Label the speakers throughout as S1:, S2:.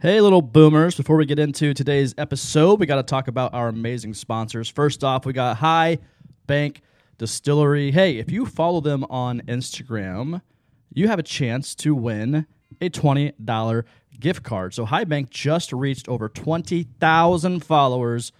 S1: Hey, little boomers. Before we get into today's episode, we got to talk about our amazing sponsors. First off, we got High Bank Distillery. Hey, if you follow them on Instagram, you have a chance to win a $20 gift card. So, High Bank just reached over 20,000 followers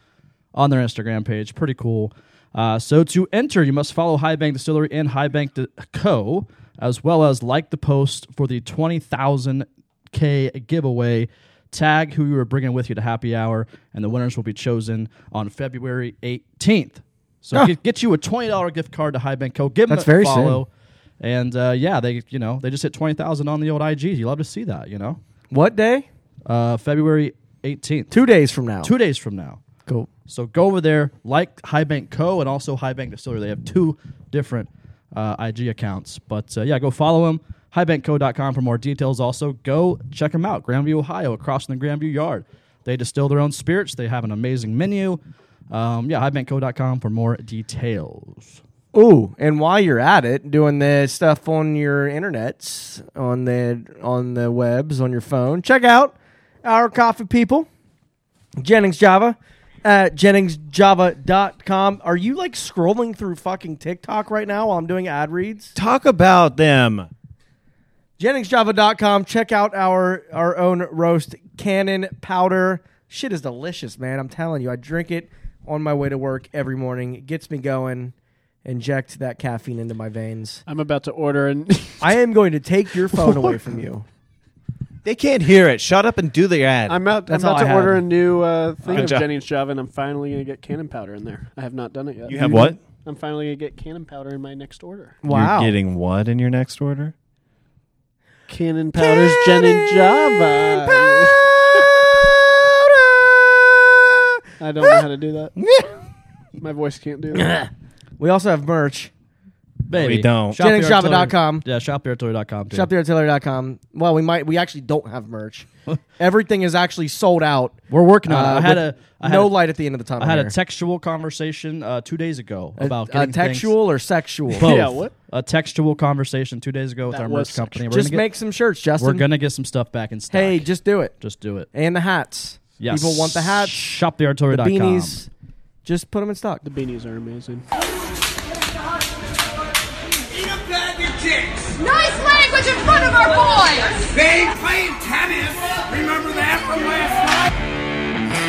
S1: on their Instagram page. Pretty cool. Uh, so to enter, you must follow High Bank Distillery and High Bank Di- Co. as well as like the post for the twenty thousand k giveaway. Tag who you are bringing with you to happy hour, and the winners will be chosen on February eighteenth. So get, get you a twenty dollar gift card to High Bank Co. Give them
S2: Ah. That's
S1: a
S2: very
S1: follow, and uh, yeah, they you know they just hit twenty thousand on the old IG. You love to see that, you know.
S2: What day?
S1: Uh, February eighteenth,
S2: Two days from now.
S1: two days from now.
S2: Cool.
S1: So go over there, like High Bank Co. and also High Bank Distillery. They have two different uh, IG accounts. But uh, yeah, go follow them. Highbankco.com for more details. Also, go check them out. Grandview, Ohio, across from the Grandview Yard. They distill their own spirits. They have an amazing menu. Um, yeah, highbankco.com for more details.
S2: Ooh, and while you're at it, doing the stuff on your internets, on the on the webs, on your phone, check out our coffee people, Jennings Java at jenningsjava.com. Are you like scrolling through fucking TikTok right now while I'm doing ad reads?
S3: Talk about them.
S2: JenningsJava.com. Check out our our own roast cannon powder. Shit is delicious, man. I'm telling you, I drink it on my way to work every morning. It gets me going. Inject that caffeine into my veins.
S4: I'm about to order and
S2: I am going to take your phone away from you.
S3: They can't hear it. Shut up and do the ad.
S4: I'm out.
S2: That's
S4: I'm
S2: all
S4: about
S2: I
S4: to
S2: had.
S4: order a new uh, thing
S3: Good
S4: of
S3: job.
S4: Jennings Java, and I'm finally gonna get cannon powder in there. I have not done it yet.
S3: you have what?
S4: I'm finally gonna get cannon powder in my next order.
S2: Wow.
S3: You're getting what in your next order?
S4: Cannon powder's Jennings Java. I don't know how to do that. My voice can't do that.
S2: we also have merch.
S1: Baby.
S3: don't.
S1: Shop the
S2: JenningsJava.com.
S1: artillery- Yeah, shoptheartillery.com. Too.
S2: ShopTheArtillery.com. Well, we might. We actually don't have merch. Everything is actually sold out.
S1: We're working on it. I
S2: Uh,
S1: had
S2: with
S1: a I had
S2: no
S1: a-
S2: light at the end of the tunnel.
S1: I had
S2: here.
S1: a textual conversation uh, two days ago
S2: A-
S1: about
S2: a
S1: getting things-
S2: Uh, textual or sexual.
S1: Both.
S4: Yeah, what?
S1: A textual conversation two days ago with
S4: That
S1: our
S4: was
S1: merch company. We're
S2: Just
S1: gonna get-
S2: make some shirts, Justin.
S1: We're gonna get some stuff back in stock.
S2: Hey, just do it.
S1: just do it.
S2: And the hats.
S1: Yes.
S2: People want the hats, the
S1: Shoptheartillery.com.
S2: beanies. Just put them in stock.
S4: The beanies are amazing.
S5: Eat a bag of dicks.
S6: Nice language in front of our boys!
S5: They played tennis. Remember that from last night?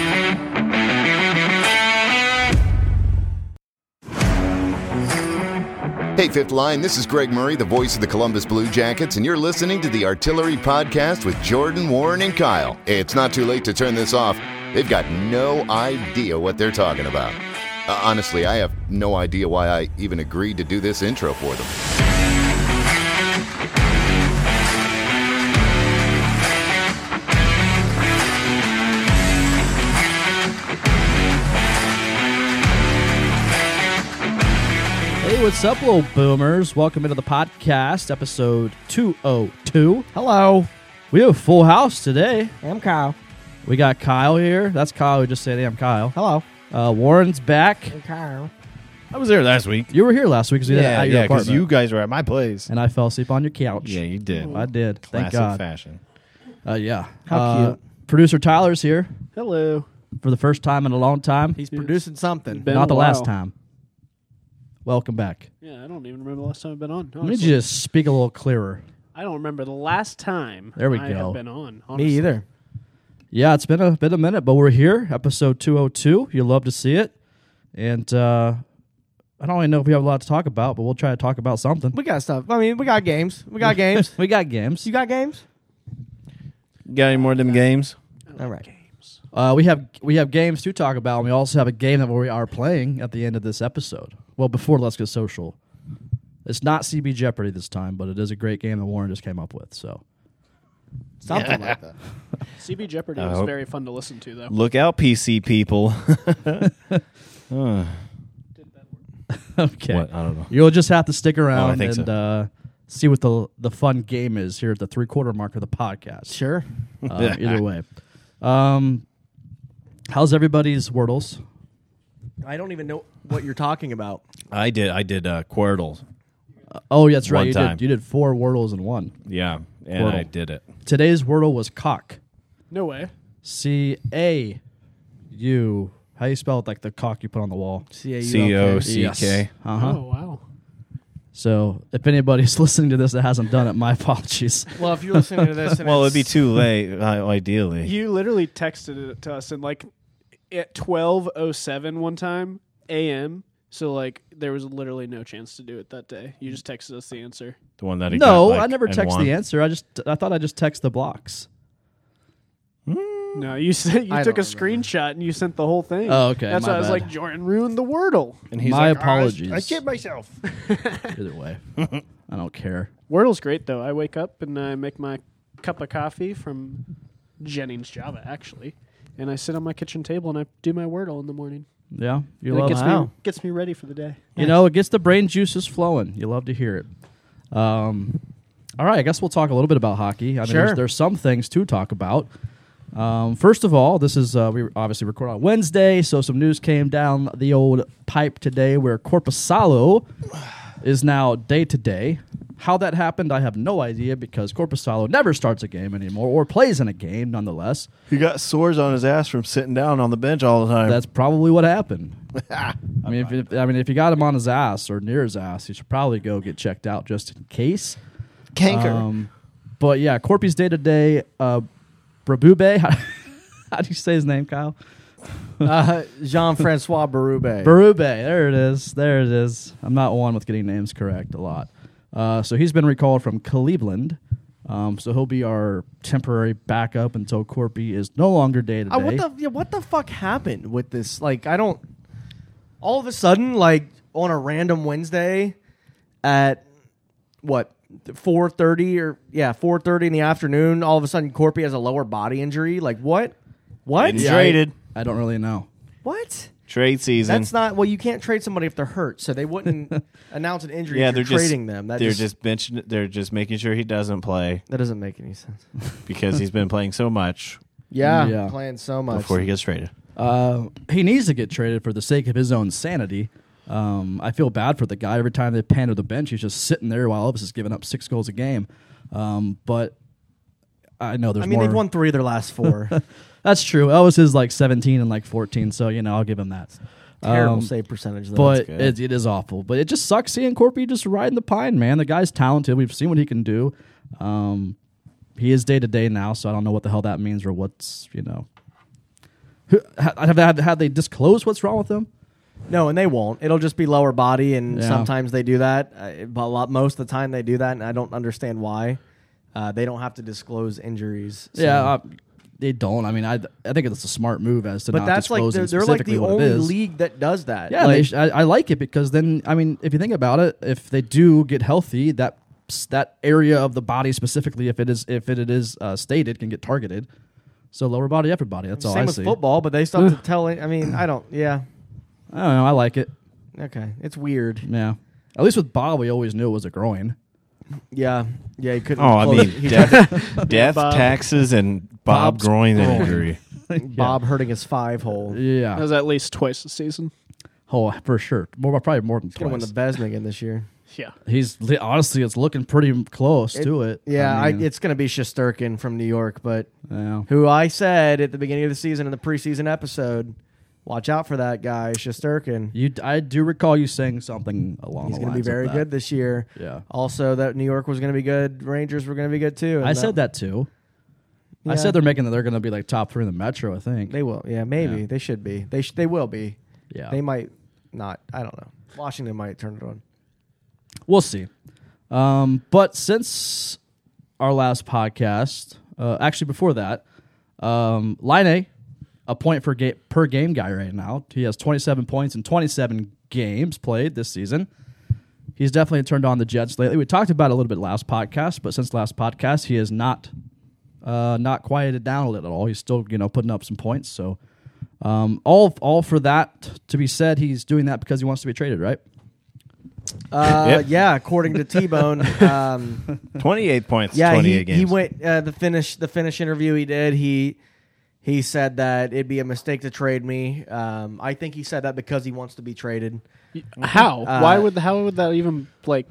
S7: Hey, Fifth Line, this is Greg Murray, the voice of the Columbus Blue Jackets, and you're listening to the Artillery Podcast with Jordan, Warren, and Kyle. It's not too late to turn this off. They've got no idea what they're talking about. Uh, honestly, I have no idea why I even agreed to do this intro for them.
S1: Hey, what's up, little boomers? Welcome into the podcast, episode 202.
S2: Hello,
S1: We have a full house today.
S2: I'm Kyle.
S1: We got Kyle here. That's Kyle who just said, hey, I'm Kyle.
S2: Hello,
S1: Uh, Warren's back.
S2: I'm Kyle.
S3: I was there last week.
S1: You were here last week because you
S3: yeah,
S1: at your
S3: yeah, because
S1: apartment.
S3: you guys were at my place.
S1: and I fell asleep on your couch.
S3: Yeah, you did.
S1: I did. Thank
S3: Classic
S1: God.
S3: fashion.
S1: Uh, yeah.
S2: How
S1: Uh,
S2: cute.
S1: Producer Tyler's here
S4: Hello.
S1: for the first time in a long time.
S2: He's producing something.
S4: Been
S1: Not
S4: a
S1: the
S4: while.
S1: last time. Welcome back.
S4: Yeah, I don't even remember the last time I've been on.
S1: Let me
S4: honestly.
S1: just speak a little clearer.
S4: I don't remember the last time.
S1: There we
S4: I
S1: go.
S4: Have been on.
S2: Me
S4: Honestly.
S2: either.
S1: Yeah, it's been a been a minute, but we're here, episode two hundred two. You love to see it, and uh, I don't really know if we have a lot to talk about, but we'll try to talk about something.
S2: We got stuff. I mean, we got games. We got games.
S1: We got games.
S2: you got games?
S3: You got any more of them games?
S2: All right.
S1: Uh, we have we have games to talk about, and we also have a game that we are playing at the end of this episode. Well, before Let's Get Social, it's not CB Jeopardy this time, but it is a great game that Warren just came up with. So
S2: Something like that.
S4: CB Jeopardy
S3: I
S4: was
S3: hope-
S4: very fun to listen to, though.
S3: Look out, PC people.
S1: okay,
S3: What? I don't know.
S1: You'll just have to stick
S3: Oh, I
S1: around
S3: think
S1: and
S3: so.
S1: uh, see what the the fun game is here at the three quarter mark of the podcast.
S2: Sure.
S1: Uh, either way, um, how's everybody's wordles?
S2: I don't even know what you're talking about.
S3: I did. I did uh, Quirtle.
S1: Oh, yeah, that's right.
S3: One
S1: You
S3: time.
S1: did, you did four wordles in one.
S3: Yeah, and I
S1: Wordle.
S3: did it.
S1: Today's wordle was cock.
S4: No way.
S1: C A U. How you spell it? Like the cock you put on the wall.
S3: C O C
S1: Yes.
S3: K.
S1: Uh huh.
S4: Oh wow.
S1: So if anybody's listening to this that hasn't done it, my apologies.
S2: Well, if you're listening to this, and
S3: Well, it'd
S2: it's-
S3: be too late, uh, ideally.
S4: You literally texted it to us in like at twelve oh seven one time a.m. So like there was literally no chance to do it that day. You just texted us the answer.
S3: the one that he
S1: No,
S3: got, like,
S1: I never
S3: and
S1: text
S3: won.
S1: the answer. I just I thought I just text the blocks.
S4: No, you said you
S2: I
S4: took a
S2: don't remember.
S4: screenshot and you sent the whole thing.
S1: Oh, okay,
S4: That's
S1: my
S4: why I was
S1: bad.
S4: like, Jordan ruined the Wordle.
S3: And he's
S1: my
S3: like,
S1: apologies.
S3: I kid myself.
S1: Either way, I don't care.
S4: Wordle's great though. I wake up and I make my cup of coffee from Jennings Java actually, and I sit on my kitchen table and I do my Wordle in the morning.
S1: Yeah, you
S4: And it
S1: love
S4: gets
S1: Wow.
S4: me gets me ready for the day.
S1: You know, it gets the brain juices flowing. You love to hear it. Um, all right, I guess we'll talk a little bit about hockey. I mean,
S2: Sure.
S1: there's, there's some things to talk about. Um, first of all, this is uh, we obviously record on Wednesday, so some news came down the old pipe today where Corpusalo is now day to day. How that happened, I have no idea because Corpusalo never starts a game anymore or plays in a game, nonetheless.
S3: He got sores on his ass from sitting down on the bench all the time.
S1: That's probably what happened. I mean, if, if I mean, if you got him on his ass or near his ass, you should probably go get checked out just in case.
S3: canker.
S1: Um, but yeah, Corpy's day to day, uh, Brabube. How, how do you say his name, Kyle?
S2: uh, Jean Francois Berube.
S1: Barube. There it is. There it is. I'm not one with getting names correct a lot. Uh, so he's been recalled from Cleveland. Um, so he'll be our temporary backup until Corpy is no longer day to
S2: Uh, what
S1: day.
S2: the yeah, what the fuck happened with this? Like, I don't. All of a sudden, like on a random Wednesday, at what four thirty or yeah four thirty in the afternoon, all of a sudden Corpy has a lower body injury. Like what? What?
S3: Yeah. Traded.
S1: I don't really know.
S2: What?
S3: Trade season.
S2: That's not well. You can't trade somebody if they're hurt, so they wouldn't announce an injury.
S3: yeah,
S2: if
S3: they're
S2: you're
S3: just
S2: trading them. That
S3: they're
S2: just,
S3: just benching. They're just making sure he doesn't play
S2: that doesn't make any sense.
S3: because he's been playing so much
S2: Yeah,
S1: Yeah.
S2: playing so much.
S3: before he gets traded.
S1: Uh, he needs to get traded for the sake of his own sanity. Um, I feel bad for the guy. Every time they pan to the bench, he's just sitting there while Elvis is giving up six goals a game. Um, but I know there's
S2: I mean,
S1: more.
S2: they've won three of their last four.
S1: That's true. Elvis is like 17 and like 14, so you know I'll give him that.
S2: Terrible
S1: Um,
S2: save percentage. Though.
S1: but
S3: good.
S1: it, it is awful. But it just sucks seeing Corpy just riding the pine, man. The guy's talented. We've seen what he can do. Um, he is day to day now, so I don't know what the hell that means or what's you know. Who- ha- Have, have, have they disclosed what's wrong with him?
S2: No, and they won't. It'll just be lower body, and
S1: Yeah.
S2: sometimes they do that. uh, But a lot, most of the time, they do that, and I don't understand why. Uh, they don't have to disclose injuries. so-
S1: Yeah, uh, they don't. I mean, I I think it's a smart move as to
S2: but
S1: not
S2: that's like
S1: disclosing
S2: they're, they're like
S1: specifically
S2: the
S1: what it
S2: only
S1: is.
S2: league that does that.
S1: Yeah,
S2: Like,
S1: they sh- I, I like it because then I mean, if you think about it, if they do get healthy, that that area of the body specifically, if it is if it, it is uh, stated, can get targeted. So lower body, upper body. That's all
S2: same
S1: I
S2: with
S1: see.
S2: football, but they still have to tell. it- I mean, I don't. Yeah,
S1: I don't know. I like it.
S2: okay, it's weird.
S1: Yeah. At least with Bob, we always knew it was a groin.
S2: Yeah, yeah, you couldn't.
S3: Oh, I
S2: disclose-
S3: mean, death, death
S4: Bob.
S3: taxes, and Bob
S1: Bob's
S3: groin injury.
S2: Bob hurting his five hole. He's
S4: That
S1: Yeah.
S4: was at least twice a season.
S1: Oh, for sure. More, probably more than
S2: gonna win
S1: twice.
S2: the Vesna again this year.
S4: Yeah.
S1: He's li- honestly, it's looking pretty close to it.
S2: Yeah, I
S1: mean,
S2: it's gonna be Shosturkin from New York, but
S1: yeah.
S2: who I said at the beginning of the season in the preseason episode, watch out for that guy, Shusterkin.
S1: You, I do recall you saying something along
S2: He's
S1: the
S2: going
S1: lines
S2: to be very
S1: of that.
S2: good this year.
S1: Yeah.
S2: Also, that New York was going to be good. Rangers were going to be good too. and
S1: I said that too.
S2: Yeah.
S1: I said they're making that they're going to be like top three in the metro. I think.
S2: they will. Yeah, maybe
S1: Yeah.
S2: they should be. They sh- they will be.
S1: yeah,
S2: They might not. I don't know. Washington might turn it on.
S1: we'll see. Um, but since our last podcast, uh, actually before that, um, Line A, a point per game per game guy right now. He has 27 points in 27 games played this season. He's definitely turned on the Jets lately. We talked about it a little bit last podcast, but since last podcast, he is not uh, not quieted down a little at all. He's still you know putting up some points. So um, all all for that to be said, he's doing that because he wants to be traded, right?
S2: Uh,
S3: Yep.
S2: Yeah, according to T Bone. Um,
S3: Twenty-eight points.
S2: Yeah,
S3: twenty-eight
S2: he,
S3: games.
S2: he went uh, the finish the finish interview he did. He he said that it'd be a mistake to trade me. Um, I think he said that because he wants to be traded.
S4: How?
S2: Uh,
S4: Why would how would that even like?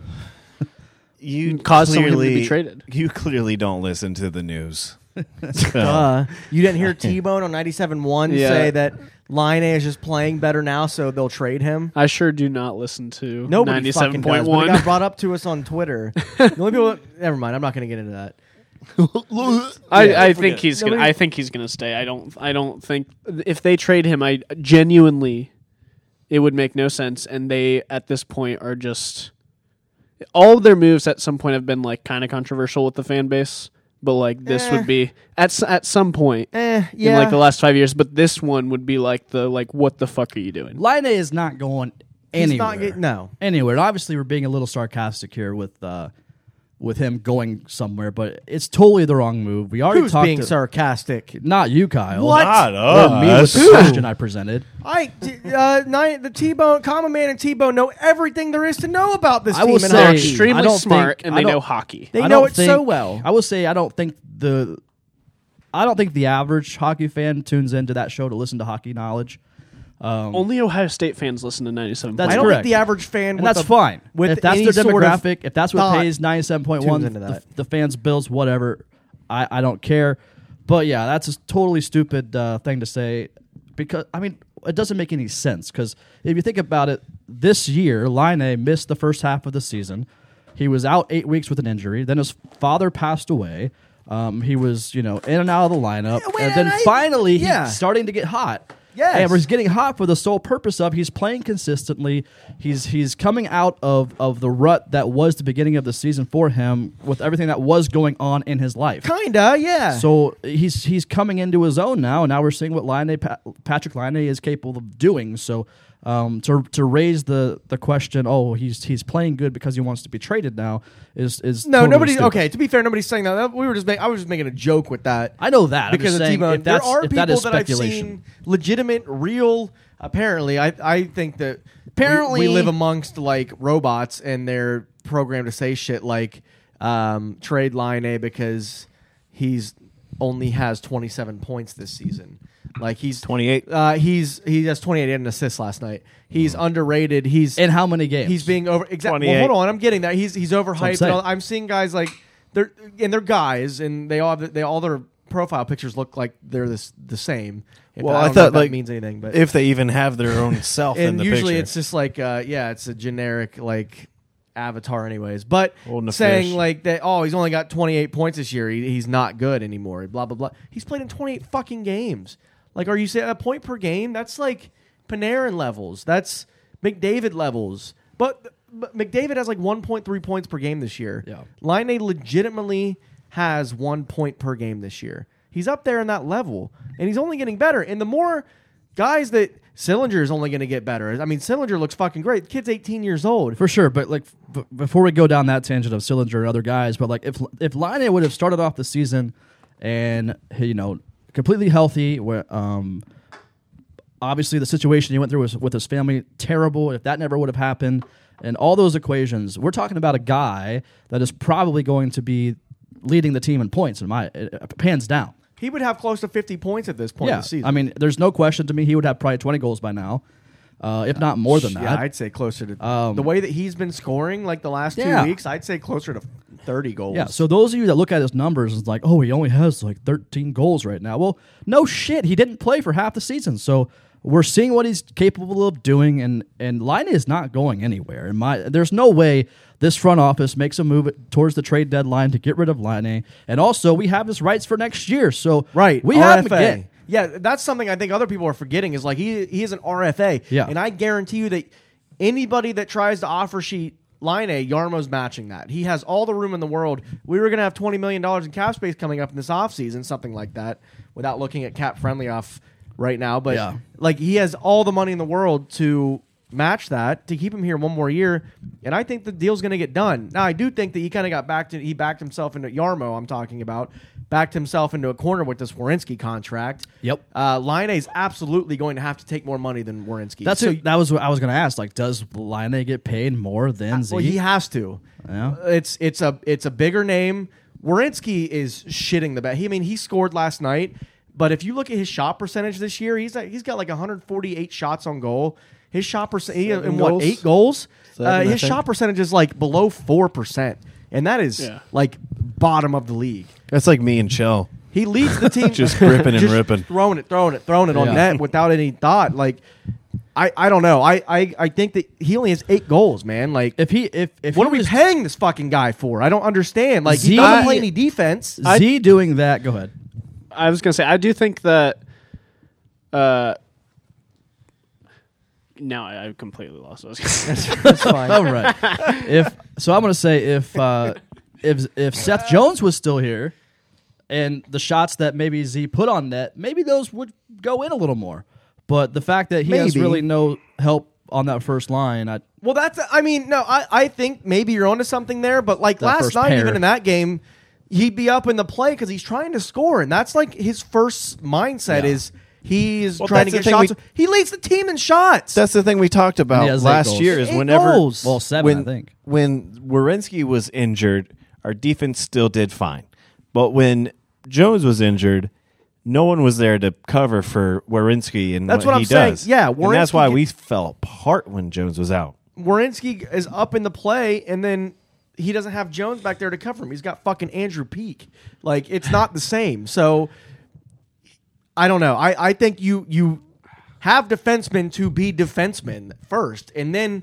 S3: You
S4: Cause someone to be traded.
S3: You clearly don't listen to the news.
S2: Duh. Uh, You didn't hear T Bone on 97.1
S4: Yeah.
S2: say that Line A is just playing better now, so they'll trade him?
S4: I sure do not listen to
S2: Nobody fucking does. But it
S4: 97.1.
S2: got brought up to us on Twitter. the only people. that- never mind. I'm not going to get into that.
S4: I,
S2: Yeah,
S4: I
S2: don't
S4: think
S2: forget.
S4: he's
S2: No,
S4: gonna.
S2: but-
S4: I think he's gonna stay. I don't. I don't think if they trade him, I genuinely, it would make no sense. And they at this point are just all of their moves at some point have been like kind of controversial with the fan base. But like this
S2: Eh.
S4: would be at s- at some point
S2: Eh,
S4: in
S2: yeah.
S4: like the last five years. But this one would be like the like what the fuck are you doing?
S1: Line is not going
S2: He's
S1: anywhere.
S2: not get- no.
S1: anywhere. And obviously, we're being a little sarcastic here with uh, with him going somewhere, but it's totally the wrong move. We already
S2: Who's
S1: talked
S2: being
S1: to-
S2: sarcastic?
S1: Not you, Kyle.
S2: What?
S3: Not
S1: Or me with
S3: us.
S1: the question I presented.
S2: I, t- uh, Ni- the T Bone, Common Man, and T Bone know everything there is to know about this
S1: I
S2: team
S1: will
S2: in
S1: say-
S4: They're
S2: hockey.
S1: I
S4: extremely
S1: don't
S4: smart
S1: think-
S4: and
S1: I
S4: they know
S1: don't-
S4: hockey.
S2: They
S1: I
S2: know
S1: don't
S2: it so
S1: think-
S2: well.
S1: I will say I don't think the I don't think the average hockey fan tunes into that show to listen to hockey knowledge.
S4: Only Ohio State fans listen to ninety seven.
S1: That's
S2: I don't
S1: correct.
S2: think the average fan.
S1: And
S2: with
S1: that's
S2: a-
S1: fine.
S2: With
S1: if that's
S2: any
S1: their
S2: sort of
S1: demographic, if that's what
S2: thought-
S1: pays ninety seven point one,
S2: tunes into
S1: the,
S2: that.
S1: the fans' bills, whatever. I, I don't care. But yeah, that's a totally stupid uh, thing to say because I mean it doesn't make any sense because if you think about it, this year Line A missed the first half of the season. He was out eight weeks with an injury. Then his father passed away. Um, he was you know in and out of the lineup,
S2: wait,
S1: and then
S2: and I-
S1: finally
S2: yeah.
S1: he's starting to get hot.
S2: Yes.
S1: and we're he's getting hot for the sole purpose of he's playing consistently. He's he's coming out of of the rut that was the beginning of the season for him with everything that was going on in his life.
S2: Kinda, yeah.
S1: So he's he's coming into his own now. and Now we're seeing what Line pa- Patrick Line is capable of doing. So um, to to raise the the question, oh, he's he's playing good because he wants to be traded now is is
S2: no,
S1: totally
S2: nobody.
S1: stupid.
S2: Okay, to be fair, nobody's saying that. That- We were just. Make, I was just making a joke with that.
S1: I know that I'm
S2: because
S1: just
S2: of
S1: saying
S2: T Bone.
S1: if
S2: There
S1: that's-
S2: are
S1: if
S2: people
S1: that is
S2: that I've
S1: speculation.
S2: seen legitimate, real. Apparently, I I think that we-
S1: Apparently-
S2: we, live amongst like robots and they're programmed to say shit like um, trade line A because he's only has 27 points this season. Like he's
S3: 28.
S2: Uh, he's he has 28 and an assist last night. He's underrated. He's
S1: Hmm. In how many games?
S2: He's being over exactly. Well,
S3: 28.
S2: hold on, I'm getting that. He's he's
S1: what I'm
S2: overhyped. and
S1: saying.
S2: all- I'm seeing guys like they're and they're guys, and they all have, they all their profile pictures look like they're this the same. If-
S3: Well,
S2: I,
S3: I,
S2: don't know
S3: thought
S2: if that
S3: like
S2: means anything, but
S3: if they even have their own self in
S2: and
S3: the
S2: usually
S3: picture.
S2: it's just like uh, yeah, it's a generic like avatar, anyways. But
S3: Holding a
S2: saying
S3: fish.
S2: like that, oh, he's only got 28 points this year. He, he's not good anymore. Blah blah blah. He's played in 28 fucking games. Like, are you saying a point per game? That's like Panarin levels. That's McDavid levels. But, but McDavid has like 1.3 points per game this year.
S1: Yeah.
S2: Line legitimately has one point per game this year. He's up there in that level, and he's only getting better. And the more guys that Sillinger is only going to get better. I mean, Sillinger looks fucking great. The kid's 18 years old.
S1: For sure, but like b- before we go down that tangent of Sillinger and other guys, but like if if Line would have started off the season and you know completely healthy, where um obviously the situation he went through was with his family terrible. If that never would have happened, and all those equations, we're talking about a guy that is probably going to be leading the team in points in my uh, hands down.
S2: He would have close to 50 points at this point in the season.
S1: I mean, there's no question to me he would have probably 20 goals by now, uh, if not more than that. Um,
S2: Yeah, I'd say closer to the way that he's been scoring like the last
S1: Yeah.
S2: two weeks. I'd say closer to 30 goals.
S1: Yeah. So those of you that look at his numbers is like, oh, he only has like 13 goals right now. Well, no shit, he didn't play for half the season. So we're seeing what he's capable of doing, and and Line is not going anywhere. In my, there's no way this front office makes a move towards the trade deadline to get rid of Line, and also we have his rights for next year. So
S2: Right.
S1: we
S2: RFA.
S1: have him again.
S2: Yeah, that's something I think other people are forgetting is like he he is an RFA.
S1: Yeah.
S2: And I guarantee you that anybody that tries to offer sheet line A, Yarmo's matching that. He has all the room in the world. We were gonna have twenty million dollars in cap space coming up in this offseason, something like that, without looking at cap friendly off right now. But
S1: Yeah.
S2: like he has all the money in the world to match that to keep him here one more year and i think the deal's going to get done now i do think that he kind of got backed in, he backed himself into yarmo i'm talking about backed himself into a corner with this Warinsky contract
S1: Yep.
S2: uh line is absolutely going to have to take more money than Warinsky.
S1: That's
S2: so
S1: it. that was what I was gonna ask. Like, does Line get paid more than Z?
S2: Uh, well, he has to.
S1: Yeah.
S2: It's it's a it's a bigger name. Warinsky is shitting the bet. He I mean he scored last night, but if you look at his shot percentage this year, he's like, he's got like 148 shots on goal. His shot percent he, in what
S4: goals?
S2: eight goals? uh,
S3: Seven, I
S2: his
S3: think.
S2: shot percentage is like below four percent, and that is
S4: Yeah.
S2: like bottom of the league.
S3: That's like me and Chell.
S2: He leads the team
S3: Just gripping and ripping.
S2: throwing it, throwing it, throwing it on
S1: Yeah.
S2: net without any thought. Like, I, I don't know. I, I, I think that he only has eight goals, man. Like,
S1: If he if if
S2: what
S1: he
S2: are we
S1: was-
S2: paying this fucking guy for? I don't understand. Like,
S1: Z-
S2: he doesn't play any defense.
S1: Z doing that? Go ahead.
S4: I was gonna say I do think that. Uh, now I, I completely lost. What I was gonna say.
S2: That's fine.
S1: All right. if so, I'm gonna say if uh, if if Seth Jones was still here, and the shots that maybe Z put on net, maybe those would go in a little more. But the fact that he has
S2: Maybe.
S1: really no help on that first line, I
S2: Well, that's. I mean, no, I, I think maybe you're onto something there. But like
S1: That
S2: last
S1: first
S2: night,
S1: pair.
S2: even in that game, he'd be up in the play because he's trying to score, and that's like his first mindset
S1: Yeah.
S2: is he's
S3: Well,
S2: trying to
S3: that's
S2: get
S3: the thing we-
S2: shots. he leads the team in shots.
S3: That's the thing we talked
S1: He
S3: about
S1: has eight
S3: last
S1: goals.
S3: year is
S2: Eight
S3: whenever
S2: goals.
S1: well seven,
S3: when
S1: I think.
S3: when Werenski was injured, our defense still did fine. But when Jones was injured, no one was there to cover for Werenski and
S2: That's
S3: what,
S2: what
S3: he
S2: I'm saying.
S3: does.
S2: Yeah,
S3: and that's
S2: Werenski
S3: why
S2: can-
S3: we fell apart when Jones was out.
S2: Wierenski is up in the play, and then he doesn't have Jones back there to cover him. He's got fucking Andrew Peak. Like it's not the same. So I don't know. I, I think you you have defensemen to be defensemen first, and then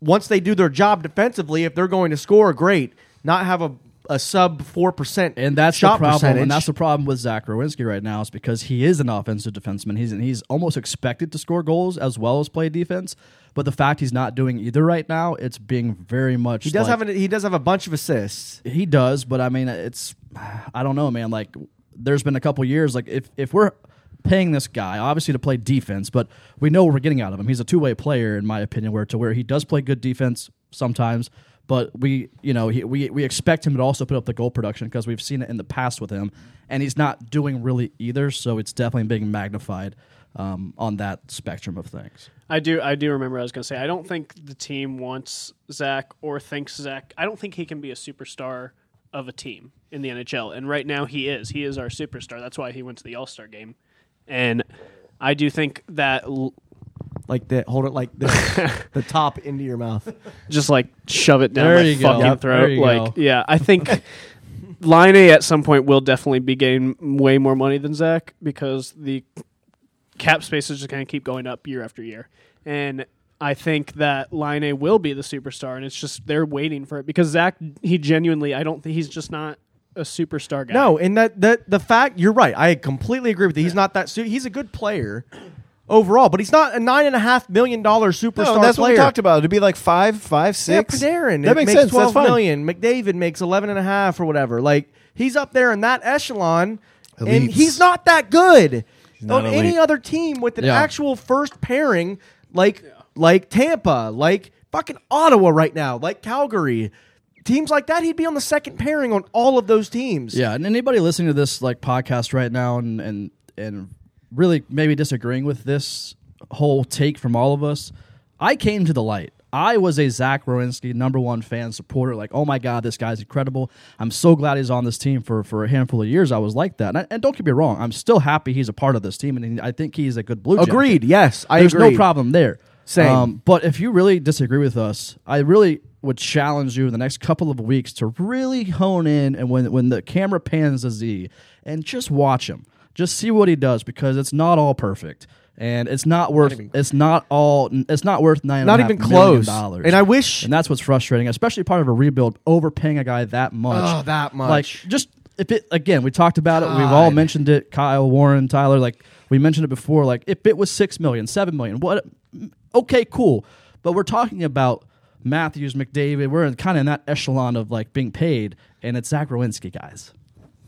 S2: once they do their job defensively, if they're going to score, great. Not have a, a sub four percent
S1: And that's
S2: shot
S1: the problem.
S2: Percentage.
S1: And that's the problem with Zach Rowinski right now is because he is an offensive defenseman. He's he's almost expected to score goals as well as play defense. But the fact he's not doing either right now, it's being very much.
S2: he does
S1: like-
S2: have an, he does have a bunch of assists.
S1: He does, but I mean, it's I don't know, man. Like, there's been a couple years. Like, if if we're paying this guy obviously to play defense, but we know what we're getting out of him. He's a two way player, in my opinion, where to where he does play good defense sometimes, but we you know he, we we expect him to also put up the goal production because we've seen it in the past with him, and he's not doing really either. So it's definitely being magnified um, on that spectrum of things.
S4: I do. I do remember. I was going to say. I don't think the team wants Zach or thinks Zach. I don't think he can be a superstar of a team in the NHL. And right now, he is. He is our superstar. That's why he went to the All Star game. And I do think that l-
S2: Like that, hold it like this, the top into your mouth.
S4: just like shove it down
S1: There
S4: my
S1: you go.
S4: fucking
S1: Yep, there
S4: throat.
S1: you
S4: Like,
S1: go.
S4: yeah, I think Line A at some point will definitely be getting way more money than Zach because the cap space is just going to keep going up year after year. And I think that Line A will be the superstar, and it's just they're waiting for it because Zach, he genuinely, I don't think he's just not a superstar guy.
S2: No, and that that the fact you're right. I completely agree with you. He's not that. Su- he's a good player overall, but he's not a nine and a half million dollar superstar.
S3: that's
S2: player.
S3: what we talked about. It'd be like five, five,
S2: Yeah,
S3: six.
S2: Panarin.
S3: That
S2: it
S3: makes
S2: makes
S3: sense.
S2: Twelve
S3: that's fine.
S2: million. McDavid makes eleven and a half or whatever. Like he's up there in that echelon, and
S3: Elites.
S2: he's not that good
S3: not
S2: on any
S3: elite.
S2: other team with an
S1: Yeah.
S2: actual first pairing like like Tampa, like fucking Ottawa right now, like Calgary. Teams like that, he'd be on the second pairing on all of those teams.
S1: Yeah, and anybody listening to this like podcast right now and and and really maybe disagreeing with this whole take from all of us, I came to the light. I was a Zach Rowinski number one fan supporter. Like, oh my god, this guy's incredible. I'm so glad he's on this team for for a handful of years. I was like that, and, I, and don't get me wrong, I'm still happy he's a part of this team, and I think he's a good blue. Jacket.
S2: Agreed. Yes, I
S1: There's
S2: agree.
S1: no problem there. Um,
S2: Same.
S1: but if you really disagree with us, I really would challenge you in the next couple of weeks to really hone in and when when the camera pans to Z and just watch him, just see what he does because it's not all perfect and it's not worth it's not all it's not worth nine and a
S2: Not
S1: half
S2: even
S1: million
S2: close.
S1: dollars.
S2: And I wish-
S1: and that's what's frustrating, especially part of a rebuild, overpaying a guy that much.
S2: Oh, that much.
S1: Like just if it again, we talked about it. We've all mentioned it. Kyle, Warren, Tyler. Like we mentioned it before. Like if it was six million, seven million, what? Okay, cool. But we're talking about Matthews, McDavid. We're in kind of in that echelon of like being paid, and it's Zach Rowinski, guys.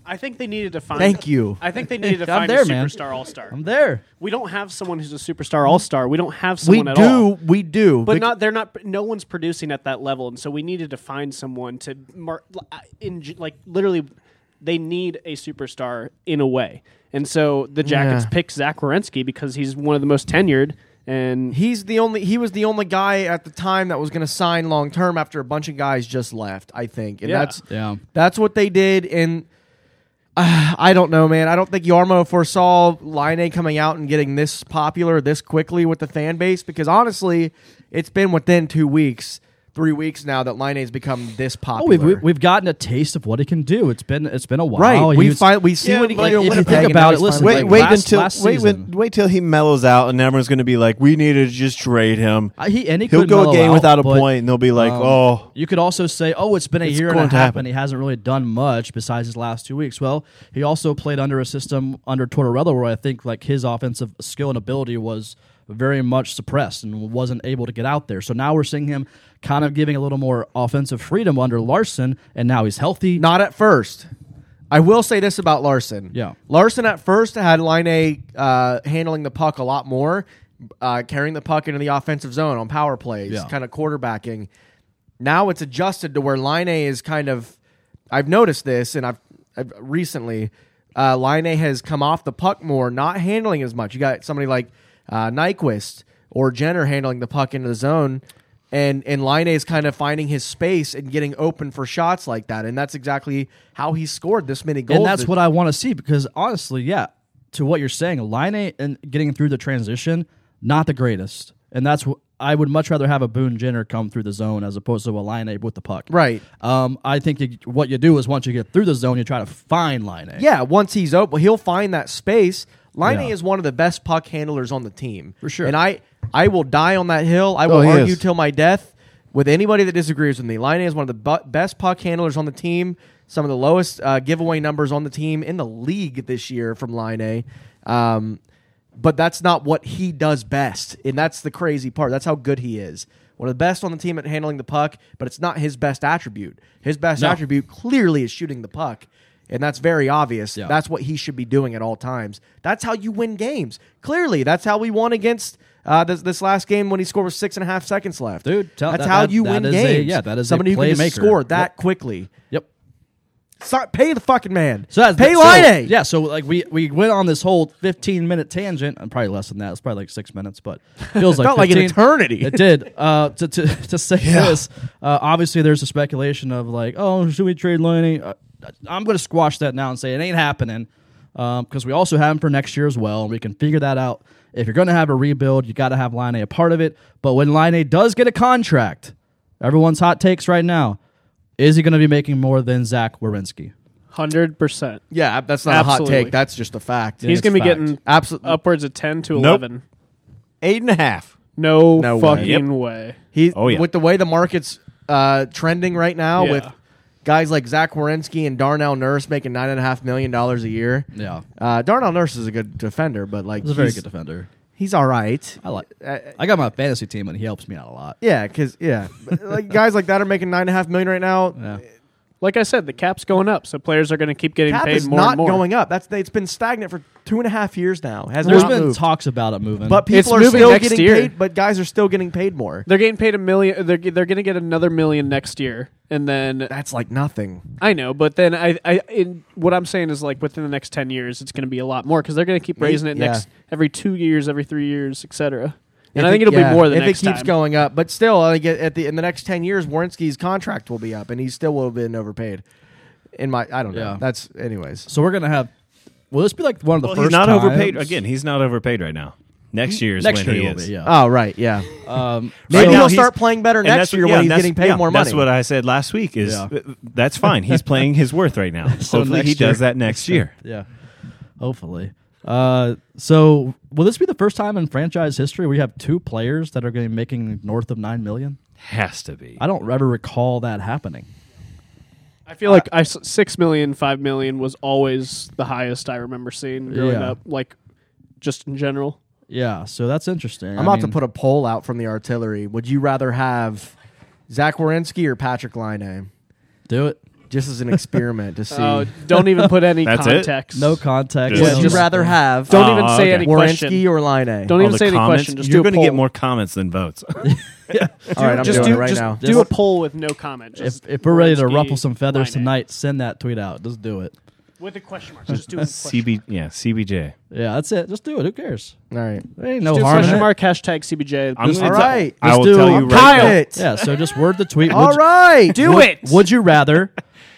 S4: I think they needed to find.
S2: Thank you.
S4: I think they needed to
S1: I'm
S4: find
S1: there,
S4: a
S1: man.
S4: superstar all star.
S1: I'm there.
S4: We don't have someone who's a superstar all star. We don't have
S2: We
S4: someone at
S2: do,
S4: all.
S2: we do,
S4: but
S2: Bec-
S4: not they're not no one's producing at that level and so we needed to find someone to mar- in like literally they need a superstar in a way and so the jackets
S2: Yeah.
S4: pick zach Wierenski because he's one of the most tenured and
S2: He's the only. He was the only guy at the time that was going to sign long term after a bunch of guys just left. I think, and
S4: Yeah.
S2: that's
S1: Yeah.
S2: that's what they did. And uh, I don't know, man. I don't think Yarmo foresaw Line coming out and getting this popular this quickly with the fan base because honestly, it's been within two weeks three weeks now that Line A's become this
S1: Oh,
S2: popular.
S1: we've, we- we've gotten a taste of what he can do. It's been it's been a while.
S2: right. we
S1: He's-
S2: find we see
S3: Yeah,
S2: what he
S3: but
S2: can
S3: like,
S2: do.
S3: if you
S2: in
S1: think
S2: Winnipeg, and
S1: about
S2: now
S1: it,
S2: he's
S1: listen,
S2: finally
S3: Wait,
S1: like
S2: playing.
S3: wait
S1: last-
S3: until
S1: last
S3: wait, wait,
S1: season.
S3: wait till he mellows out, and everyone's going to be like, "We need to just trade him."
S1: Uh, he- and he
S3: will
S1: could
S3: go
S1: mellow
S3: a game
S1: out,
S3: without a
S1: but,
S3: point, and they'll be like,
S1: um,
S3: "Oh,
S1: You could also say, oh, it's been a
S3: It's
S1: year and a
S3: going
S1: half,
S3: to happen.
S1: and he hasn't really done much besides his last two weeks. Well, he also played under a system under Tortorella where I think like his offensive skill and ability was very much suppressed and wasn't able to get out there. So now we're seeing him kind of giving a little more offensive freedom under Larson, and now he's healthy.
S2: Not at first. I will say this about Larson.
S1: Yeah.
S2: Larson at first had line A uh, handling the puck a lot more, uh, carrying the puck into the offensive zone on power plays,
S1: Yeah.
S2: kind of quarterbacking. Now it's adjusted to where line A is kind of. I've noticed this, and I've, I've recently uh, line A has come off the puck more, not handling as much. You got somebody like uh, Nyquist or Jenner handling the puck into the zone, and and line A is kind of finding his space and getting open for shots like that, and that's exactly how he scored this many goals.
S1: And that's
S2: this
S1: what I want to see because honestly, yeah, to what you're saying, line eight and getting through the transition, not the greatest. And that's wh- I would much rather have a Boone Jenner come through the zone as opposed to a line eight with the puck.
S2: Right.
S1: Um, I think you, what you do is once you get through the zone, you try to find line eight.
S2: Yeah, once he's open, he'll find that space. Line
S1: Yeah.
S2: is one of the best puck handlers on the team
S1: For sure. Oh,
S2: and I I will die on that hill. I will
S3: he
S2: argue
S3: is.
S2: till my death with anybody that disagrees with me. Line is one of the bu- best puck handlers on the team. Some of the lowest uh, giveaway numbers on the team in the league this year from Line A. Um, but that's not what he does best, and that's the crazy part. That's how good he is. One of the best on the team at handling the puck, but it's not his best attribute. His best
S1: No.
S2: attribute clearly is shooting the puck. And that's very obvious.
S1: Yeah.
S2: That's what he should be doing at all times. That's how you win games. Clearly, that's how we won against uh, this, this last game when he scored with six and a half seconds left.
S1: Dude, tell-
S2: that's
S1: that-
S2: how
S1: that-
S2: you
S1: that
S2: win
S1: is a-
S2: games.
S1: yeah, that is a
S2: somebody who can
S1: playmaker.
S2: just score that
S1: Yep.
S2: quickly.
S1: Yep.
S2: Stop, pay the fucking man.
S1: So that's
S2: pay
S1: so-
S2: Line A.
S1: Yeah. So like we we went on this whole 15 minute tangent. I'm probably less than that. It's probably like six minutes, but feels like
S2: Felt like an
S1: 15.
S2: eternity.
S1: It did. Uh, to, to to say this, uh, obviously there's a speculation of like, oh, should we trade Laney? Uh, I'm going to squash that now and say it ain't happening because we also have him for next year as well, and we can figure that out. If you're going to have a rebuild, you got to have Line a part of it. But when Line a does get a contract, everyone's hot takes right now. Is he going to be making more than Zach Wierenski?
S4: Hundred percent.
S2: Yeah, that's not a hot
S4: Absolutely.
S2: take. That's just a fact.
S4: He's
S1: it's
S4: gonna be
S1: fact.
S4: getting
S2: Absolutely.
S4: upwards of ten to
S3: Nope.
S4: eleven.
S3: eight and a half.
S4: No,
S2: No way.
S4: fucking way.
S2: He,
S3: Oh, yeah.
S2: With the way the market's uh, trending right now,
S4: Yeah.
S2: with guys like Zach Wierenski and Darnell Nurse making nine and a half million dollars a year.
S1: Yeah.
S2: Uh, Darnell Nurse is a good defender, but like
S1: He's a very
S2: he's-
S1: good defender.
S2: He's all right.
S1: I like. I got my fantasy team, and he helps me out a lot.
S2: Yeah, because yeah, like guys like that are making nine and a half million right now.
S4: Like I said, the cap's going up, so players are going to keep getting
S2: Cap
S4: paid
S2: is
S4: more
S2: not
S4: and more.
S2: going up. That's it's been stagnant for two and a half years now. Has
S1: There's
S2: not
S1: been
S2: moved.
S1: talks about it moving,
S2: but people
S4: It's
S2: are
S4: moving
S2: still
S4: next
S2: getting
S4: year.
S2: paid. But guys are still getting paid more.
S4: They're getting paid a million. They're they're going to get another million next year, and then
S2: That's like nothing.
S4: I know, but then I, I, in, what I'm saying is like within the next ten years, it's going to be a lot more because they're going to keep raising it
S2: yeah.
S4: next every two years, every three years, etc. And
S2: If
S4: I think
S2: it-
S4: it'll
S2: yeah,
S4: be more than
S2: if
S4: next
S2: it keeps
S4: time.
S2: going up. But still, I think at- at the in the next ten years, Warrenski's contract will be up, and he still will have been overpaid. In my, I don't know.
S1: Yeah.
S2: That's anyways.
S1: so we're gonna have. Will this be like one of the
S3: Well,
S1: first?
S3: he's not
S1: times-
S3: overpaid again. He's not overpaid right now. Next year is
S1: Next
S3: when
S1: year
S3: he
S1: will
S3: is.
S1: be. Yeah.
S2: Oh right, yeah.
S1: Um,
S2: Maybe
S3: Right now
S2: he'll
S3: he's-
S2: start playing better
S3: and
S2: next
S3: that's-
S2: year
S3: yeah,
S2: when he's
S3: that's-
S2: getting paid
S3: yeah,
S2: more money.
S3: That's what I said last week. Is
S1: Yeah.
S3: uh, that's fine. He's playing his worth right now.
S1: So
S3: Hopefully, he
S1: next
S3: does
S1: year.
S3: that next year.
S1: yeah. Hopefully. Uh, so will this be the first time in franchise history we have two players that are going to be making north of nine million?
S3: Has to be.
S1: I don't ever recall that happening.
S4: I feel like I s- six million, five million was always the highest I remember seeing growing
S1: Yeah.
S4: up, like just in general.
S1: Yeah. So that's interesting.
S2: I'm about to put a poll out from the artillery. Would you rather have Zach Wierenski or Patrick Line?
S1: do it.
S2: Just as an experiment to see.
S4: Oh, don't even put any
S3: That's it?
S4: context.
S1: No context.
S3: Just-
S1: no
S2: Would you
S1: nothing.
S2: rather have
S4: Don't
S3: Oh,
S4: even say
S3: okay.
S4: any
S2: Wierenski
S4: question.
S2: or Line?
S4: Don't
S3: All
S4: even
S3: the
S4: say any
S3: comments-
S4: question. Just
S3: You're
S4: do a
S3: gonna get
S4: poll.
S3: more comments than votes.
S2: All right, I'm
S4: just
S2: doing
S4: do,
S2: it right
S4: just
S2: now.
S4: do a poll with no comment.
S1: If,
S4: Just
S1: if we're ready to
S4: Wierenski,
S1: ruffle some feathers
S4: Laine.
S1: tonight, send that tweet out. Just do it.
S4: with a question mark, just do a question.
S3: CB, yeah, CBJ.
S1: Yeah, that's it. Just do it. Who cares?
S2: All right.
S1: There ain't no
S4: Just do a
S1: harm in
S4: question
S1: it.
S4: mark hashtag CBJ.
S3: I'm
S2: All
S3: It's a-
S2: right.
S3: I
S1: Let's
S3: will
S1: do-
S3: tell
S1: I'm
S3: you right
S2: Kyle.
S3: now.
S2: It.
S1: Yeah, so just word the tweet.
S2: All
S1: Would-
S2: right.
S4: Do
S1: would,
S4: it.
S1: Would you rather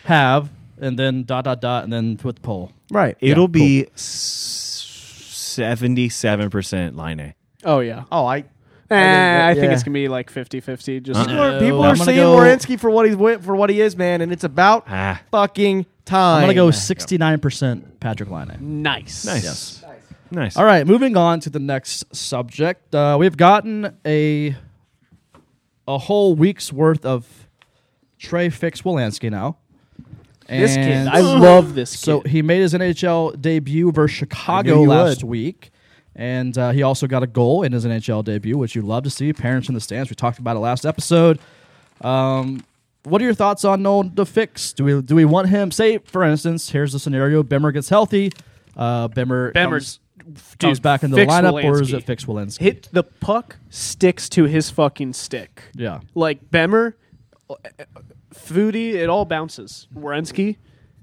S1: have and then dot dot dot and then with poll?
S2: Right.
S3: It'll be seventy-seven percent line A.
S4: oh yeah,
S2: Oh, I.
S4: Eh, I think
S2: yeah.
S4: it's gonna be like 50-50 Just
S2: People are, people
S1: I'm
S2: are
S1: gonna
S2: seeing
S1: go-
S2: Wierenski for what he's wi- for what he is, man, and it's about
S3: Ah.
S2: fucking time.
S1: I'm gonna go 69% Patrick Line.
S4: nice.
S3: Nice. Nice.
S1: All right, moving on to the next subject. Uh, we've gotten a a whole week's worth of Trey Fix Wolanski now.
S4: This kid,
S1: And
S4: I love this kid.
S1: So he made his NHL debut versus
S2: I
S1: Chicago
S2: knew you
S1: last
S2: would.
S1: week, and uh, he also got a goal in his NHL debut, which you love to see. Parents in the stands. We talked about it last episode. Um, what are your thoughts on Nolan DeFix? Do we do we want him? Say, for instance, here's the scenario: Bemmer gets healthy. Uh, Bemmer
S4: Bemmer's-
S1: comes, comes
S4: dude,
S1: back in the
S4: fix
S1: lineup, or is
S4: Wolanski.
S1: it Fix Walensky?
S4: hit the puck sticks to his fucking stick.
S1: Yeah.
S4: Like Bemmer, uh, Foodie, it all bounces. Wierenski,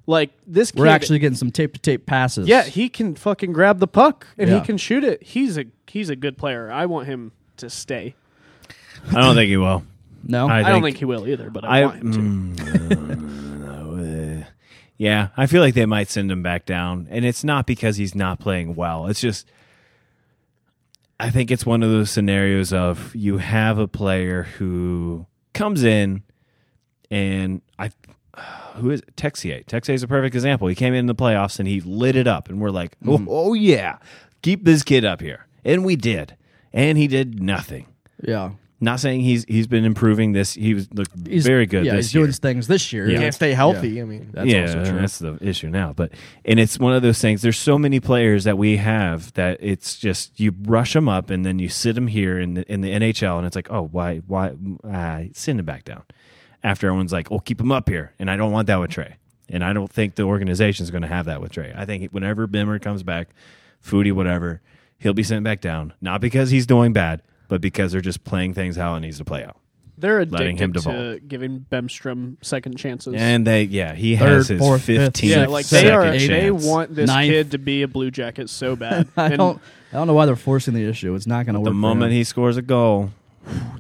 S4: like this.
S1: We're
S4: kid,
S1: actually getting some tape to tape passes.
S4: yeah, he can fucking grab the puck and
S1: Yeah.
S4: he can shoot it. He's a he's a good player. I want him to stay.
S3: I don't think he will.
S1: no.
S3: I-
S4: I, don't think
S3: think-
S4: he will either, but I,
S3: I,
S4: want him to.
S3: mm, uh, yeah, I feel like they might send him back down, and it's not because he's not playing well. It's just, I think it's one of those scenarios of you have a player who comes in, and I, who is it? Texier? Texier is a perfect example. He came in the playoffs and he lit it up, and we're like, oh,
S1: Mm-hmm.
S3: oh yeah, keep this kid up here, and we did, and he did nothing.
S1: yeah.
S3: Not saying he's he's been improving this. He was looked
S1: He's
S3: very good.
S1: Yeah,
S3: this
S1: he's
S3: year.
S1: doing things this year.
S3: Yeah.
S2: Can't stay healthy. I mean,
S1: That's
S3: yeah,
S1: also true.
S3: that's the issue now. But and it's one of those things. There's so many players that we have that it's just you rush them up and then you sit them here in the in the NHL and it's like, oh, why, why, uh, send him back down. After everyone's like, oh, keep him up here, and I don't want that with Trey, and I don't think the organization's going to have that with Trey. I think whenever Bimmer comes back, Foodie, whatever, he'll be sent back down, not because he's doing bad, but because they're just playing things how it needs to play out.
S4: They're
S3: Letting him
S4: addicted to
S3: develop.
S4: giving Bemstrom second chances.
S3: And they, yeah, he has
S1: Third,
S3: his
S1: fourth, fifth,
S3: 15
S4: yeah,
S1: sixth,
S4: like they
S1: second
S4: are.
S1: chance.
S4: They want this
S1: Ninth.
S4: kid to be a Blue Jacket so bad.
S1: I
S4: And
S1: don't. I don't know why they're forcing the issue. It's not going to work.
S3: the
S1: for
S3: moment
S1: him.
S3: he scores a goal,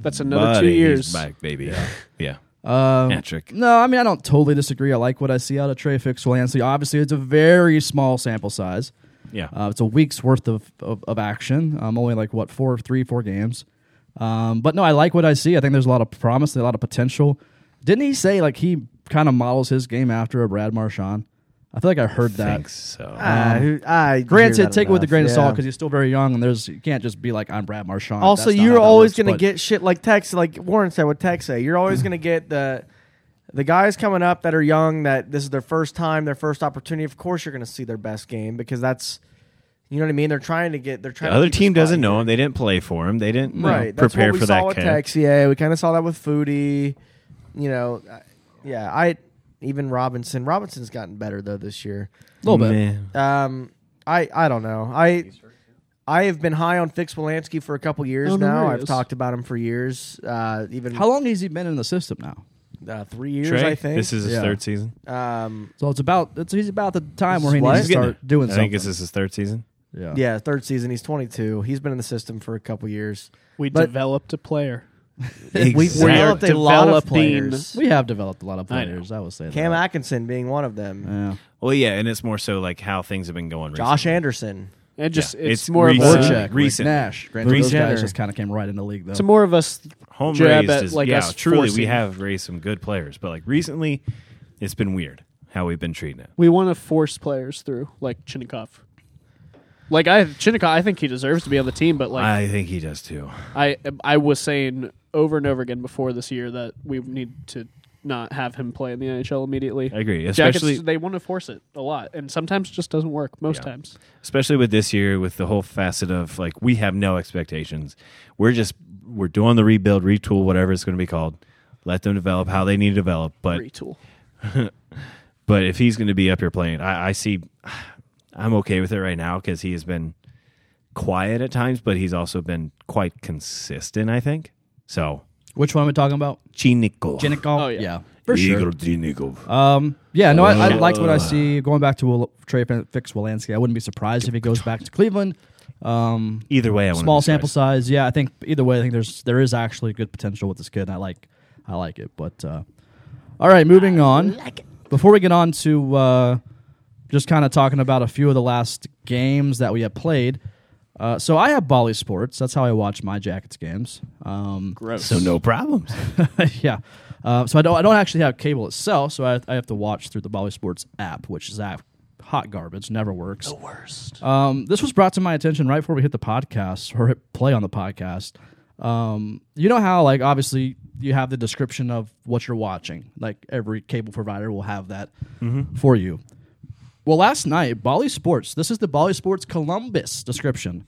S4: That's another
S3: buddy,
S4: two years.
S3: he's back, baby. Yeah, yeah. Patrick.
S1: No, I mean I don't totally disagree. I like what I see out of Trey Fix Williamson. Obviously, it's a very small sample size.
S3: Yeah,
S1: Uh, it's a week's worth of, of, of action. Um, only like what four, three, four games. Um, but no, I like what I see. I think there's a lot of promise, a lot of potential. Didn't he say like he kind of models his game after a Brad Marchand? I feel like I heard that.
S3: thanks. So
S2: I, who- I hear
S1: Granted,
S2: that
S1: take it with a
S2: enough,
S1: grain of salt
S2: yeah.
S1: because he's still very young, and there's you can't just be like I'm Brad Marchand.
S2: Also,
S1: That's not
S2: you're
S1: how that
S2: always
S1: works,
S2: going to
S1: but-
S2: get shit like Tex, like Warren said with Tex. say, You're always going to get the the guys coming up that are young that this is their first time, their first opportunity. Of course, you're going to see their best game because that's you know what I mean. They're trying to get. They're
S3: the
S2: trying. to
S3: other
S2: keep a
S3: team
S2: spot
S3: doesn't
S2: here.
S3: know him. They didn't play for him. They didn't you know,
S2: Right. That's
S3: prepare
S2: what we
S3: for
S2: saw
S3: that
S2: with
S3: kid.
S2: Tex. Yeah, we kind of saw that with Foodie. You know, I- yeah. I even Robinson. Robinson's gotten better though this year.
S1: a little bit.
S3: Man.
S2: Um, I I don't know. I I have been high on Fix Wolanski for a couple years
S4: Oh, no
S2: now.
S4: worries.
S2: I've talked about him for years. Uh, even
S1: How long has he been in the system now?
S2: uh, three years,
S3: Trey,
S2: I think.
S3: this is his
S1: Yeah.
S3: third season.
S2: um,
S1: So it's about it's he's about the time where he
S2: What?
S1: needs to start doing
S3: I
S1: something.
S3: think this is his third season.
S1: yeah.
S2: yeah, third season. He's 22. He's been in the system for a couple years.
S4: we
S2: But-
S4: developed a player.
S2: We've
S3: Exactly.
S2: developed a lot of
S4: developing-
S2: players.
S1: We have developed a lot of
S4: I know.
S1: players. I, will say
S2: Cam
S1: that.
S2: Atkinson being one of them.
S3: Uh,
S1: Yeah.
S3: Well, yeah, and it's more so like how things have been going.
S2: Josh
S3: recently.
S2: Anderson.
S4: It just
S3: Yeah,
S4: it's,
S3: it's
S4: more
S1: Or
S4: of
S3: recent.
S4: a,
S1: check.
S3: recent.
S1: Nash. Granted, those
S2: Recent.
S1: guys just kind of came right in the league, though.
S4: it's more of us
S3: home
S4: jab
S3: raised
S4: at,
S3: is
S4: like,
S3: yeah.
S4: us
S3: Truly, we
S4: forcing-
S3: have raised some good players, but like recently, it's been weird how we've been treating it.
S4: we want to force players through, like Chinnikov. Like I Chinnikov, I think he deserves to be on the team, but like
S3: I think he does too.
S4: I I was saying over and over again before this year that we need to not have him play in the NHL immediately.
S3: I agree, especially
S4: Jackets, they want to force it a lot, and sometimes it just doesn't work. Most
S3: Yeah.
S4: times,
S3: especially with this year with the whole facet of like we have no expectations we're just we're doing the rebuild retool whatever it's going to be called let them develop how they need to develop but
S4: retool.
S3: but if he's going to be up here playing i, I see i'm okay with it right now because he has been quiet at times but he's also been quite consistent i think so
S1: Which one are we talking about?
S3: Oh. Chinikov.
S1: Jinnikov?
S4: Oh, yeah.
S1: For
S3: Igor
S1: sure.
S3: Chinikov.
S1: Um, yeah, no, I, I
S3: Uh,
S1: liked what I see. Going back to Wil- Trey Fin- Fix Wolanski, I wouldn't be surprised if he goes back to Cleveland. Um,
S3: either way i want
S1: small sample size. Yeah, I think either way, I think there's there is actually good potential with this kid. And I like I like it. But uh, all right, moving on. Before we get on to uh, just kind of talking about a few of the last games that we have played, Uh, so I have Bally Sports. That's how I watch my Jackets games. Um,
S4: Gross.
S3: So no problems.
S1: yeah. Uh, so I don't I don't actually have cable itself, so I, I have to watch through the Bally Sports app, which is app hot garbage, never works. The worst. Um, this was brought to my attention right before we hit the podcast or hit play on the podcast. Um, you know how like obviously you have the description of what you're watching. Like every cable provider will have that for you. Well, last night, Bally Sports. This is the Bally Sports Columbus description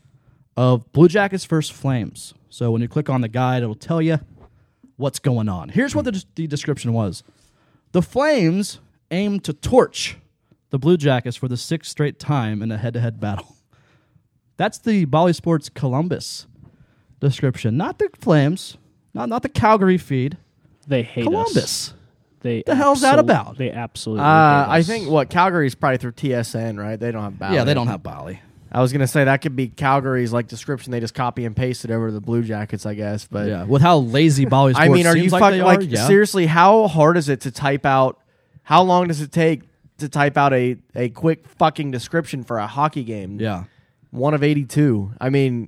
S1: of Blue Jackets versus Flames. So when you click on the guide, it'll tell you what's going on. Here's what the, the description was The Flames aim to torch the Blue Jackets for the sixth straight time in a head to head battle. That's the Bally Sports Columbus description. Not the Flames, not, not the Calgary feed.
S8: They hate us.
S1: Columbus.
S8: They
S1: The hell's that
S8: absolu-
S1: about?
S8: They absolutely.
S2: Uh,
S8: hate
S2: I
S8: us.
S2: think what Calgary's probably through TSN, right? They don't have Bally.
S1: Yeah, they don't have Bally.
S2: I was gonna say that could be Calgary's like description. They just copy and paste it over to the Blue Jackets, I guess. But
S1: Yeah, with how lazy Bally Sports
S2: I mean, are
S1: seems
S2: you
S1: like
S2: fucking
S1: they are,
S2: like
S1: yeah.
S2: seriously? How hard is it to type out? How long does it take to type out a a quick fucking description for a hockey game?
S1: Yeah.
S2: one of eighty two. I mean,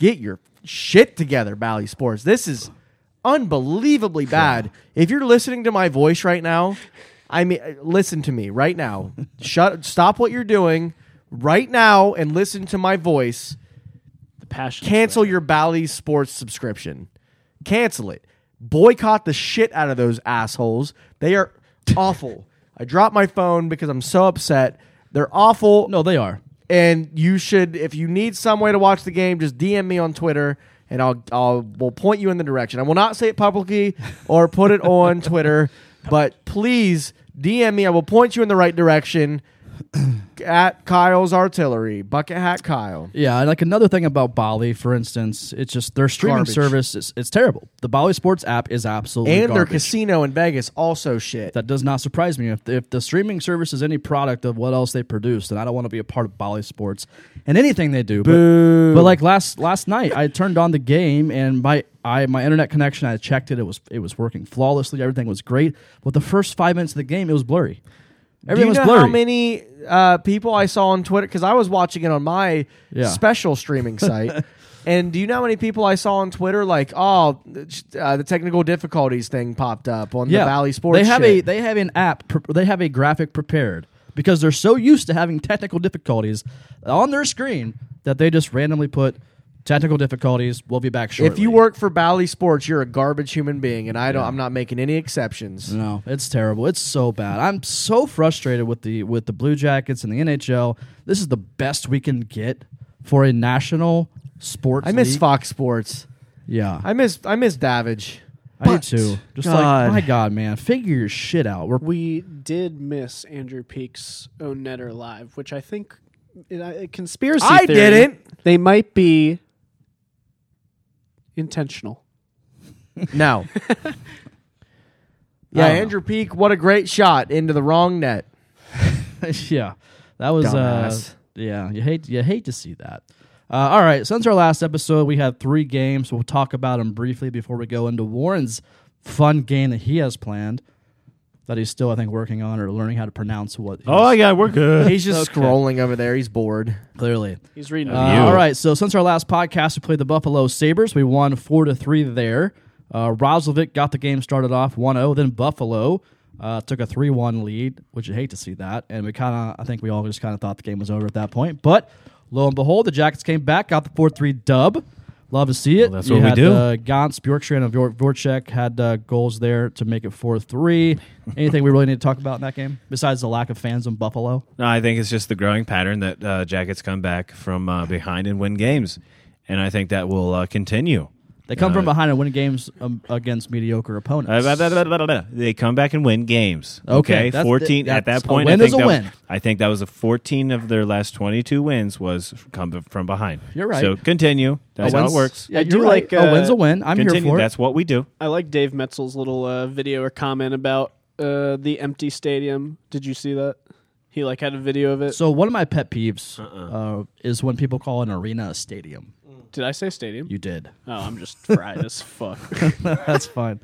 S2: get your shit together, Bally Sports. This is unbelievably bad. If you're listening to my voice right now, I mean, uh, listen to me right now. Shut, stop what you're doing right now and listen to my voice
S8: the passion.
S2: cancel your Bally Sports subscription. Cancel it. Boycott the shit out of those assholes. They are awful. I dropped my phone because I'm so upset. They're awful.
S1: No, they are.
S2: And you should, if you need some way to watch the game, just DM me on Twitter, and I'll I'll will point you in the direction. I will not say it publicly or put it on Twitter, but please DM me. I will point you in the right direction. At Kyle's Artillery, Bucket Hat Kyle.
S1: Yeah, and like another thing about Bali, for instance, it's just their streaming
S2: Garbage.
S1: service is it's terrible. The Bali Sports app is absolutely
S2: and their
S1: garbage.
S2: casino in Vegas also shit.
S1: That does not surprise me. If, if the streaming service is any product of what else they produce, then I don't want to be a part of Bali Sports and anything they do. But, but like last last night, I turned on the game and my I my internet connection. I checked it; it was it was working flawlessly. Everything was great. But the first five minutes of the game, it was blurry.
S2: Do
S1: Everything
S2: you
S1: was
S2: know
S1: blurry.
S2: how many uh, people I saw on Twitter? Because I was watching it on my
S1: Yeah.
S2: special streaming site. and do you know how many people I saw on Twitter? Like, oh, uh, the technical difficulties thing popped up on the Valley Sports.
S1: They have a
S2: shit.
S1: they have an app. Pre- they have a graphic prepared because they're so used to having technical difficulties on their screen that they just randomly put technical difficulties. We'll be back shortly.
S2: if you work for Valley Sports, you're a garbage human being, and I don't. I'm not making any exceptions.
S1: No, it's terrible. It's so bad. I'm so frustrated with the with the Blue Jackets and the NHL. This is the best we can get for a national sports.
S2: I miss
S1: league.
S2: Fox Sports.
S1: Yeah,
S2: I miss I miss Davage.
S1: I do
S2: But-
S1: too. Just
S2: God.
S1: like my God, man, figure your shit out. We're
S4: We did miss Andrew Peake's own netter live, which I think it- I- conspiracy.
S2: I
S4: theory,
S2: didn't.
S4: They might be intentional.
S2: No. yeah, Andrew Peak, what a great shot into the wrong net.
S1: yeah, that was uh,
S2: Dumbass.
S1: yeah. You hate you hate to see that. Uh, all right, since our last episode, we had three games. We'll talk about them briefly before we go into Warren's fun game that he has planned. That he's still, I think, working on or learning how to pronounce what. he
S3: oh
S1: was-
S3: yeah, we're good.
S2: He's just
S1: Okay.
S2: scrolling over there. He's bored.
S1: clearly.
S4: He's reading.
S1: Uh,
S3: You.
S1: all right. So since our last podcast, we played the Buffalo Sabers. We won four to three there. Uh, Roslovic got the game started off 1-0. Then Buffalo uh, took a three one lead, which you hate to see that. And we kind of, I think we all just kind of thought the game was over at that point. But lo and behold, the Jackets came back, got the four three dub. Love to see it.
S3: Well, that's
S1: You
S3: what we
S1: had,
S3: do.
S1: Uh, Gantz, Bjorkstrand, and Vor- Voracek had uh, goals there to make it four three. Anything we really need to talk about in that game besides the lack of fans in Buffalo?
S3: No, I think it's just the growing pattern that uh, Jackets come back from uh, behind and win games, and I think that will uh, continue.
S1: They come from
S3: Uh,
S1: behind and win games um, against mediocre opponents.
S3: Uh, blah, blah, blah, blah, blah, blah. They come back and win games.
S1: Okay,
S3: Okay,
S1: that's-
S3: fourteen at
S1: that's-
S3: that
S1: a
S3: point.
S1: win
S3: I
S1: is
S3: think
S1: a
S3: that-
S1: win.
S3: I think that was a fourteen of their last twenty-two wins was come from behind.
S1: You're right.
S3: So continue. That's
S1: A
S3: how it
S1: win's-
S3: works.
S1: Yeah,
S4: I
S1: do
S4: do
S1: like
S4: like,
S1: a
S4: uh,
S1: win's a win. I'm
S3: continue.
S1: here for
S3: That's
S1: it.
S3: what we do.
S4: I like Dave Metzel's little uh, video or comment about uh, the empty stadium. Did you see that? He like had a video of it.
S1: So one of my pet peeves
S3: Uh-uh.
S1: uh, is when people call an arena a stadium.
S4: Did I say stadium?
S1: You did.
S4: oh, I'm just fried as fuck.
S1: That's fine.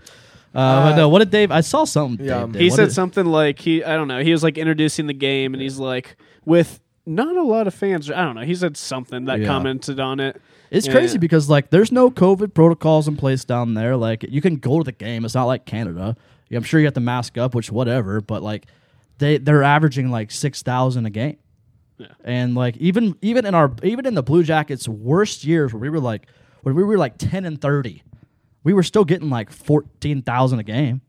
S1: Uh, but no, what did Dave? I saw something.
S2: yeah.
S1: Dave did.
S4: He
S1: What
S4: said
S1: did-
S4: something like he I don't know. He was like introducing the game and he's like with not a lot of fans. I don't know. He said something that
S1: Yeah.
S4: commented on it.
S1: It's
S4: Yeah.
S1: crazy because like there's no COVID protocols in place down there. Like you can go to the game. It's not like Canada. I'm sure you have to mask up, which whatever. But like they they're averaging like six thousand a game. And like even even in our even in the Blue Jackets worst years where we were like when we were like ten and thirty, we were still getting like fourteen thousand a game.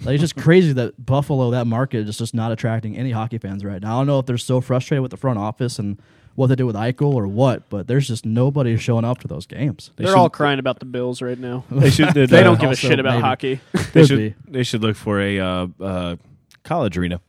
S1: Like, it's just crazy that Buffalo, that market, is just not attracting any hockey fans right now. I don't know if they're so frustrated with the front office and what they did with Eichel or what, but there's just nobody showing up to those games.
S4: They are all crying about the Bills right now.
S3: They should. They
S4: They don't give a
S1: also,
S4: shit about
S1: maybe.
S4: hockey.
S3: They
S1: Could
S3: should.
S1: be.
S3: They should look for a uh, uh, college arena.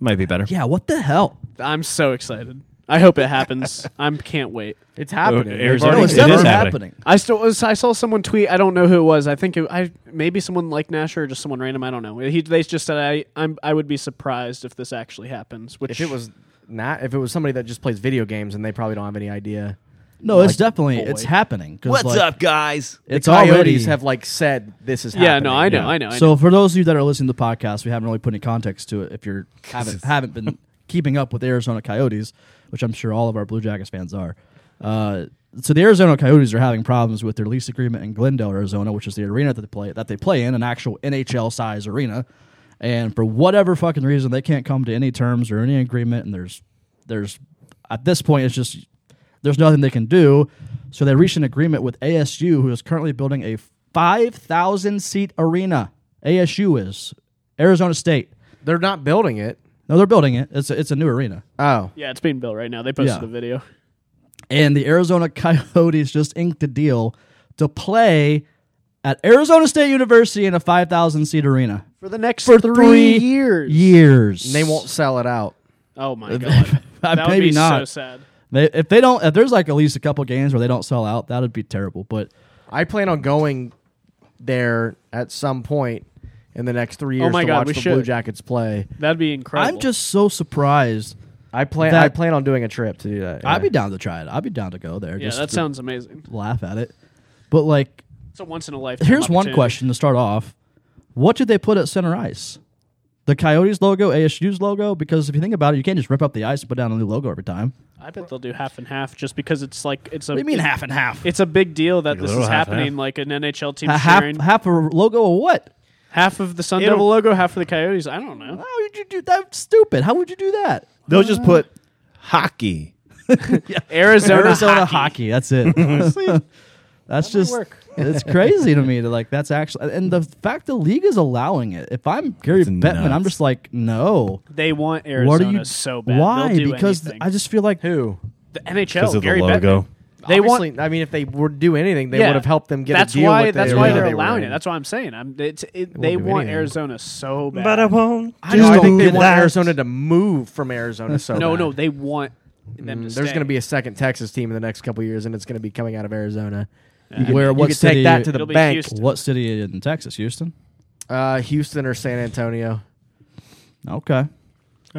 S3: Might be better.
S1: Yeah, what the hell?
S4: I'm so excited. I hope it happens. I am can't wait.
S2: It's
S3: Oh,
S2: happening. They've
S3: Arizona-
S2: already
S1: No, it's
S3: It
S2: confirmed
S1: never
S3: is
S2: it.
S3: happening.
S1: happening.
S4: I still was, I saw someone tweet. I don't know who it was. I think it, I maybe someone like Nasher or just someone random. I don't know. He, they just said I I'm, I would be surprised if this actually happens. Which
S2: If it was not, if it was somebody that just plays video games and they probably don't have any idea.
S1: No, it's
S2: Like,
S1: definitely
S2: boy.
S1: it's happening. 'cause, like,
S3: guys?
S1: It's
S2: Coyotes
S1: already
S2: have like said this is.
S4: yeah,
S2: happening.
S4: no, I know, I know. I know.
S1: So for those of you that are listening to the podcast, we haven't really put any context to it. If you haven't haven't been keeping up with the Arizona Coyotes, which I'm sure all of our Blue Jackets fans are, uh, so the Arizona Coyotes are having problems with their lease agreement in Glendale, Arizona, which is the arena that they play that they play in, an actual NHL size arena. And for whatever fucking reason, they can't come to any terms or any agreement. And there's there's at this point, it's just there's nothing they can do. So they reached an agreement with ASU, who is currently building a 5,000 seat arena. ASU is Arizona State.
S2: They're not building it.
S1: No, they're building it. It's a, it's a new arena.
S2: Oh,
S4: yeah, it's being built right now. They posted
S1: Yeah.
S4: the video.
S1: And the Arizona Coyotes just inked a deal to play at Arizona State University in a 5,000 seat arena
S4: for the next
S1: for
S4: three, years.
S1: Years.
S2: and they won't sell it out.
S4: Oh my god, that would
S1: Maybe
S4: be so
S1: not.
S4: sad.
S1: They, if they don't, if there's like at least a couple games where they don't sell out, that would be terrible. But
S2: I plan on going there at some point in the next three years
S4: Oh my
S2: to
S4: God,
S2: watch
S4: we
S2: the
S4: should.
S2: Blue Jackets play.
S4: That'd be incredible.
S1: I'm just so surprised.
S2: I plan.
S1: That-
S2: I plan on doing a trip to do that. yeah.
S1: I'd be down to try it. I'd be down to go there.
S4: yeah,
S1: just
S4: that
S1: to-
S4: sounds amazing.
S1: laugh at it. But like,
S4: It's a once in a lifetime.
S1: here's one
S4: opportunity.
S1: question to start off: What did they put at center ice? The Coyotes logo, ASU's logo, because if you think about it, you can't just rip up the ice and put down a new logo every time.
S4: I bet they'll do half and half just because it's like it's a.
S1: What do you mean half and half?
S4: It's a big deal that
S3: Like a
S4: this
S3: little
S4: is
S3: half-half.
S4: happening. Like an NHL team
S1: A half,
S4: sharing
S1: half a logo of what?
S4: half of the Sun
S3: It'll-
S4: Devil logo, half of the Coyotes. I don't know.
S1: How would you do that? Stupid. How would you do that?
S3: They'll just put hockey.
S4: Arizona,
S1: Arizona hockey.
S4: hockey.
S1: That's it. that's just it's crazy to me to like that's actually and the fact the league is allowing it. If I'm Gary
S3: It's
S1: Bettman, I'm
S3: nuts.
S1: just like no.
S4: They want Arizona
S1: what are you
S4: so bad.
S1: Why?
S4: They'll do
S1: because
S4: anything.
S1: I just feel like
S2: who.
S4: the
S3: Because
S4: NHL
S3: of the
S4: Gary
S3: logo.
S4: Bettman. They want.
S2: Obviously, I mean, if they would do anything, they
S4: Yeah.
S2: would have helped them get
S4: that's
S2: a deal
S4: why.
S2: with the
S4: that's why
S2: arena
S4: they're
S2: they were
S4: allowing
S2: in.
S4: it. That's what I'm saying. I'm. It's. It, they
S2: do
S4: want
S2: anything.
S4: Arizona so bad.
S3: won't.
S2: I just
S1: don't
S2: think they
S1: get
S2: want
S1: that.
S2: Arizona to move from Arizona. So
S4: no,
S2: bad.
S4: no, they want them to.
S2: Mm, There's
S4: stay.
S2: going to be a second Texas team in the next couple years, and it's going to be coming out of Arizona.
S1: You can- Where-
S2: you
S1: what
S2: could
S1: city-
S2: take that to the
S4: It'll be
S2: bank?
S4: Houston.
S1: What city in Texas? Houston.
S2: Uh, Houston or San Antonio?
S1: Okay.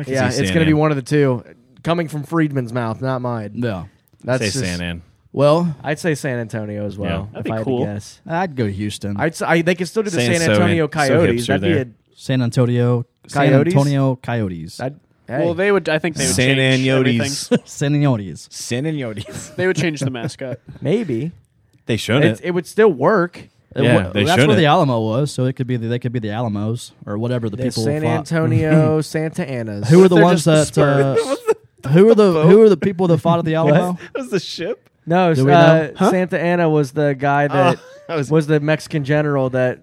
S2: Yeah, it's going to be one of the two. Coming from Friedman's mouth, not mine.
S1: Yeah.
S2: That's
S3: Say
S2: just-
S3: San An.
S1: Well,
S2: I'd say San Antonio as well.
S3: Yeah.
S2: if
S4: That'd be
S2: I had
S4: cool.
S2: to guess.
S1: I'd go Houston.
S2: I'd, s- I, they could still do the
S3: San
S2: San,
S3: so-
S2: Antonio
S3: so
S2: Coyotes.
S3: hipster
S2: That'd be
S3: there.
S2: a.
S1: San Antonio.
S2: Coyotes?
S1: San Antonio Coyotes.
S2: I'd, hey.
S4: Well, they would. I think they would
S3: San
S4: change
S3: Aniotes.
S4: everything.
S1: San Antonio's.
S3: San Aniotes.
S4: They would change the mascot.
S2: maybe
S3: They showed
S2: it,
S3: it.
S2: it would still work.
S3: Yeah,
S1: Wha-
S3: they
S1: that's
S3: should
S1: where the
S3: have.
S1: Alamo was, so it could be the, they could be the Alamos or whatever the
S2: The
S1: people.
S2: San
S1: thought.
S2: Antonio, Santa Ana's.
S1: Who are the
S4: They're
S1: ones
S4: just
S1: that? Uh,
S4: the
S1: who are the who are the people that fought at the Alamo?
S3: was the ship.
S2: No,
S1: Do we
S2: uh,
S1: know? Oh.
S2: Santa Ana was the guy that was, the Mexican general that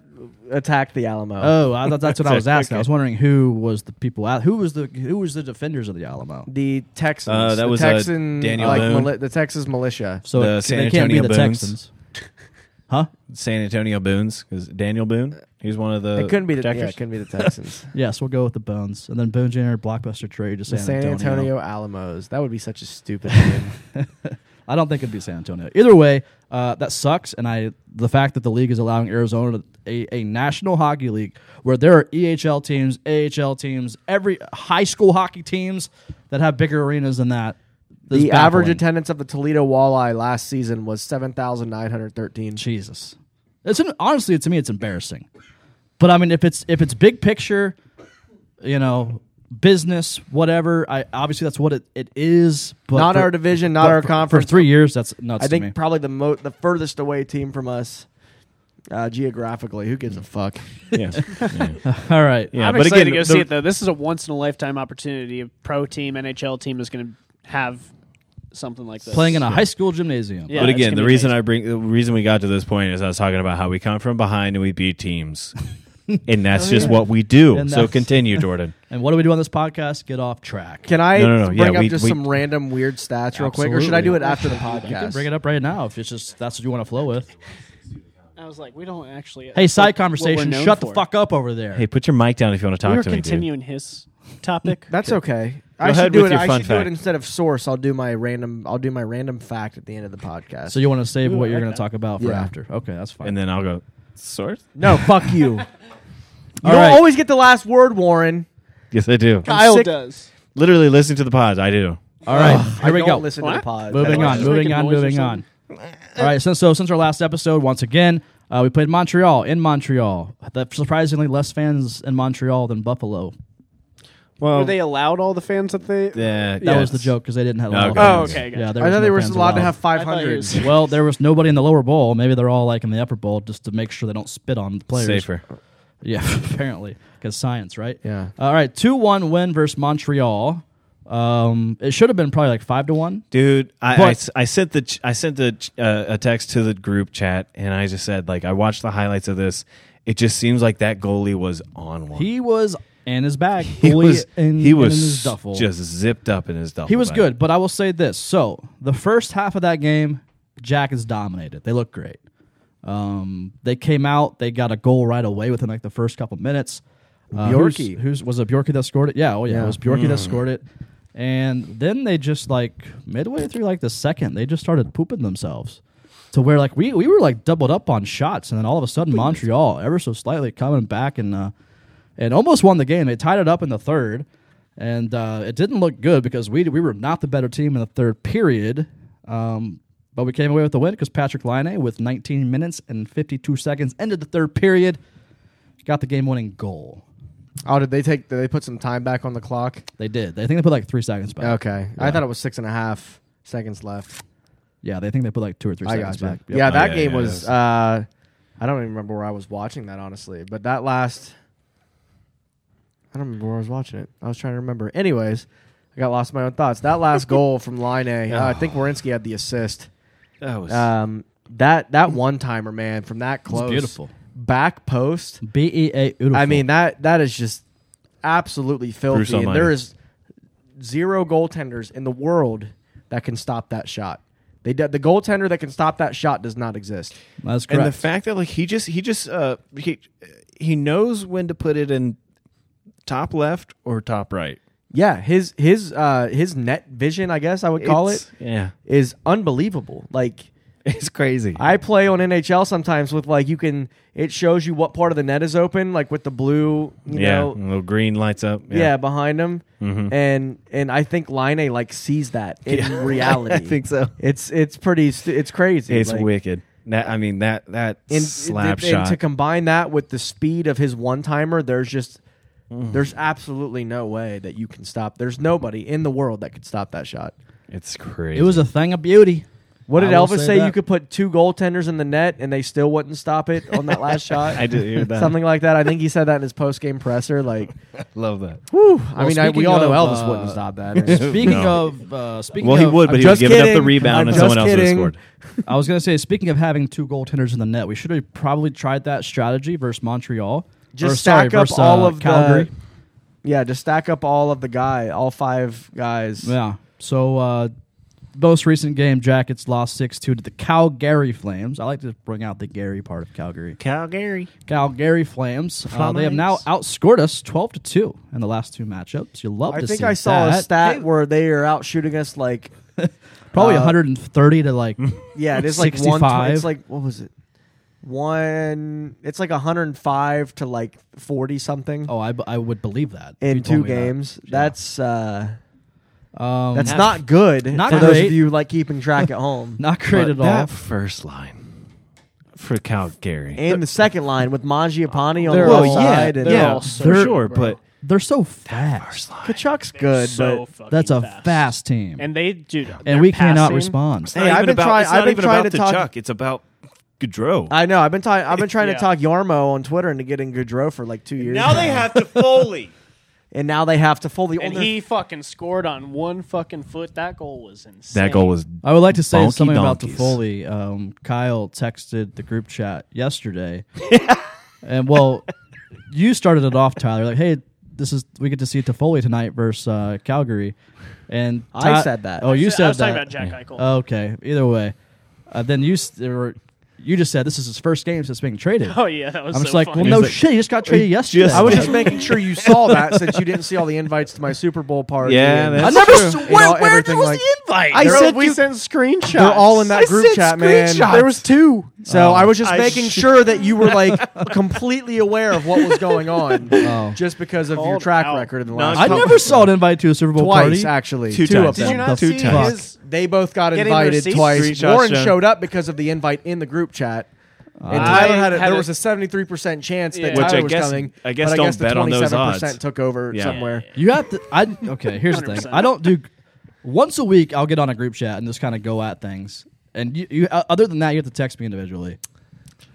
S2: attacked the Alamo.
S1: Oh, I, thought that's what I was
S3: Okay.
S1: asking. I was wondering who was the people out. Who was the who was the defenders of the Alamo?
S2: the Texans.
S3: Uh, that
S2: the
S3: was, uh,
S2: Texan,
S3: Daniel
S2: like,
S3: Boone.
S2: mili- the Texas militia.
S1: So
S3: The
S1: it-
S3: San
S1: they can't be
S3: Antonio
S1: the
S3: Boons.
S1: Texans, huh?
S3: San Antonio Boone's. Because Daniel Boone, he's one of
S1: uh,
S3: the.
S2: It couldn't be the yeah,
S3: protectors.
S2: it couldn't be the Texans.
S1: Yes, we'll go with the Bones, and then Boone Jr. Blockbuster trade to
S2: the
S1: San,
S2: San Antonio.
S1: Antonio.
S2: Alamos. That would be such a stupid name.
S1: I don't think it'd be San Antonio. Either way, uh, that sucks. And I, the fact that the league is allowing Arizona to- a, a national hockey league where there are EHL teams, AHL teams, every high school hockey teams that have bigger arenas than that. is
S2: the average
S1: baffling.
S2: attendance of the Toledo Walleye last season was seven thousand nine hundred thirteen.
S1: Jesus, it's an, honestly to me it's embarrassing. But I mean, if it's if it's big picture, you know, business, whatever. I obviously that's what it, it is. But
S2: Not
S1: for-
S2: our division, not
S1: but
S2: our
S1: for-
S2: conference.
S1: For three years, that's nuts
S2: I think
S1: to me.
S2: probably the mo- the furthest away team from us uh, geographically. Who gives a fuck?
S3: Yes. yeah.
S1: All right.
S3: Yeah,
S4: I'm
S3: but
S4: excited to
S3: again,
S4: go
S3: the-
S4: see it though. This is a once in a lifetime opportunity. A pro team, NHL team is going to have something like this.
S1: Playing in a high school gymnasium.
S4: Yeah,
S3: but
S4: it's
S3: again,
S4: gonna
S3: the
S4: be
S3: reason
S4: amazing.
S3: I bring the reason we got to this point is I was talking about how we come from behind and we beat teams, and that's just what we do.
S1: And
S3: So
S1: that's-
S3: continue, Jordan.
S1: And what do we do on this podcast? Get off track.
S2: Can I
S3: No, no, no.
S2: bring
S3: Yeah,
S2: up
S3: we-
S2: just
S3: we-
S2: some random weird stats real quick, or should I do it after the
S1: You can
S2: podcast?
S1: bring it up right now if it's just that's what you want to flow with.
S4: I was like, we don't actually.
S1: Hey,
S4: that's what-
S1: side
S4: what we're
S1: conversation.
S4: known
S1: Shut
S4: for.
S1: the fuck up over there.
S3: hey, put your mic down if you want to talk
S4: We were
S3: to me. Dude.
S4: continuing his topic.
S2: That's okay. I
S3: ahead
S2: should do
S3: with
S2: it.
S3: your
S2: I
S3: fun
S2: should do it
S3: fact.
S2: instead of source. I'll do my random. I'll do my random fact at the end of the podcast.
S1: so you want to save what you're
S4: like
S1: going
S4: that.
S1: to talk about for
S2: Yeah.
S1: after? Okay, that's fine.
S3: And then I'll go. Sort?
S2: no, fuck you. you
S1: All
S2: don't
S1: right.
S2: always get the last word, Warren.
S3: Yes, I do.
S4: Kyle
S2: sick-
S4: does.
S3: Literally listen to the pod. I do.
S1: All right,
S2: I
S1: here we
S2: don't
S1: go.
S2: Listen to the
S4: What?
S2: pod.
S1: Moving
S4: Or
S1: on,
S4: just
S1: moving
S4: making
S1: on,
S4: noise or
S1: moving on. All right, since so since our last episode, once again, uh, we played Montreal in Montreal. That surprisingly less fans in Montreal than Buffalo.
S3: Well,
S8: Oh.
S4: Were they allowed all the fans that they?
S3: yeah,
S1: That was the joke because they didn't have. a lot of
S3: Okay. Oh,
S1: fans.
S4: okay, gotcha.
S1: Yeah, there
S2: I
S1: was
S2: thought
S1: no
S2: they were
S1: fans
S2: allowed to have
S4: I thought you
S2: 500.
S4: was-
S1: Well, there was nobody in the lower bowl. Maybe they're all like in the upper bowl just to make sure they don't spit on the players.
S3: Safer.
S1: Yeah, apparently, because science, right?
S2: Yeah.
S1: All right, two one win versus Montreal. Um, it should have been probably like five to one.
S3: Dude, I, I
S1: But-
S3: s- I sent the ch- I sent the ch- uh, a text to the group chat and I just said like I watched the highlights of this. It just seems like that goalie was on one.
S1: He was in his bag.
S3: He
S1: fully
S3: was
S1: in,
S3: he was
S1: in his duffel.
S3: just zipped up in his duffel.
S1: He was
S3: bag.
S1: good, but I will say this. So the first half of that game, Jackets dominated. They looked great. Um, they came out. They got a goal right away within like the first couple minutes. Uh, who's-
S2: Bjorky.
S1: who's, was it? Bjorky that scored it. Yeah. Oh yeah,
S2: Yeah.
S1: it was Bjorky that scored it. And then they just like midway through like the second, they just started pooping themselves to where like we we were like doubled up on shots, and then all of a sudden Montreal ever so slightly coming back and uh, and almost won the game. They tied it up in the third, and uh, it didn't look good because we we were not the better team in the third period. Um, but we came away with the win because Patrick Line with 19 minutes and 52 seconds ended the third period, got the game winning goal.
S2: Oh, did they take? Did they put some time back on the clock?
S1: They did. They think they put like three seconds back.
S2: Okay, I thought it was six and a half seconds left.
S1: Yeah, they think they put like two or three
S2: I
S1: seconds
S2: got you.
S1: back. Yep.
S2: Yeah, that
S3: yeah,
S2: game
S3: yeah,
S2: was. Uh,
S3: that's-
S2: I don't even remember where I was watching that honestly, but that last. I don't remember where I was watching it. I was trying to remember. Anyways, I got lost in my own thoughts. That last goal from Line A, uh, I think Warinsky had the assist.
S3: That was
S1: Uh,
S2: Um, that that one timer, man, from that close,
S1: beautiful.
S2: back post.
S1: B E A. Beautiful.
S2: I mean that that is just absolutely
S3: Bruce
S2: filthy. And
S3: Almighty.
S2: there is zero goaltenders in the world that can stop that shot. They do, the goaltender that can stop that shot does not exist.
S1: that's
S3: and
S1: correct.
S3: the fact that like he just he just uh he he knows when to put it in top left or top right.
S2: Yeah, his his uh, his net vision, I guess I would call
S3: It's-
S2: it,
S3: Yeah.
S2: is unbelievable. Like
S3: It's crazy.
S2: I play on NHL sometimes with like you can it shows you what part of the net is open, like with the blue, you
S3: yeah. mm-hmm.
S2: know,
S3: little green lights up.
S2: yeah, Mm-hmm. behind him, and and I think Line A like sees that in reality.
S3: I think so.
S2: It's it's pretty st- it's crazy.
S3: It's
S2: like,
S3: wicked. That I mean that that
S2: And,
S3: slap
S2: and- and
S3: shot.
S2: to combine that with the speed of his one timer, there's just there's absolutely no way that you can stop. There's nobody in the world that could stop that shot.
S3: it's crazy.
S1: it was a thing of beauty.
S2: What did
S1: I will
S2: Elvis
S1: say
S2: say?
S1: that.
S2: You could put two goaltenders in the net and they still wouldn't stop it on that last shot.
S3: I did hear that.
S2: Something like that. I think he said that in his post game presser. Like,
S3: Love that.
S2: whew, I mean, I, we
S1: speaking
S2: all know
S1: of,
S2: Elvis
S1: uh,
S2: wouldn't stop that.
S1: Speaking
S3: No.
S1: of uh, speaking
S3: Well, he
S1: of-
S3: would,
S2: I'm
S3: but he was
S2: just
S3: giving up the
S2: kidding.
S3: rebound
S2: I'm
S3: and someone
S2: just
S3: else would have
S2: kidding.
S3: scored.
S1: I was gonna say, speaking of having two goaltenders in the net, we should have probably tried that strategy versus Montreal.
S2: Just
S1: Or, sorry,
S2: stack up
S1: versus, uh,
S2: all of
S1: Calgary.
S2: the. Yeah, just stack up all of the guy, all five guys.
S1: Yeah. So uh, most recent game, Jackets lost six two to the Calgary Flames. I like to bring out the Gary part of Calgary.
S3: Calgary.
S1: Calgary Flames. Uh, they have now outscored us twelve to two in the last two matchups. You love
S2: I
S1: to
S2: think
S1: see
S2: I saw
S1: that.
S2: a stat where they are out shooting us like
S1: probably
S2: uh,
S1: 130 to like
S2: yeah, it is like one.
S1: 65.
S2: It's like what was it? One. It's like 105 to like 40 something
S1: oh I, b- I would believe that if you
S2: in
S1: told
S2: two
S1: me that.
S2: games.
S1: Yeah.
S2: That's uh,
S1: um,
S2: that's not good
S1: Not
S2: for those
S1: great.
S2: of you like keeping track at home.
S1: not great at all.
S3: That first line for Calgary.
S2: and the second line with Mangiapane on the
S4: They're
S2: left
S4: all-
S2: side.
S4: yeah,
S2: and
S4: they're
S3: yeah,
S4: all
S3: for
S4: social,
S3: sure.
S4: bro.
S3: But
S1: They're so fast.
S2: Kachuk's good,
S8: so
S2: but
S8: fucking
S1: That's a
S8: fast.
S1: fast, team, and,
S8: And they, dude,
S1: and
S8: their
S1: we cannot
S8: passing-
S1: respond.
S3: It's not
S2: Hey, I've
S3: even
S2: been
S3: about,
S2: trying-
S3: it's not
S2: I've been
S3: even
S2: trying
S3: about
S2: to
S3: the
S2: talk-
S3: Chuck. It's about Gaudreau.
S2: I know. I've been talking. I've been trying
S8: Yeah.
S2: to talk Yarmo on Twitter into getting Goudreau for like two years.
S8: Now they have to Foley,
S2: and now they have to fully.
S8: and he fucking scored on one fucking foot. That goal was insane.
S3: that goal was.
S1: I would like to say
S3: Bonky
S1: something about
S3: donkeys.
S1: DeFoley. Um, Kyle texted the group chat yesterday, and well, you started it off, Tyler. Like, hey, this is we get to see DeFoley tonight versus uh, Calgary, and
S2: I
S1: Ty-
S2: said that.
S1: Oh, you said
S8: I was
S1: that. Uh,
S8: talking about Jack Eichel.
S1: Okay. Either way, uh, then you s- there were, you just said this is his first game since being traded.
S8: oh yeah, that was.
S1: I'm
S8: so
S1: just like,
S8: funny.
S1: well, no
S3: He's like-
S1: shit, he just got traded yesterday.
S3: just-
S2: I was just making sure you saw that since you didn't see all the invites to my Super Bowl party.
S3: Yeah,
S2: and,
S3: that's-
S1: I
S3: It's
S1: never.
S2: true.
S1: s-
S2: You
S1: Where,
S2: know,
S1: where
S2: everything
S1: was
S2: like-
S1: the invite?
S2: I
S4: They're-
S2: said
S4: we
S2: you-
S4: sent screenshots.
S2: They're all in that group chat, man.
S4: There was two.
S2: So I was just
S8: I
S2: making
S8: sh-
S2: sure that you were like completely aware of what was going on, just because of your
S8: Called
S2: track
S8: out.
S2: record in the
S3: No,
S2: last.
S1: I
S2: couple-
S1: never saw an invite to a Super Bowl
S2: twice
S1: party.
S2: actually.
S3: Two
S2: of
S3: times.
S1: Did
S2: them.
S1: you not The see fuck? his-
S2: They both got
S8: Getting
S2: invited
S8: receipts?
S2: twice.
S3: Three shots
S2: Warren
S3: down.
S2: showed up because of the invite in the group chat. And Tyler had, a,
S8: Uh, had
S2: there
S8: a-
S2: was a seventy three percent chance
S8: Yeah.
S2: that
S8: Which
S2: Tyler
S3: I
S2: was
S3: guess-
S2: coming.
S3: I guess
S2: but
S3: don't
S2: I guess the
S3: bet on those
S2: 27%
S3: odds.
S2: took over
S3: Yeah.
S2: somewhere.
S1: You have to. I okay. Here's the thing.
S8: 100%.
S1: I don't do. Once a week, I'll get on a group chat and just kind of go at things. And you, you, uh, other than that, you have to text me individually.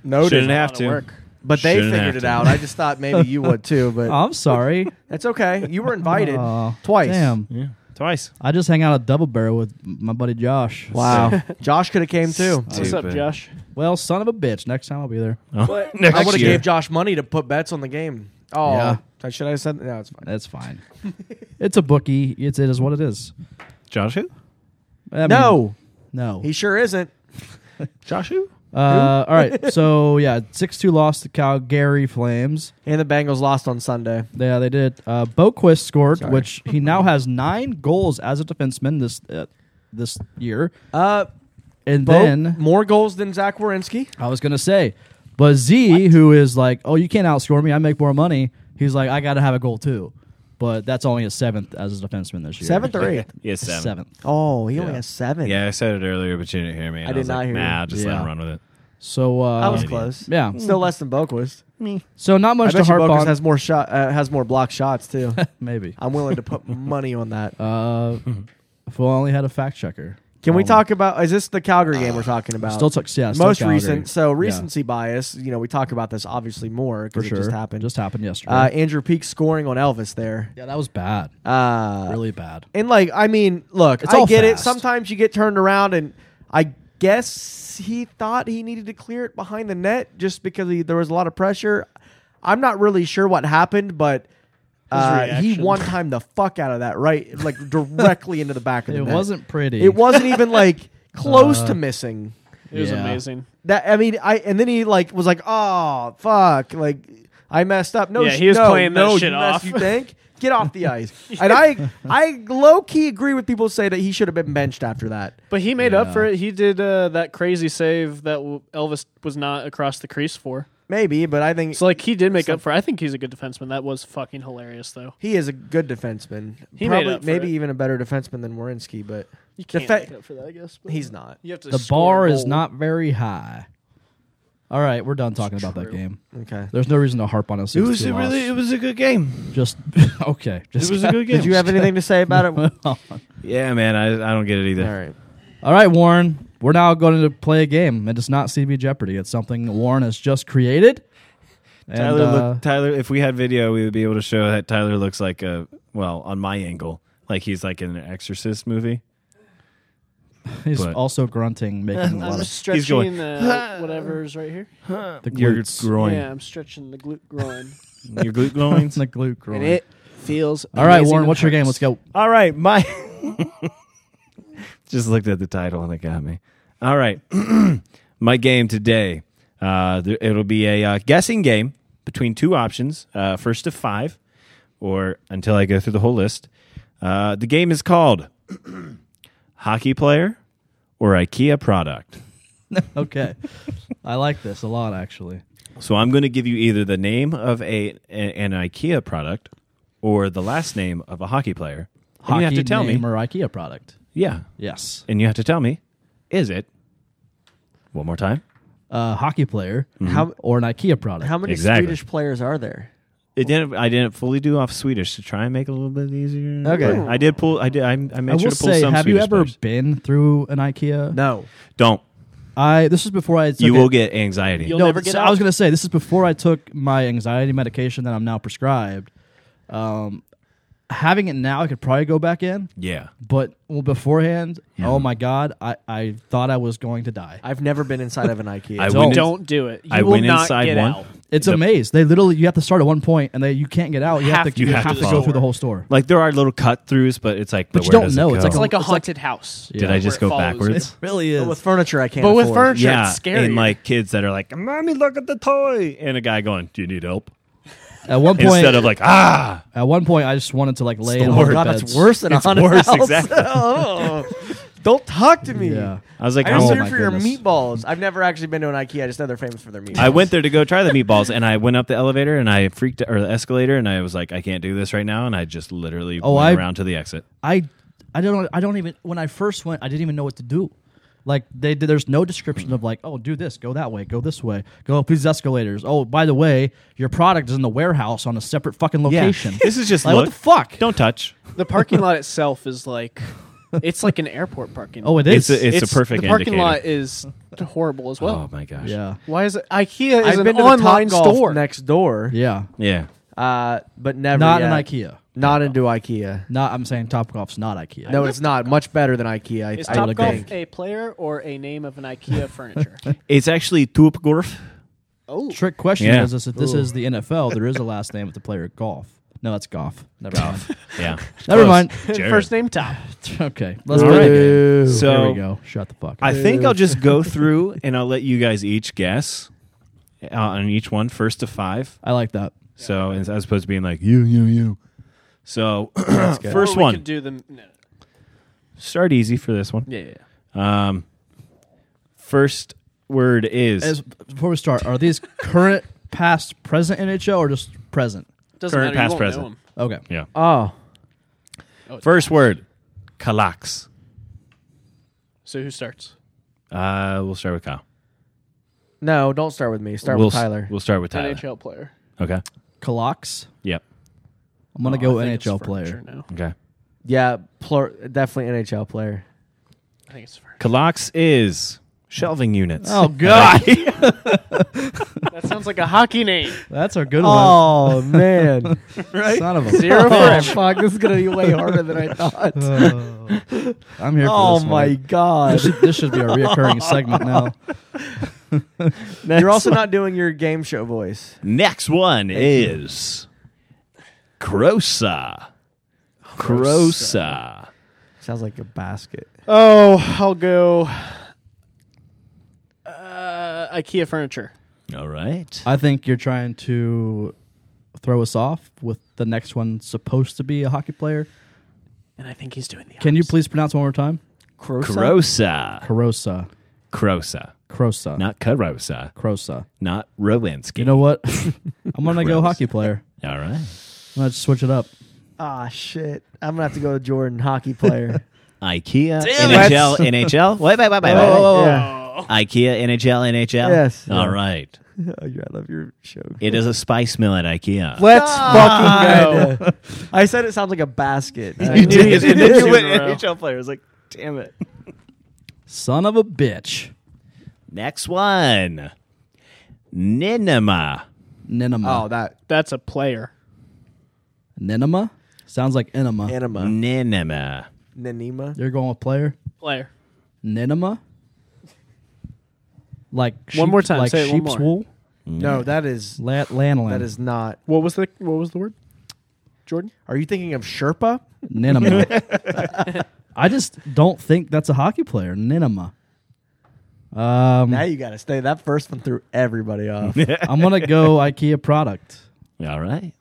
S2: No,
S3: Shouldn't have to.
S2: But they
S3: Shouldn't
S2: figured
S3: have
S2: it
S3: to.
S2: out. I just thought maybe you would too, but
S1: Oh, I'm sorry.
S2: that's okay. You were invited
S1: Aw,
S2: twice.
S1: Damn.
S3: Yeah, twice.
S1: I just hang out at Double Barrel with my buddy Josh.
S2: Wow. Josh could have came too.
S8: What's up,
S3: Stupid.
S8: Josh?
S1: Well, son of a bitch. Next time I'll be there.
S2: I
S3: Next
S2: would have
S3: year.
S2: gave Josh money to put bets on the game. Oh,
S1: Yeah.
S2: I should I have said no? It's fine.
S1: That's fine. it's a bookie. It's it is what it is.
S3: Josh who?
S1: I mean,
S2: No,
S1: no.
S2: he sure isn't.
S3: Josh who?
S1: Uh, all right. So yeah, six two lost to Calgary Flames.
S2: And the Bengals lost on Sunday.
S1: Yeah, they did. Uh, Boquist scored, which he now has nine goals as a defenseman this uh, this year.
S2: Uh,
S1: And
S2: Bo-
S1: then
S2: more goals than Zach Wierenski.
S1: I was gonna say, but Z, who is like, oh, you can't outscore me. I make more money. He's like, I got to have a goal too. But that's only a seventh as a defenseman this year.
S2: Seventh or eighth?
S3: Yeah, seven.
S1: seventh.
S2: Oh, he only has seven.
S3: Yeah, I said it earlier, but you didn't hear me. and
S2: I did
S3: was
S2: not
S3: like,
S2: hear you.
S3: Nah, just let
S1: Yeah.
S3: him run with it.
S1: So uh,
S2: I was close.
S1: Yeah.
S2: still less than Boquist.
S1: So not
S2: I
S1: much to
S2: bet you
S1: harp
S2: Boquist
S1: on.
S2: has more shot, uh, has more block shots too.
S1: Maybe.
S2: I'm willing to put money on that.
S1: Uh, if we only had a fact checker.
S2: Can we
S1: Um,
S2: talk about? Is this the Calgary game we're talking about?
S1: Uh, Still took yeah, still
S2: most
S1: Calgary.
S2: recent. So
S1: Yeah,
S2: recency bias. You know, we talk about this obviously more
S1: for
S2: because it
S1: sure.
S2: just happened.
S1: Just happened yesterday.
S2: uh, Andrew Peak scoring on Elvis there.
S1: yeah, that was bad.
S2: Uh,
S1: really bad.
S2: And like, I mean, look,
S1: It's
S2: I
S1: all
S2: get it.
S1: fast.
S2: Sometimes you get turned around, and I guess he thought he needed to clear it behind the net just because he, there was a lot of pressure. I'm not really sure what happened, but uh, he
S8: reaction.
S2: one time the fuck out of that right, like directly into the back of the
S1: It
S2: net.
S1: wasn't Uh, pretty.
S2: It wasn't even like close to missing.
S8: It was
S1: Yeah.
S8: amazing.
S2: That I mean, I and then he like was like, oh fuck, like I messed up. No,
S8: Yeah,
S2: sh-
S8: he was
S2: no,
S8: playing that
S2: no,
S8: shit
S2: you mess-
S8: off.
S2: You think? Get off the ice. And I, I low key agree with people who say that he should have been benched after that.
S8: But he made up for it. He did uh, that crazy save that w- Elvis was not across the crease for.
S2: Maybe, but I think
S8: So like he did make up for. it. I think he's a good defenseman. That was fucking hilarious though.
S2: he is a good defenseman.
S8: He made
S2: Probably,
S8: up for
S2: maybe
S8: it.
S2: even a better defenseman than Warinsky, but
S8: You can't
S2: fa-
S8: make up for that, I guess. but-
S2: he's not.
S8: You have to
S1: the
S8: score
S1: bar
S8: a
S1: is
S8: goal.
S1: not very high. All right, we're done talking about that game.
S2: Okay.
S1: There's no reason to harp on us.
S3: It was a really, it was a good game.
S1: just okay.
S3: It
S1: Just
S3: was a good game.
S2: Did you have anything to say about it? All
S3: Yeah, man. I, I don't get it either.
S2: right.
S1: all right, Warren. We're now going to play a game, and it's not CB Jeopardy. It's something that Warren has just created. And,
S3: Tyler,
S1: uh,
S3: look, Tyler. If we had video, we would be able to show that Tyler looks like a well on my angle, like he's like in an Exorcist movie.
S1: uh, he's
S3: but-
S1: also grunting, making a
S8: I'm
S1: lot of
S8: stretching
S3: going,
S8: the whatever's right here.
S1: the
S3: Your
S1: glutes,
S3: groin,
S8: Yeah, I'm stretching the glute groin.
S3: your glute groins.
S1: the glute groin.
S8: and it feels.
S1: all right,
S8: amazing
S1: Warren.
S8: and
S1: What's your game? Let's
S8: hurts.
S1: go.
S3: All right, my just looked at the title and it got me. All right, my game today. Uh, there, it'll be a uh, guessing game between two options, uh, first to five, or until I go through the whole list. Uh, the game is called Hockey Player or IKEA Product.
S1: Okay, I like this a lot actually.
S3: So I'm going to give you either the name of a an IKEA product or the last name of a hockey player. And you have to
S1: Hockey
S3: tell
S1: name
S3: me.
S1: or IKEA product.
S3: yeah,
S1: Yes,
S3: and you have to tell me is it one more time
S1: a Uh, hockey player
S2: How
S3: Mm-hmm.
S1: or an IKEA product.
S2: how many
S3: Exactly.
S2: Swedish players are there?
S3: It didn't. I didn't fully do off Swedish to try and make it a little bit easier.
S2: Okay.
S3: But I did pull. I did. I, I
S1: I
S3: made
S1: will
S3: sure to pull
S1: say,
S3: some.
S1: have
S3: Swedish
S1: you ever
S3: players.
S1: been through an IKEA?
S2: No.
S3: Don't.
S1: I this is before I took
S3: You
S1: it.
S3: will get anxiety.
S1: no, so I was gonna say this is before I took my anxiety medication that I'm now prescribed. Um, having it now, I could probably go back in,
S3: yeah.
S1: but well, beforehand, oh my god, I, I thought I was going to die.
S2: I've never been inside of an IKEA.
S3: I
S2: I,
S3: went in-
S8: Don't do it. You
S3: I
S8: will
S3: went
S8: not
S3: inside
S8: get
S3: one.
S8: out.
S1: It's
S3: The-
S1: a maze. They literally you have to start at one point and they you can't get out. You have,
S8: Have
S1: to
S8: to
S1: you
S3: have
S1: have
S3: to
S1: to go
S3: follow.
S1: through the whole store.
S3: Like there are little cut throughs, but it's like.
S1: But you
S3: where
S1: don't
S3: does it
S1: know. It's
S3: go?
S1: like
S8: It's like a
S1: It's like-
S8: haunted house.
S3: Did I just
S8: where
S3: go
S8: it follows.
S3: backwards?
S1: really is.
S2: with furniture, I can't.
S8: But with
S2: afford.
S8: furniture,
S3: Yeah,
S8: it's scary.
S3: and like kids that are like, "Mommy, look at the toy," and a guy going, "Do you need help?"
S1: at one point,
S3: Instead of like, "Ah,
S1: at one point, I just wanted to like lay in
S3: the
S1: the
S2: Oh
S3: word
S1: bed.
S2: God, that's worse than
S3: it's
S2: haunted
S3: worse."
S2: house.
S3: Exactly.
S2: Oh. Don't talk to me.
S1: Yeah.
S3: I was like,
S2: I'm
S3: "Oh
S2: here
S3: my
S2: for
S3: goodness."
S2: your meatballs. I've never actually been to an IKEA. I just know they're famous for their meatballs.
S3: I went there to go try the meatballs, and I went up the elevator, and I freaked, or the escalator, and I was like, "I can't do this right now," and I just literally
S1: Oh,
S3: went
S1: I-
S3: around to the exit.
S1: I I don't know- I don't even when I first went I didn't even know what to do. Like they did- there's no description of like oh do this go that way go this way go up these escalators oh by the way your product is in the warehouse on a separate fucking location.
S3: this is just
S1: like
S3: look.
S1: what the fuck.
S3: Don't touch.
S8: the parking lot itself is like, it's like an airport parking. lot.
S1: oh it
S3: It's
S1: is.
S3: a, it's, a perfect
S8: The parking
S3: indicator.
S8: lot is horrible as well.
S3: oh my gosh.
S1: yeah
S8: Why is it IKEA is
S2: I've
S8: an
S2: been to
S8: online
S2: the Topgolf
S8: store?
S2: next door,
S1: yeah
S3: Yeah.
S2: uh, but never
S1: not
S2: yet.
S1: an IKEA.
S2: Not into IKEA.
S1: Not I'm saying Topgolf's not IKEA.
S2: No, it's not. Much better than IKEA. I,
S8: Is
S2: I
S1: would agree.
S8: Topgolf a player or a name of an IKEA furniture?
S3: It's actually Tupgorf.
S8: Oh,
S1: trick question
S3: Yeah.
S1: is this, if this is the NFL there is a last name of the player golf. No that's golf. Never mind.
S3: Yeah.
S1: Never mind.
S3: Jared.
S8: first name Top.
S1: okay let's
S3: All
S1: play
S3: right.
S1: the game.
S3: So
S1: there we go. Shut the fuck.
S3: I
S1: up.
S3: think I'll just go through and I'll let you guys each guess uh, on each one, first to five.
S1: I like that.
S3: So as as opposed to being like you, you, you. So first
S8: Or we
S3: one.
S8: Could do them. No.
S3: Start easy for this one.
S8: Yeah, yeah, yeah.
S3: Um, first word is
S1: As, before we start, are these current, past, present NHL or just present?
S8: Doesn't
S3: Current,
S8: matter.
S3: past,
S8: you won't
S3: present.
S8: Know 'em.
S1: Okay.
S3: yeah.
S2: Oh,
S3: First word, kalax.
S8: So who starts?
S3: Uh, we'll start with Kyle.
S2: no! Don't start with me. Start
S3: we'll
S2: with
S3: s-
S2: Tyler.
S3: We'll start with Tyler.
S8: NHL player.
S3: Okay.
S1: Kalox.
S3: Yep.
S1: I'm gonna
S8: Oh,
S1: go
S8: I think it's
S1: NHL
S8: furniture
S1: player.
S8: now.
S3: Okay.
S2: yeah, plur- definitely NHL player.
S8: I think it's furniture.
S3: Kalax is shelving units.
S1: Oh god,
S8: That sounds like a hockey name.
S1: that's a good one.
S2: Oh man,
S1: Son of a.
S2: zero for Oh, fuck. This is gonna be way harder than I thought.
S1: I'm here. For
S2: oh
S1: this one.
S2: my god!
S1: This should, this should be a reoccurring segment now.
S2: You're also not doing your game show voice.
S3: Next one is Crosa. Crosa.
S2: Sounds like a basket.
S8: Oh, I'll go. Uh, IKEA furniture.
S3: All right.
S1: I think you're trying to throw us off with the next one supposed to be a hockey player.
S8: And I think he's doing the.
S1: Can you please pronounce one more time?
S3: Crosa.
S1: Karosa.
S3: Crosa.
S1: Krosa.
S3: Not Karosa.
S1: Krosa.
S3: Not Rowanski.
S1: You know what? I'm gonna go
S3: Gross.
S1: hockey player.
S3: All right.
S1: I'm gonna switch it up.
S2: Ah shit! I'm gonna have to go with Jordan, hockey player.
S3: IKEA, NHL, NHL. Wait, wait, wait, wait, wait.
S2: Yeah.
S3: IKEA, NHL, NHL.
S2: Yes.
S3: All right.
S2: Oh, yeah, I love your show.
S3: It is a spice mill at IKEA.
S2: Let's fucking go. I said it sounds like a basket.
S8: You did.
S3: And then you went
S8: in a row.
S3: NHL player. I was like, damn it.
S1: Son of a bitch.
S3: Next one. Ninema.
S1: Ninema.
S2: Oh, that
S8: That's a player.
S1: Ninema? Sounds like enema.
S2: anima.
S3: Ninema.
S2: Nanima.
S1: You're going with player?
S8: Player.
S1: Ninema? Like sheep,
S8: more time,
S1: Like
S8: say it one
S1: sheep's
S8: more.
S1: wool?
S2: No, that is
S1: La- lanolin.
S2: that is not.
S8: What was the What was the word? Jordan.
S2: Are you thinking of Sherpa?
S1: Ninema. I just don't think that's a hockey player. Ninema. Um,
S2: Now you got to stay. That first one threw everybody off.
S1: I'm going to go IKEA product.
S3: All right.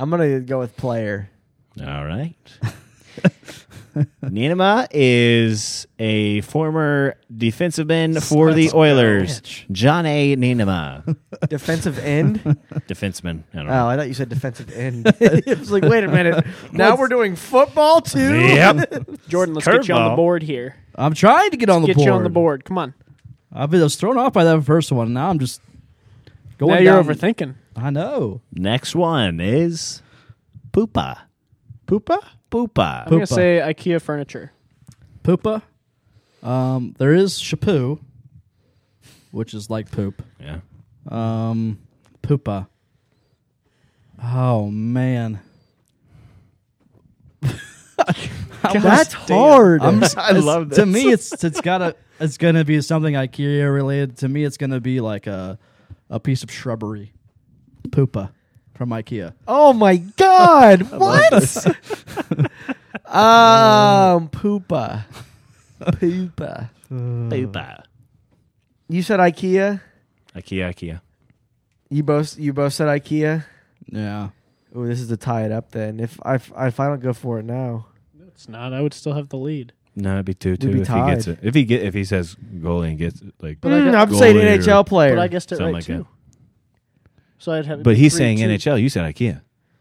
S2: I'm gonna go with player.
S3: All right. Ninema is a former defenseman for the Oilers. John A. Ninema.
S2: Defensive end. oh,
S3: defenseman. I don't know.
S2: I thought you said defensive end. it was like, wait a minute. Now we're doing football too.
S3: Yep.
S8: Jordan, let's get you on
S3: Curveball.
S8: the board here.
S1: I'm trying to get on the
S8: get
S1: board.
S8: you on the board. Come on.
S1: I've been, I was thrown off by that first one. Now I'm just Going
S4: Now you're
S1: down-
S4: overthinking.
S1: I know.
S3: Next one is Poopa.
S1: Poopa?
S3: Poopa.
S4: I'm gonna
S1: Poopa.
S4: say IKEA furniture.
S1: Poopa. Um, there is Shapu, which is like poop.
S3: Yeah.
S1: Um, Poopa. Oh, man.
S2: That's hard.
S1: I'm, I
S3: love
S1: To me, it's it's gotta it's gonna be something IKEA related. To me, it's gonna be like a a piece of shrubbery, poopa from IKEA.
S2: oh my god! what? um, poopa, poopa.
S3: Poopa.
S2: You said IKEA.
S3: IKEA, IKEA.
S2: You both. You both said IKEA.
S1: Yeah,
S2: Oh, this is to tie it up. Then if I if I don't go for it now,
S4: It's not. I would still have the lead.
S3: No, it'd be two two
S2: be
S3: if he gets
S2: tied.
S3: it. If he get if he says goalie and gets like
S4: I
S2: Mm,
S4: got-
S2: I'm saying
S3: Goalie or-
S2: NHL player.
S4: But I guessed it
S3: something
S4: right
S3: like
S4: too.
S3: that.
S4: So I'd have. it
S3: But
S4: be
S3: he's
S4: three,
S3: saying
S4: two.
S3: NHL. You said IKEA.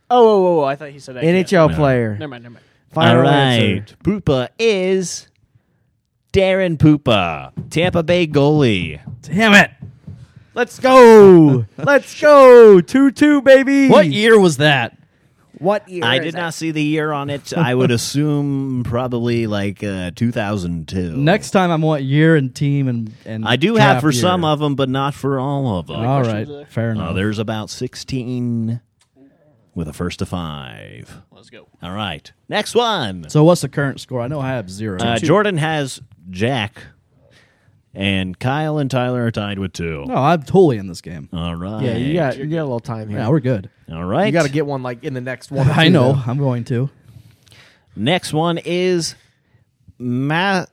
S4: Oh, whoa, whoa, whoa! I thought he said IKEA.
S2: NHL
S3: No.
S2: player.
S4: Never mind. Never mind.
S2: Final answer.
S3: Poopa is Darren Poopa, Tampa Bay goalie.
S1: damn it!
S2: Let's go. Let's go. Two two baby.
S3: Hmm.
S1: What year was that?
S2: What year?
S3: I
S2: is
S3: did
S2: it?
S3: not see the year on it. I would assume probably like uh, 2002.
S1: Next time, I want year and team and and
S3: I do have
S1: draft
S3: for
S1: year.
S3: some of them, but not for all of them.
S1: All right, fair
S3: Uh,
S1: enough.
S3: there's about 16 with a first to five.
S4: Let's go.
S3: All right. Next one.
S1: so what's the current score? I know I have zero.
S3: Uh, Jordan has Jack, and Kyle and Tyler are tied with two.
S1: no, Oh, I'm totally in this game.
S3: All right.
S2: Yeah, you got you got a little time here.
S1: Yeah, we're good.
S3: All right.
S2: You got to get one like in the next one. or
S1: I
S2: two,
S1: know.
S2: though.
S1: I'm going to.
S3: Next one is Ma-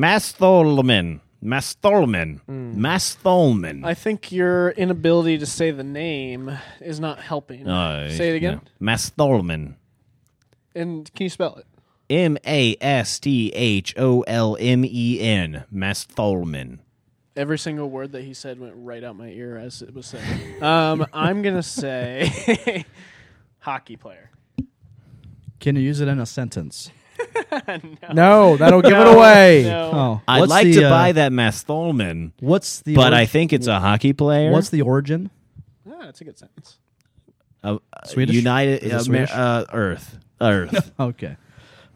S3: Mastholman. Mastholman. Mastholman.
S4: I think your inability to say the name is not helping.
S3: Uh,
S4: say it again.
S3: no. Mastholman.
S4: And can you spell it?
S3: M A S T H O L M E N. Mastholman.
S4: Every single word that he said went right out my ear as it was said. um, I'm gonna say hockey player.
S1: Can you use it in a sentence?
S2: No, that'll give it away.
S1: Oh,
S3: I'd
S1: what's
S3: like
S1: the,
S3: to
S1: uh,
S3: buy that Mastholman,
S1: What's the?
S3: but
S1: orig-
S3: I think it's a hockey player.
S1: What's the origin?
S4: Ah, that's a good sentence.
S3: Uh, uh,
S1: Swedish?
S3: United
S1: Is it
S3: Amer-
S1: Swedish?
S3: uh, Earth. Earth.
S1: Okay.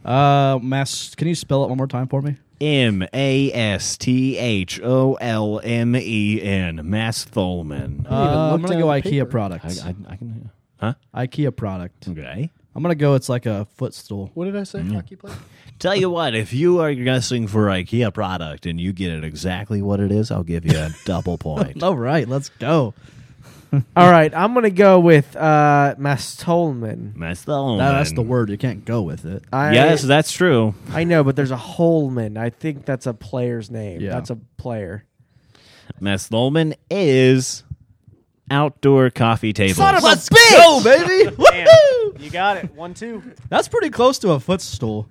S1: Uh, mass. Can you spell it one more time for me?
S3: M A S T H O L M E N. Mastholman.
S1: Uh, I'm
S4: looked
S1: gonna
S4: it
S1: go
S4: on
S1: IKEA
S4: the paper.
S1: product.
S3: I, I, I can. Huh?
S1: IKEA product.
S3: Okay.
S1: I'm gonna go. It's like a footstool.
S4: What did I say? Hockey player.
S3: Tell you what, if you are guessing for IKEA product and you get it exactly what it is, I'll give you a double point.
S1: All right, let's go.
S2: All right, I'm gonna go with uh, Mastolman.
S3: Mastholman.
S1: That- that's the word. You can't go with it.
S2: I,
S3: Yes, that's true.
S2: I know, but there's a Holman. I think that's a player's name.
S1: Yeah.
S2: That's a player.
S3: Mastholman is outdoor coffee tables.
S1: Let's go, baby. Woohoo!
S4: You got it. One, two.
S1: That's pretty close to a footstool.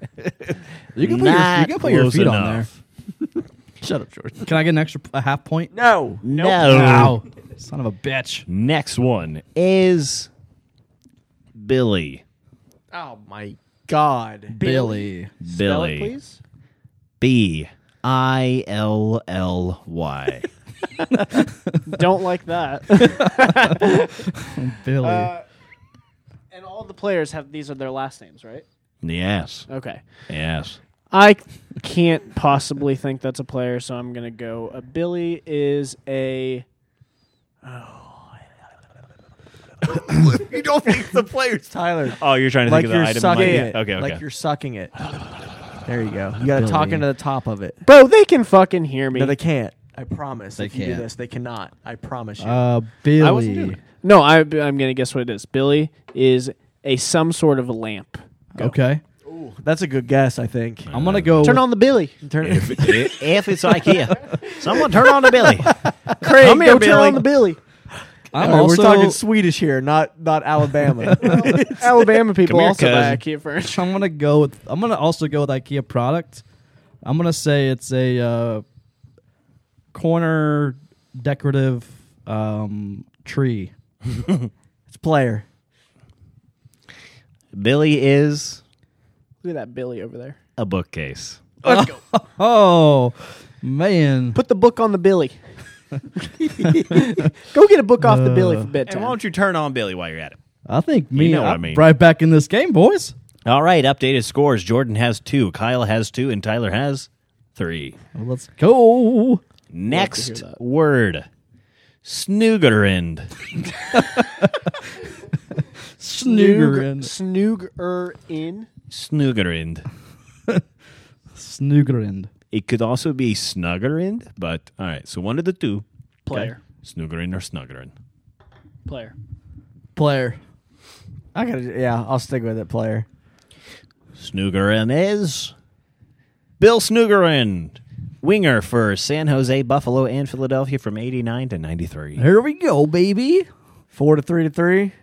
S1: You can put your, you
S3: Not
S1: can put your
S3: close
S1: feet on there.
S3: enough.
S1: Shut up, Jordan. Can I get an extra a half point?
S2: No,
S3: No.
S1: Wow. Son of a bitch.
S3: Next one is Billy.
S2: Oh my God.
S1: Billy.
S4: Spell it,
S3: Billy.
S4: please.
S3: B I L L Y.
S4: Don't like that.
S1: Billy.
S4: and all the players have these are their last names, right?
S3: Yes.
S4: Okay.
S3: Yes.
S4: I can't possibly think that's a player, so I'm gonna go. A Billy is a.
S2: You don't think the player's Tyler?
S3: Oh, you're trying to
S2: Like
S3: think of the
S2: you're
S3: item.
S2: sucking
S3: like,
S2: it.
S3: Okay, okay.
S2: Like you're sucking it. There you go. You got to talk into the top of it.
S4: Bro, they can fucking hear me.
S2: No, they can't. I promise.
S1: They
S2: if you do
S1: can't.
S2: this, they cannot. I promise you.
S1: uh, Billy.
S4: I wasn't doing it. No, I, I'm gonna guess what it is. Billy is a some sort of lamp.
S1: Okay.
S2: That's a good guess. I think.
S1: I'm gonna go.
S4: Turn
S1: with-
S4: on the Billy.
S2: Turn
S3: if, if, if it's IKEA, someone turn on the Billy.
S2: Craig,
S4: Come here, Turn on the Billy.
S1: I'm
S2: All right,
S1: also.
S2: we're talking Swedish here, not not Alabama.
S4: Alabama people
S3: Come here,
S4: also buy
S3: cousin.
S4: IKEA furniture.
S1: I'm gonna go with. I'm gonna also go with IKEA product. I'm gonna say it's a uh, corner decorative um, tree.
S2: it's player.
S3: Billy is
S4: Look at that Billy over there.
S3: a bookcase.
S1: Oh man,
S4: Put the book on the Billy. Go get a book off the Billy for bedtime.
S3: And why don't you turn on Billy while you're at it?
S1: I think me
S3: know what I
S1: I'm
S3: mean.
S1: right back in this game, boys.
S3: All right, updated scores. Jordan has two, Kyle has two, and Tyler has three.
S1: Well, let's go.
S3: Next word. Snoogerend.
S1: Snuggerend.
S4: Snooger in.
S3: Snoogerend.
S1: Snuggerend.
S3: It could also be snuggerend, but all right. So one of the two. Player. Snuggerend or snuggerend.
S4: Player.
S1: Player.
S2: I gotta, yeah, I'll stick with it, player.
S3: Snuggerend is Bill Snuggerend, winger for San Jose, Buffalo, and Philadelphia from 89 to 93.
S1: Here we go, baby.
S2: Four to three to three.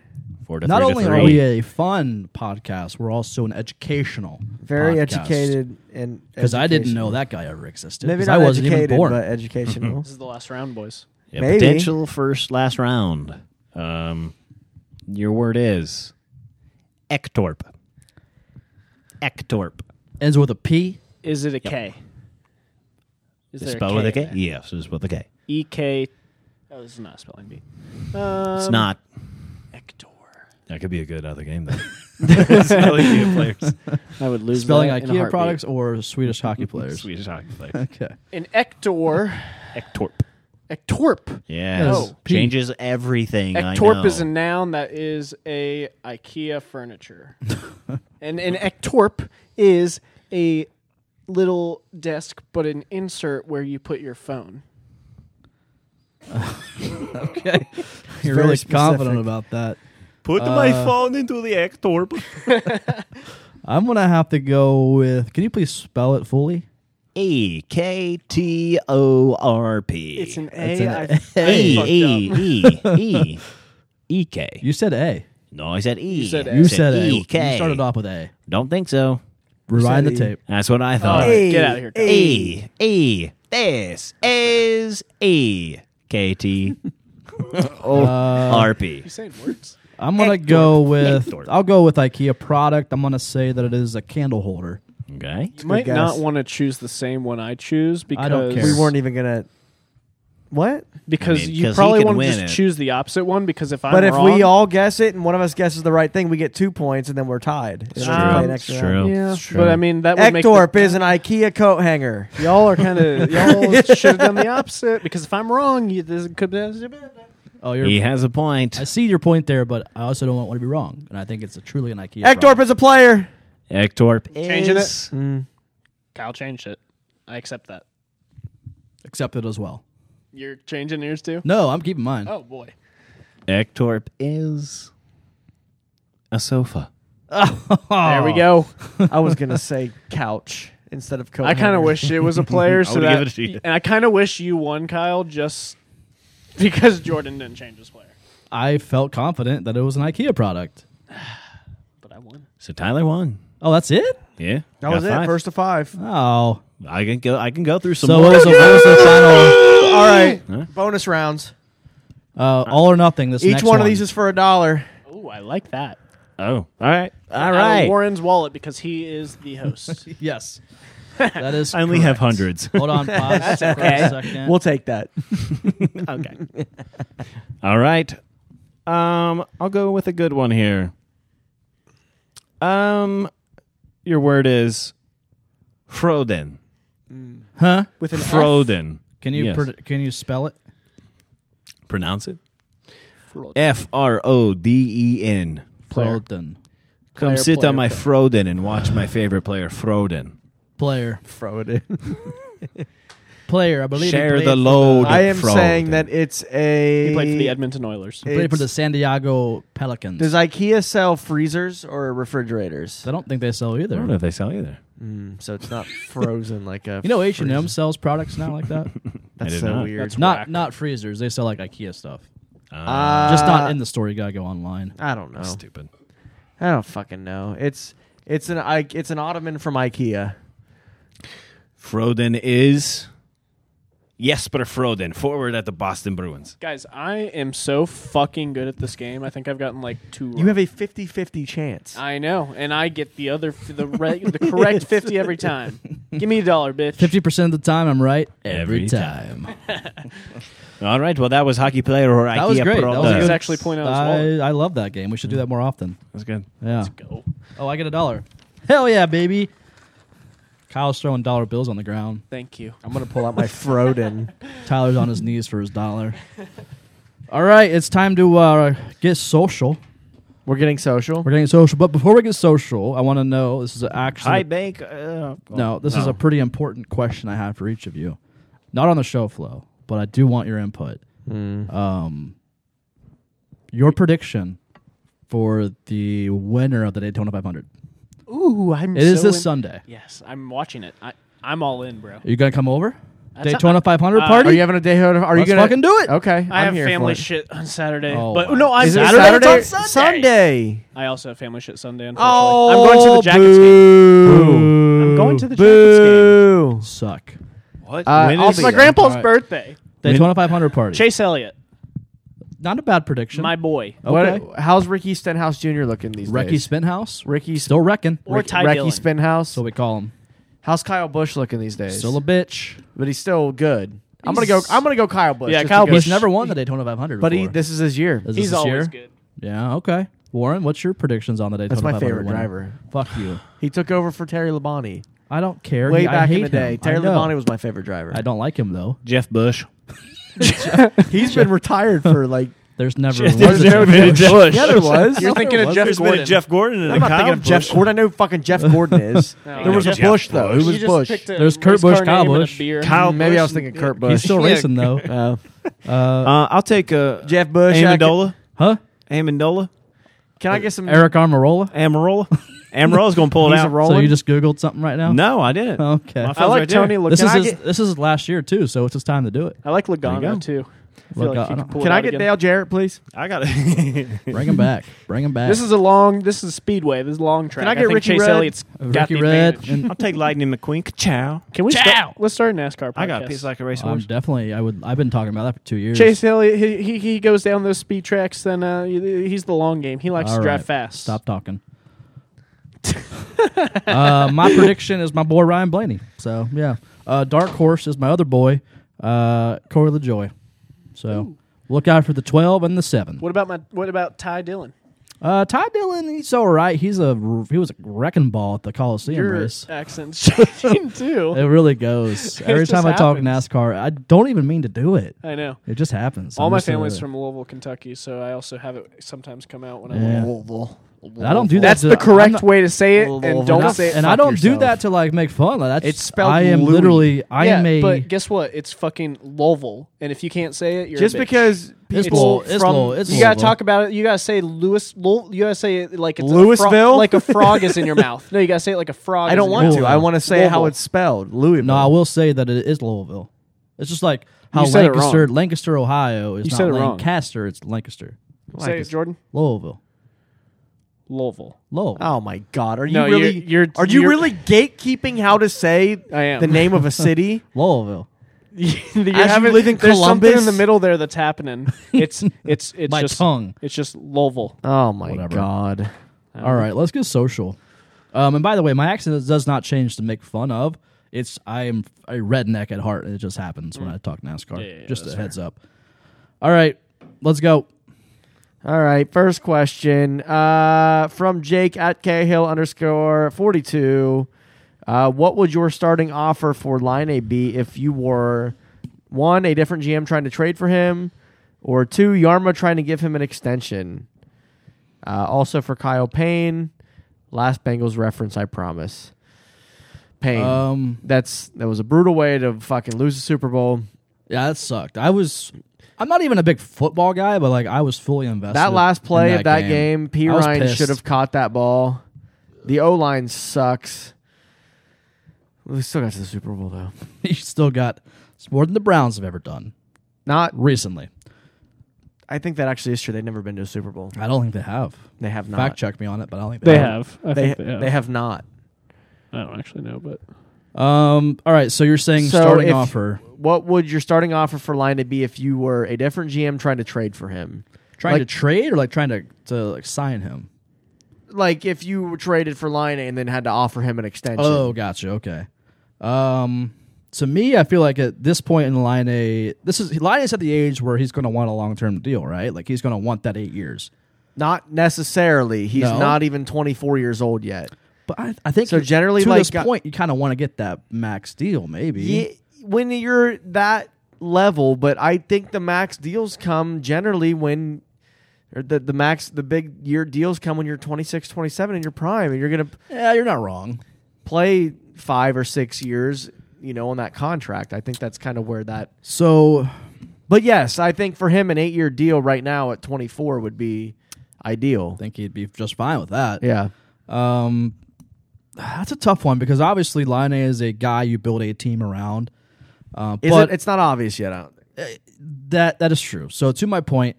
S3: Four to
S1: Not
S3: three to
S1: only
S3: three.
S1: are we a fun podcast, we're also an educational,
S2: Very educated and
S1: Because I didn't know
S2: educational.
S1: that guy ever existed.
S2: Maybe
S1: 'cause
S2: not
S1: I wasn't
S2: educated,
S1: even born.
S2: but educational.
S4: This is the last round, boys.
S3: Yeah,
S2: Maybe.
S3: potential first last round. Um, your word is Ektorp. Ektorp.
S1: Ends with a P.
S4: Is it a K? Is there
S3: Spelled with a
S4: in
S3: K?
S4: there?
S3: Yes, it's with a K.
S4: E K. Oh, this is not a spelling bee. Uh,
S3: It's
S4: Um,
S3: not.
S4: Ector.
S3: That could be a good other game, though. Spelling IKEA players.
S4: I would lose
S1: Spelling
S4: that in a
S1: IKEA
S4: heartbeat.
S1: products or Swedish hockey players.
S3: Swedish hockey players.
S1: Okay.
S4: An ector.
S3: Ektorp.
S4: Ectorp.
S3: Yes.
S1: Oh.
S3: Changes everything. I
S4: Ectorp
S3: know.
S4: is a noun that is a IKEA furniture, and an ectorp is a little desk, but an insert where you put your phone.
S1: Okay. You're
S2: very
S1: really confident
S2: specific.
S1: about that.
S3: Put my phone into the Ektorp.
S1: I'm going to have to go with. Can you please spell it fully?
S3: E K T O R P.
S4: It's an
S1: It's
S4: A.
S1: an
S4: I-
S3: E
S4: fucked
S3: E E E E K.
S1: You said A.
S3: No, I said E. You
S4: said A.
S1: You said A.
S3: E K.
S1: You started off with A.
S3: Don't think so.
S1: Rewind the
S2: E.
S1: tape.
S3: That's what I thought.
S4: Hey. Get out of here, Kyle.
S3: E E. This is E K T O R P.
S4: saying words.
S1: I'm gonna go with.
S3: Ektorp.
S1: I'll go with IKEA product. I'm gonna say that it is a candle holder.
S3: Okay.
S4: You might
S2: guess.
S4: not want to choose the same one I choose because
S1: I don't care.
S2: We weren't even gonna. What?
S4: because
S3: I mean,
S4: you
S3: 'cause he
S4: probably
S3: can
S4: want to
S3: win
S4: just
S3: it.
S4: choose the opposite one because if I'm
S2: But if
S4: wrong,
S2: we all guess it and one of us guesses the right thing, we get two points and then we're tied. It's
S3: It's true.
S4: yeah,
S3: It's true.
S4: but I mean that would
S2: Ektorp
S4: make
S2: is an IKEA coat hanger.
S4: the, y'all are kind of y'all should have done the opposite because if I'm wrong, you, this could be
S1: Oh, you're.
S3: he has a point.
S1: I see your point there, but I also don't want to be wrong, and I think it's a truly an IKEA.
S2: Ektorp
S1: product.
S2: is a player.
S3: Ektorp
S4: Changing
S3: is
S4: Kyle changed it. I accept that.
S1: accepted as well.
S4: You're changing yours too.
S1: No, I'm keeping mine.
S4: Oh boy,
S3: Ektorp is a sofa.
S4: there we go.
S2: I was gonna say couch instead of coat.
S4: I kind of wish it was a player, so
S3: would've
S4: that
S3: given it to you.
S4: and I kind of wish you won, Kyle, just because Jordan didn't change his player.
S1: I felt confident that it was an IKEA product.
S4: But I won.
S3: So Tyler won.
S1: Oh, that's it.
S3: Yeah.
S2: That was it. First to five.
S1: Oh,
S3: I can go. I can go through some.
S1: so what
S3: more.
S1: was, the, what was the final?
S2: All right. Bonus rounds.
S1: Uh, all or nothing. This
S2: Each
S1: next
S2: one of these is for a dollar.
S4: Oh, I like that.
S3: Oh, all right. All
S4: Out of
S3: right.
S4: Warren's wallet because he is the host.
S1: yes. That is.
S3: I only have
S1: correct.
S3: hundreds.
S1: Hold on, pause for a second.
S2: We'll take that.
S3: okay. All right. Um, I'll go with a good one here. Um, your word is Froden.
S1: huh?
S4: With an F.
S3: Froden.
S1: Can you
S3: Yes.
S1: pr- can you spell it?
S3: pronounce it? F R O D E N.
S1: Froden.
S3: Come
S4: Player,
S3: sit
S4: player,
S3: on my Froden and watch my favorite player, Froden.
S1: Player.
S2: Froden.
S1: Player. I believe. he
S3: Share
S1: played
S3: the
S1: for
S3: load.
S2: I am
S3: Froden.
S2: saying that it's a.
S4: He played for the Edmonton Oilers.
S1: Played for the
S2: it's-
S1: San Diego Pelicans.
S2: Does IKEA sell freezers or refrigerators?
S1: I don't think they sell
S3: I
S1: either.
S3: don't know if they sell either.
S2: So it's not frozen like a.
S1: You know, H
S2: freezer.
S1: and M sells products now like that.
S2: That's
S3: did
S2: so
S3: not.
S2: weird.
S1: not not freezers. They sell like IKEA stuff.
S2: Uh,
S1: Just not in the store. You gotta go online.
S2: I don't know.
S3: Stupid.
S2: I don't fucking know. It's it's an I, it's an ottoman from IKEA.
S3: Froden is Jesper Froden, forward at the Boston Bruins.
S4: Guys, I am so fucking good at this game. I think I've gotten like two.
S2: You have a 50-50 chance.
S4: I know, and I get the other f- the re- the correct fifty every time. Give me a dollar, bitch.
S1: Fifty percent of the time, I'm right
S3: Every
S1: time.
S3: All right. Well, that was hockey player or
S1: That was
S3: Ikea
S1: great. That was
S3: product.
S1: a good-
S4: Let's actually point out as well.
S1: I, I love that game. We should do that more often.
S3: That's good.
S1: Yeah. Let's go. Oh, I get a dollar. Hell yeah, baby. Kyle's throwing dollar bills on the ground.
S4: Thank you.
S2: I'm gonna pull out my Froden.
S1: Tyler's on his knees for his dollar. All right, it's time to uh, get social.
S2: We're getting social.
S1: We're getting social, but before we get social, I want to know this is actually
S3: Hi, Bank. Uh,
S1: no, this is
S3: Oh.
S1: a pretty important question I have for each of you. Not on the show flow, but I do want your input. Um, your prediction for the winner of the Daytona 500.
S4: Ooh, I'm.
S1: It is
S4: so
S1: this
S4: in-
S1: Sunday.
S4: Yes, I'm watching it. I, I'm all in, bro.
S1: Are you gonna come over?
S4: That's-
S1: Daytona 500
S4: uh,
S1: party.
S2: Are you having a day? Are you
S1: Let's
S2: gonna
S1: fucking do it.
S2: Okay,
S4: I
S2: I'm
S4: have
S2: here
S4: family
S2: for it.
S4: shit on Saturday,
S1: Oh,
S4: but
S1: wow.
S4: no, I'm
S2: Is it
S4: Saturday?
S2: Saturday?
S4: It's on Sunday.
S2: Sunday. Oh,
S4: I also have family shit Sunday. Unfortunately, I'm going
S1: Oh,
S4: to the Jackets game. I'm going to the Jackets
S2: Boo.
S1: Suck.
S3: What?
S2: Uh,
S3: When
S2: I'll
S3: is
S2: be
S4: game. My
S2: there.
S4: grandpa's birthday.
S1: Daytona 500 party.
S4: Chase Elliott,
S1: Not a bad prediction.
S4: my boy,
S2: Oh,
S1: okay.
S2: What, how's Ricky Stenhouse Jr. looking these
S1: Recky
S2: days?
S1: Spinhouse.
S2: Ricky
S1: Still wrecking.
S4: or
S2: Ricky,
S4: Ty
S2: Ricky
S4: Dillon.
S2: Spinhouse.
S1: So we call him.
S2: How's Kyle Bush looking these days?
S1: Still a bitch.
S2: but he's still good. I'm gonna go.
S1: He's-
S2: I'm gonna go Kyle Bush.
S4: Yeah,
S2: just
S4: Kyle
S2: because-
S1: He's never won the Daytona 500.
S2: Oh, But he,
S1: before.
S2: this is his year.
S1: Is this
S4: He's
S1: this
S4: always
S1: year?
S4: good.
S1: Yeah. Okay. Warren, what's your predictions on the Daytona?
S2: That's my
S1: 500
S2: favorite
S1: winner?
S2: driver.
S1: Fuck you.
S2: He took over for Terry Labonte
S1: I don't care.
S2: way
S1: He- I
S2: back
S1: hate
S2: in the day.
S1: him. I
S2: Terry
S1: know.
S2: Labonte was my favorite driver.
S1: I don't like him though.
S3: Jeff Bush.
S2: He's been retired for like.
S1: There's never.
S3: There's
S1: was a
S3: never been a Jeff Bush.
S2: Yeah, there was.
S4: You're thinking of Jeff
S3: There's been a
S4: Gordon.
S3: Jeff Gordon and
S2: I'm
S3: a
S2: not
S3: Kyle
S2: thinking of
S3: Bush.
S2: Jeff Gordon. I know who fucking Jeff Gordon is. there
S4: yeah.
S2: was a
S3: Jeff
S2: Bush though. Who
S3: Bush.
S2: was
S4: You just
S2: Bush?
S4: picked a
S1: There's Kurt
S4: race
S1: Busch,
S4: car
S1: Kyle
S4: name and a
S1: Bush.
S4: beer.
S3: Kyle
S2: Maybe I was
S3: Bush and-
S2: thinking Kurt
S1: He's
S2: Bush.
S1: still racing though.
S2: Uh,
S3: Uh, I'll take uh,
S2: Jeff Bush. I can,
S3: Amendola.
S1: Huh?
S3: Amendola.
S2: can I get some?
S1: Eric Armarola.
S3: Amarola. Amarola's gonna pull it
S2: He's a
S3: out.
S2: roll-
S1: So
S2: Roland?
S1: you just googled something right now?
S3: No, I didn't.
S1: Okay.
S3: My
S1: Oh, I
S3: phone's
S4: like
S3: right there.
S4: Tony Look,
S1: This
S4: can
S1: is
S4: I
S1: his,
S4: get-
S1: this is his last year too, so it's his time to do it.
S4: I like
S3: There you go.
S4: Logano too. I feel like he
S1: Logano.
S4: could pull
S2: Can
S4: it
S2: I
S4: out
S2: get
S4: again.
S2: Dale Jarrett, please?
S3: I got it.
S1: Bring him back. Bring him back.
S4: This is a long. This is speedway. This is a long track.
S2: I get
S4: think
S2: Ricky
S4: Chase
S2: Red?
S4: Elliott's got
S1: Ricky
S4: the
S1: Red.
S4: advantage.
S1: And
S3: I'll take Lightning McQueen. Ciao.
S4: Can we start? Let's start a NASCAR podcast.
S3: I got a piece like a
S1: I'm
S3: racehorse.
S1: definitely. I would. I've been talking about that for two years.
S4: Chase Elliott. He, he he goes down those speed tracks. Then uh, he's the long game. He likes
S1: All
S4: to drive
S1: right.
S4: fast.
S1: Stop talking. uh, my prediction is my boy Ryan Blaney. So yeah, uh, Dark Horse is my other boy, uh, Corey LaJoy. So look out for the twelve and the seven.
S4: What about my? What about Ty Dillon?
S1: Uh, Ty Dillon, he's all right. He's a he was a wrecking ball at the Coliseum
S4: Your
S1: race.
S4: accent's changing
S1: It
S4: too.
S1: really goes every
S4: just
S1: time I talk
S4: happens.
S1: NASCAR. I don't even mean to do it.
S4: I know.
S1: It just happens.
S4: All
S1: I'm
S4: my
S1: just a-
S4: family's from Louisville, Kentucky, so I also have it sometimes come out when
S1: Yeah.
S4: I'm.
S1: And I don't do that.
S4: That's
S1: to-
S4: the
S1: I'm
S4: correct
S1: not-
S4: way to say it,
S2: Louisville,
S4: and don't
S1: and I-
S4: say it.
S1: and
S2: fuck
S1: I don't do
S2: yourself.
S1: that to like make fun. Like, that's
S2: It's spelled
S1: I am
S2: Louis.
S1: literally. I
S4: yeah,
S1: am a.
S4: but guess what? It's fucking Louisville, and if you can't say it, you're a
S2: Just
S4: bitch.
S2: because
S1: It's
S2: people
S1: Lowell- it's
S2: from
S1: Lowell- it's
S4: you gotta
S1: Louisville.
S4: talk about it. You gotta say Louis. Lou- You gotta say it like it's a fro-
S2: Louisville?
S4: like a frog is in your mouth. No, you gotta say it like a frog.
S2: I don't
S4: is in
S2: want
S4: your
S2: to.
S1: Louisville.
S2: I want to say how
S4: Louisville.
S2: it's spelled. Louisville.
S1: No, I will say that it is Louisville. It's just like how
S4: You said it
S1: Lancaster, Lancaster, Ohio is
S4: You
S1: not
S4: said it wrong.
S1: Lancaster. It's Lancaster,
S4: mouth. Say it, Jordan.
S1: Louisville,
S4: Louisville.
S1: Louisville.
S2: Oh my God! Are you
S4: No,
S2: really?
S4: you're- you're-
S2: are you
S4: you're-
S2: really gatekeeping how to say
S4: I am.
S2: the name of a city?
S1: Louisville.
S4: you're
S2: you live in
S4: there's something in
S2: Columbus?
S4: the middle there that's happening. It's it's it's
S1: My
S4: just
S1: tongue.
S4: It's just Louisville.
S2: oh my
S1: Whatever.
S2: God!
S4: Oh.
S1: All right, let's get social. Um, and by the way, my accent does not change to make fun of. It's I am a redneck at heart, and it just happens
S4: Mm.
S1: when I talk NASCAR. just a heads up. All right, let's go.
S2: All right. First question uh, from Jake at Cahill underscore forty two. Uh, what would your starting offer for Line A be if you were one a different GM trying to trade for him, or two Yarma trying to give him an extension? Uh, also for Kyle Payne, last Bengals reference, I promise. Payne.
S1: Um,
S2: That's that was a brutal way to fucking lose the Super Bowl.
S1: yeah, that sucked. I was. I'm not even a big football guy, but like I was fully invested.
S2: That last
S1: in
S2: play of that game, P
S1: I was
S2: Ryan
S1: pissed.
S2: should have caught that ball. The O line sucks. We still got to the Super Bowl though.
S1: you still got it's more than the Browns have ever done
S2: Not.
S1: recently.
S2: I think that actually is true. They've never been to a Super Bowl.
S1: I don't think they have.
S2: They have not.
S1: Fact check me on it, but I don't think
S4: They
S1: they,
S4: have. I
S2: They
S4: think they, have.
S2: they have not.
S4: I don't actually know, but
S1: Um. All right. So you're saying
S2: So
S1: starting
S2: if-
S1: offer,
S2: What would your starting offer for Line to be if you were a different GM trying to trade for him?
S1: trying to
S2: like-
S1: trade or like trying to to like sign him.
S2: Like if you were traded for Line and then had to offer him an extension.
S1: Oh, gotcha. Okay. Oh, Um. to me, I feel like at this point in Line A, this is Line A's at the age where he's going to want a long term deal, right? Like he's going to want that eight years.
S2: Not necessarily. He's
S1: No.
S2: not even 24 years old yet.
S1: But I, I think
S2: So generally,
S1: to
S2: like,
S1: this
S2: uh,
S1: point, you kind of want to get that max deal, maybe.
S2: Ye- when you're that level, but I think the max deals come generally when or the, the max the big year deals come when you're 26, 27 in your prime and you're going to
S1: Yeah, you're not wrong.
S2: play 5 or 6 years, you know, on that contract. I think that's kind of where that
S1: So
S2: But yes, I think for him an 8-year deal right now at 24 would be ideal.
S1: I think he'd be just fine with that.
S2: Yeah.
S1: Um, that's a tough one because obviously Line A is a guy you build a team around. Uh,
S2: Is
S1: but
S2: it, it's not obvious yet. I don't think.
S1: that that is true. So to my point,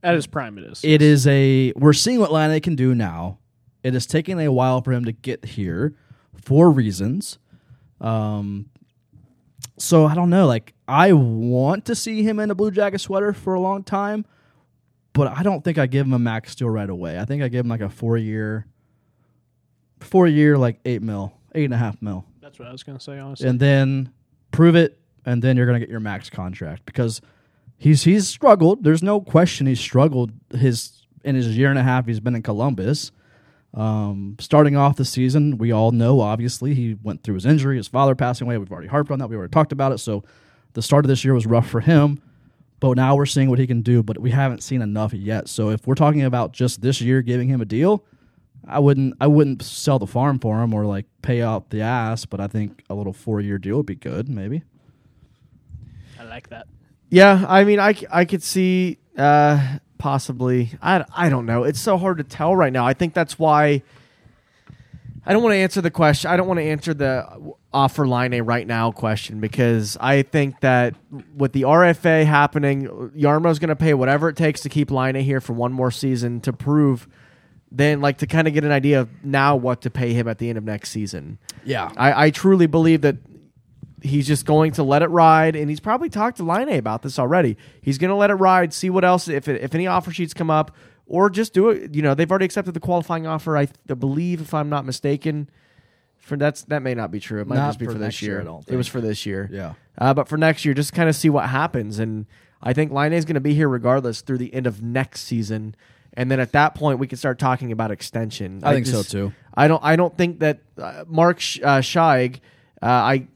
S8: At his prime, it is.
S1: it is a we're seeing what Line A can do now. It is taking a while for him to get here for reasons. Um, so I don't know. Like I want to see him in a Blue Jacket sweater for a long time, but I don't think I give him a max deal right away. I think I give him like a four year, four year like eight mil, eight and a half mil
S8: That's what I was going to say, honestly.
S1: and then prove it, and then you're gonna get your max contract because he's he's struggled. There's no question he's struggled his in his year and a half he's been in Columbus. Um, starting off the season, we all know obviously he went through his injury, his father passing away. We've already harped on that. We already talked about it. So the start of this year was rough for him. But now we're seeing what he can do, but we haven't seen enough yet. So if we're talking about just this year giving him a deal, I wouldn't I wouldn't sell the farm for him or like pay out the ass, but I think a little four year deal would be good, maybe.
S8: I like that.
S2: Yeah, I mean, I, c- I could see uh, possibly. I, I don't know. It's so hard to tell right now. I think that's why I don't want to answer the question. I don't want to answer the w- offer line A right now question because I think that with the RFA happening, Yarmo's going to pay whatever it takes to keep line A here for one more season to prove. Then, like, to kind of get an idea of now what to pay him at the end of next season.
S1: Yeah.
S2: I, I truly believe that he's just going to let it ride, and he's probably talked to Line about this already. He's going to let it ride, see what else if if any offer sheets come up, or just do it. You know, they've already accepted the qualifying offer. I th- believe, if I'm not mistaken, for that's that may not be true. It might
S1: Not
S2: just be
S1: for
S2: for,
S1: next
S2: this
S1: year,
S2: year.
S1: I don't
S2: it was
S1: think.
S2: for this year.
S1: Yeah.
S2: Uh, but for next year, just kind of see what happens. And I think Line is going to be here regardless through the end of next season. And then at that point, we can start talking about extension.
S1: I think so, too.
S2: I don't. I don't think that uh, Mark Sh- uh, Scheig. Uh, I,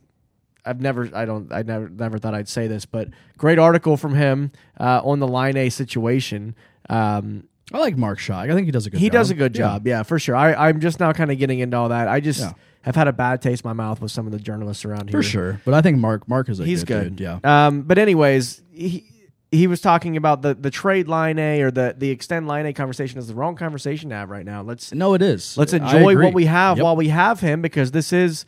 S2: I've never. I don't. I never. Never thought I'd say this, but great article from him uh, on the Line A situation. Um,
S1: I like Mark Schock. I think he does a good
S2: he
S1: job.
S2: does a good
S1: Yeah.
S2: job. Yeah, for sure. I, I'm just now kind of getting into all that. I just
S1: Yeah.
S2: have had a bad taste in my mouth with some of the journalists around here.
S1: For sure. But I think Mark Mark is a
S2: He's good.
S1: dude, Yeah.
S2: Um, but anyways, he he was talking about the the trade line A or the the extend line A conversation is the wrong conversation to have right now. Let's
S1: No, it is.
S2: let's
S1: I
S2: enjoy
S1: agree.
S2: what we have
S1: Yep.
S2: while we have him because this is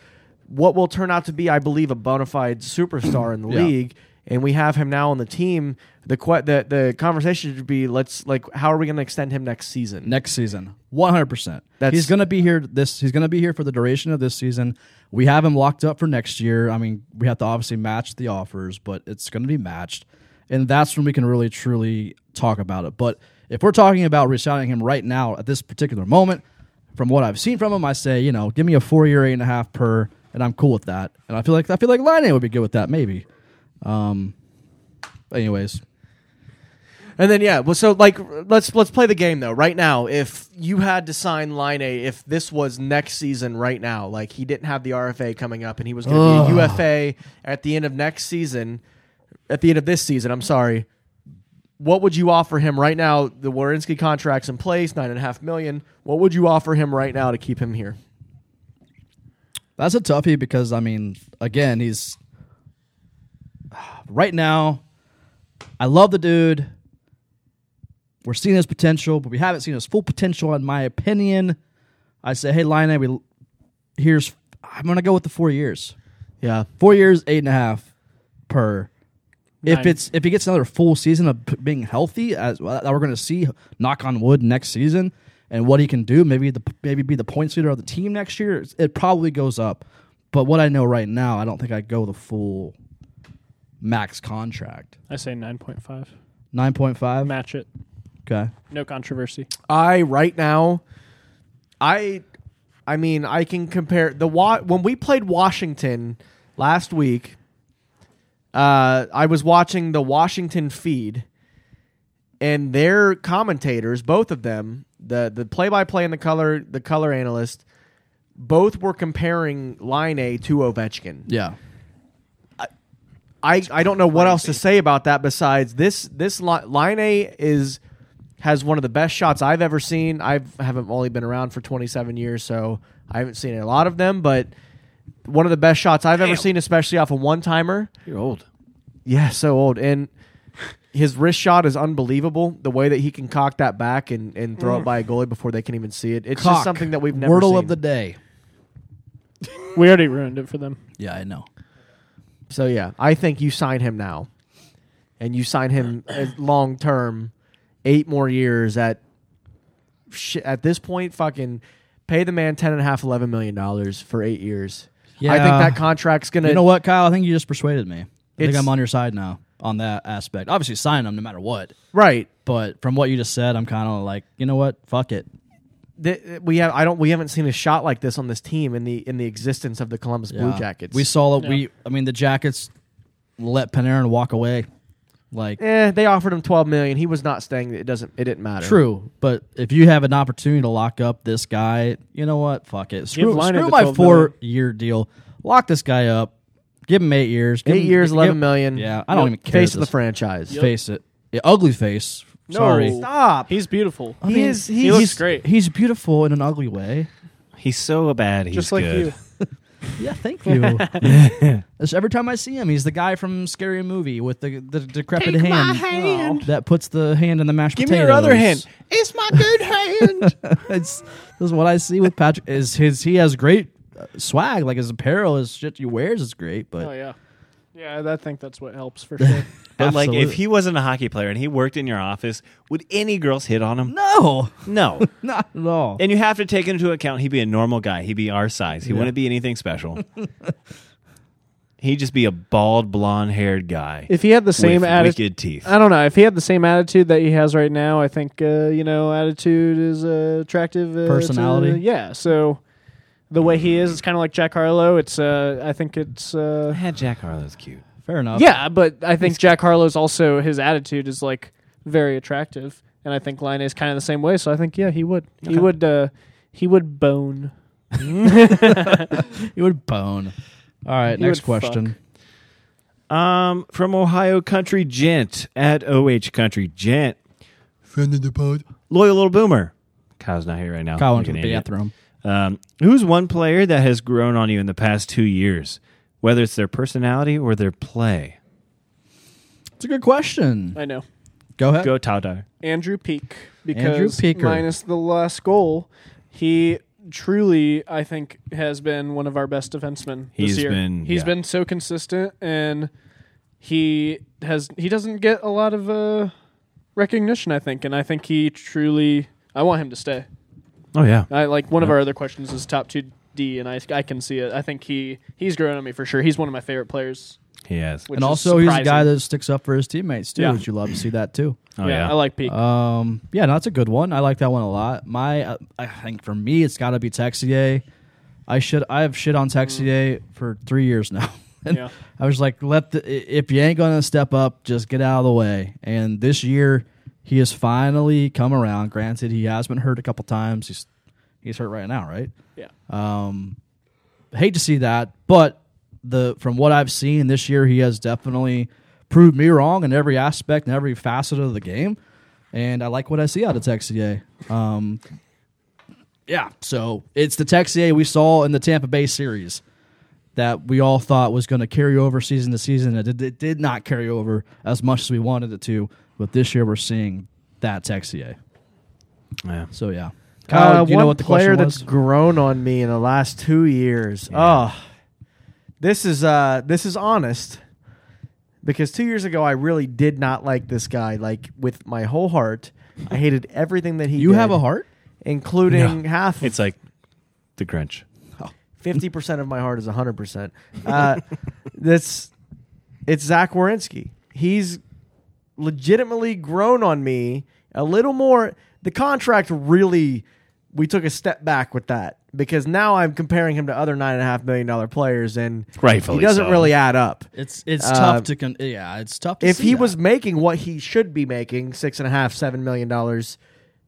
S2: what will turn out to be, I believe, a bona fide superstar in the
S1: Yeah.
S2: league. And we have him now on the team. The que- the the conversation should be let's like how are we going to extend him next season?
S1: next season. One hundred percent.
S2: That's-
S1: He's gonna be here. This he's gonna be here for the duration of this season. We have him locked up for next year. I mean, we have to obviously match the offers, but it's gonna be matched, and that's when we can really truly talk about it. But if we're talking about resigning him right now at this particular moment, from what I've seen from him, I say you know give me a four year eight and a half per, and I'm cool with that. And I feel like I feel like Line would be good with that maybe. Um. Anyways,
S2: And then yeah, well, so like let's let's play the game though. Right now, if you had to sign Line A, if this was next season, right now, like he didn't have the RFA coming up, and he was going to be a UFA at the end of next season, at the end of this season. I'm sorry. What would you offer him right now? The Warinsky contract's in place, nine and a half million. What would you offer him right now to keep him here?
S1: That's a toughie because I mean, again, he's right now. I love the dude. We're seeing his potential, but we haven't seen his full potential, in my opinion. I say, hey, Line, we here's. I'm gonna go with the four years.
S2: Yeah,
S1: Four years, eight and a half per. If
S8: Nine.
S1: it's if he gets another full season of p- being healthy, as well, that we're going to see, knock on wood, next season, and what he can do, maybe the maybe be the points leader of the team next year. it's- It probably goes up, but what I know right now, I don't think I go the full max contract.
S8: I say 9.5.
S1: Nine point five.
S8: Match it.
S1: Okay.
S8: No controversy.
S2: I right now, I, I mean, I can compare the wa- when we played Washington last week. Uh, I was watching the Washington feed, and their commentators, both of them, the the play by play and the color the color analyst, both were comparing Line A to Ovechkin.
S1: Yeah.
S2: I, I don't know what else to say about that besides this this li- line A is has one of the best shots I've ever seen. I've I haven't only been around for 27 years, so I haven't seen a lot of them, but one of the best shots I've ever seen, especially off a one timer.
S4: You're old.
S2: Yeah, so old and his wrist shot is unbelievable. The way that he can cock that back and, and throw it by a goalie before they can even see it. It's just something that we've never
S1: Mm. Wordle
S2: seen.
S1: of the day.
S4: We already ruined it for them.
S1: Yeah, I know.
S2: So yeah, I think you sign him now, and you sign him long term, eight more years at. Sh- at this point, fucking pay the man ten and a half, eleven million dollars for eight years. I think
S1: Yeah.
S2: that contract's gonna.
S1: You know what, Kyle? I think you just persuaded me. I think
S2: It's-
S1: I'm on your side now on that aspect. Obviously, sign them no matter what.
S2: Right.
S1: But from what you just said, I'm kind of like, you know what? Fuck it.
S2: Th- we have. I don't. We haven't seen a shot like this on this team in the in the existence of the Columbus Blue
S1: Yeah.
S2: Jackets.
S1: We saw it. We, I mean, the Jackets let Panarin walk away. Like,
S2: Eh, they offered him twelve million. He was not staying. It doesn't. It didn't matter.
S1: true. But if you have an opportunity to lock up this guy, you know what? Fuck it. Screw,
S4: Leonard
S1: screw
S4: the
S1: my
S4: 12
S1: four year deal. Lock this guy up. Give him eight years. Give
S2: Eight
S1: him-
S2: years,
S1: give-
S2: eleven million.
S1: Yeah, I don't even care.
S2: Face of the
S1: this-
S2: franchise.
S1: Face it. Yeah, ugly face. Sorry.
S2: Stop.
S4: He's beautiful.
S2: he
S1: mean,
S2: is.
S4: He
S2: He's,
S4: looks great.
S1: He's beautiful in an ugly way.
S3: He's so bad. He's
S4: Just like
S3: good.
S4: you.
S1: Yeah, thank you. It's every time I see him, he's the guy from Scary Movie with the, the decrepit hand, that puts the hand in the mashed
S4: Give me
S1: potatoes.
S4: your other hand. It's my good hand.
S1: it's, this is what I see with Patrick. Is his he has great uh, swag, like his apparel, his shit he wears is great. But
S4: oh yeah, yeah. I think that's what helps for sure.
S3: But like,
S1: Absolutely.
S3: if he wasn't a hockey player and he worked in your office, would any girls hit on him?
S1: no,
S3: No.
S1: not at all.
S3: and you have to take into account he'd be a normal guy. He'd be our size. He wouldn't be anything special. he'd just be a bald, blonde-haired guy
S4: if he had the same
S3: with
S4: attitude,
S3: wicked teeth.
S4: I don't know. If he had the same attitude that he has right now, I think uh, you know attitude is uh, attractive. Uh,
S1: Personality?
S4: to- yeah. So the way he is, it's kind of like Jack Harlow. It's uh, I think it's uh,
S3: had Jack Harlow's cute.
S1: Fair enough.
S4: yeah, but I think Jack Harlow's also his attitude is like very attractive, and I think Line is kind of the same way. So I think yeah, he would he would uh, he would bone.
S1: he would bone. All right,
S4: He
S1: next
S4: would fuck.
S1: question.
S3: Um, from Ohio Country Gent at OH Country Gent. Friend of the pod. Loyal little boomer. Kyle's not here right now.
S1: Kyle
S3: Like
S1: went to
S3: an
S1: the
S3: idiot.
S1: bathroom.
S3: Um, who's one player that has grown on you in the past two years, whether it's their personality or their play?
S1: It's a good question.
S4: I know.
S1: Go ahead.
S3: Go Tautar.
S4: Andrew Peak
S1: Andrew
S4: because
S1: Peaker.
S4: minus the last goal, he truly I think has been one of our best defensemen
S3: He's
S4: this year.
S3: been-
S4: He's
S3: yeah.
S4: been so consistent and he has he doesn't get a lot of uh, recognition I think and I think he truly I want him to stay.
S3: Oh yeah.
S4: I like one of our other questions is top 2 D and I, I can see it. I think he he's growing on me for sure. He's one of my favorite players.
S3: He has.
S4: Which
S1: and
S4: is
S1: also, he's a
S4: surprising.
S1: guy that sticks up for his teammates too,
S4: Yeah.
S1: which you love to see that too.
S3: Oh
S4: yeah,
S3: yeah.
S4: I like Peak.
S1: Um, yeah, no, that's a good one. I like that one a lot. My, uh, I think for me, it's got to be Texier. I should, I have shit on Texier for three years now. and
S4: Yeah.
S1: I was like, let the i- if you ain't gonna step up, just get out of the way. And this year, he has finally come around. Granted, he has been hurt a couple times. He's he's hurt right now, right?
S4: yeah.
S1: Um, hate to see that, but the from what I've seen this year, he has definitely proved me wrong in every aspect and every facet of the game. And I like what I see out of Texier. Um, yeah, so it's the Texier we saw in the Tampa Bay series that we all thought was going to carry over season to season. It did, it did not carry over as much as we wanted it to, but this year we're seeing that Texier.
S3: Yeah.
S1: So yeah, Kyle,
S2: Uh,
S1: do you
S2: one
S1: know what the
S2: player
S1: question
S2: that's
S1: was?
S2: grown on me in the last two years. Oh, this is uh, this is honest because two years ago I really did not like this guy like with my whole heart. I hated everything that he.
S1: you
S2: did,
S1: have a heart.
S2: including half.
S3: It's like the Grinch.
S2: fifty percent of my heart is hundred percent. Uh, That's it's Zach Wierenski. He's legitimately grown on me a little more. The contract really we took a step back with that because now I'm comparing him to other nine and a half million dollar players, and
S3: Rightfully
S2: he doesn't
S3: so.
S2: really add up.
S1: It's it's
S2: Uh,
S1: tough to con- yeah, it's tough. To
S2: if
S1: see
S2: he
S1: that.
S2: was making what he should be making six and a half seven million dollars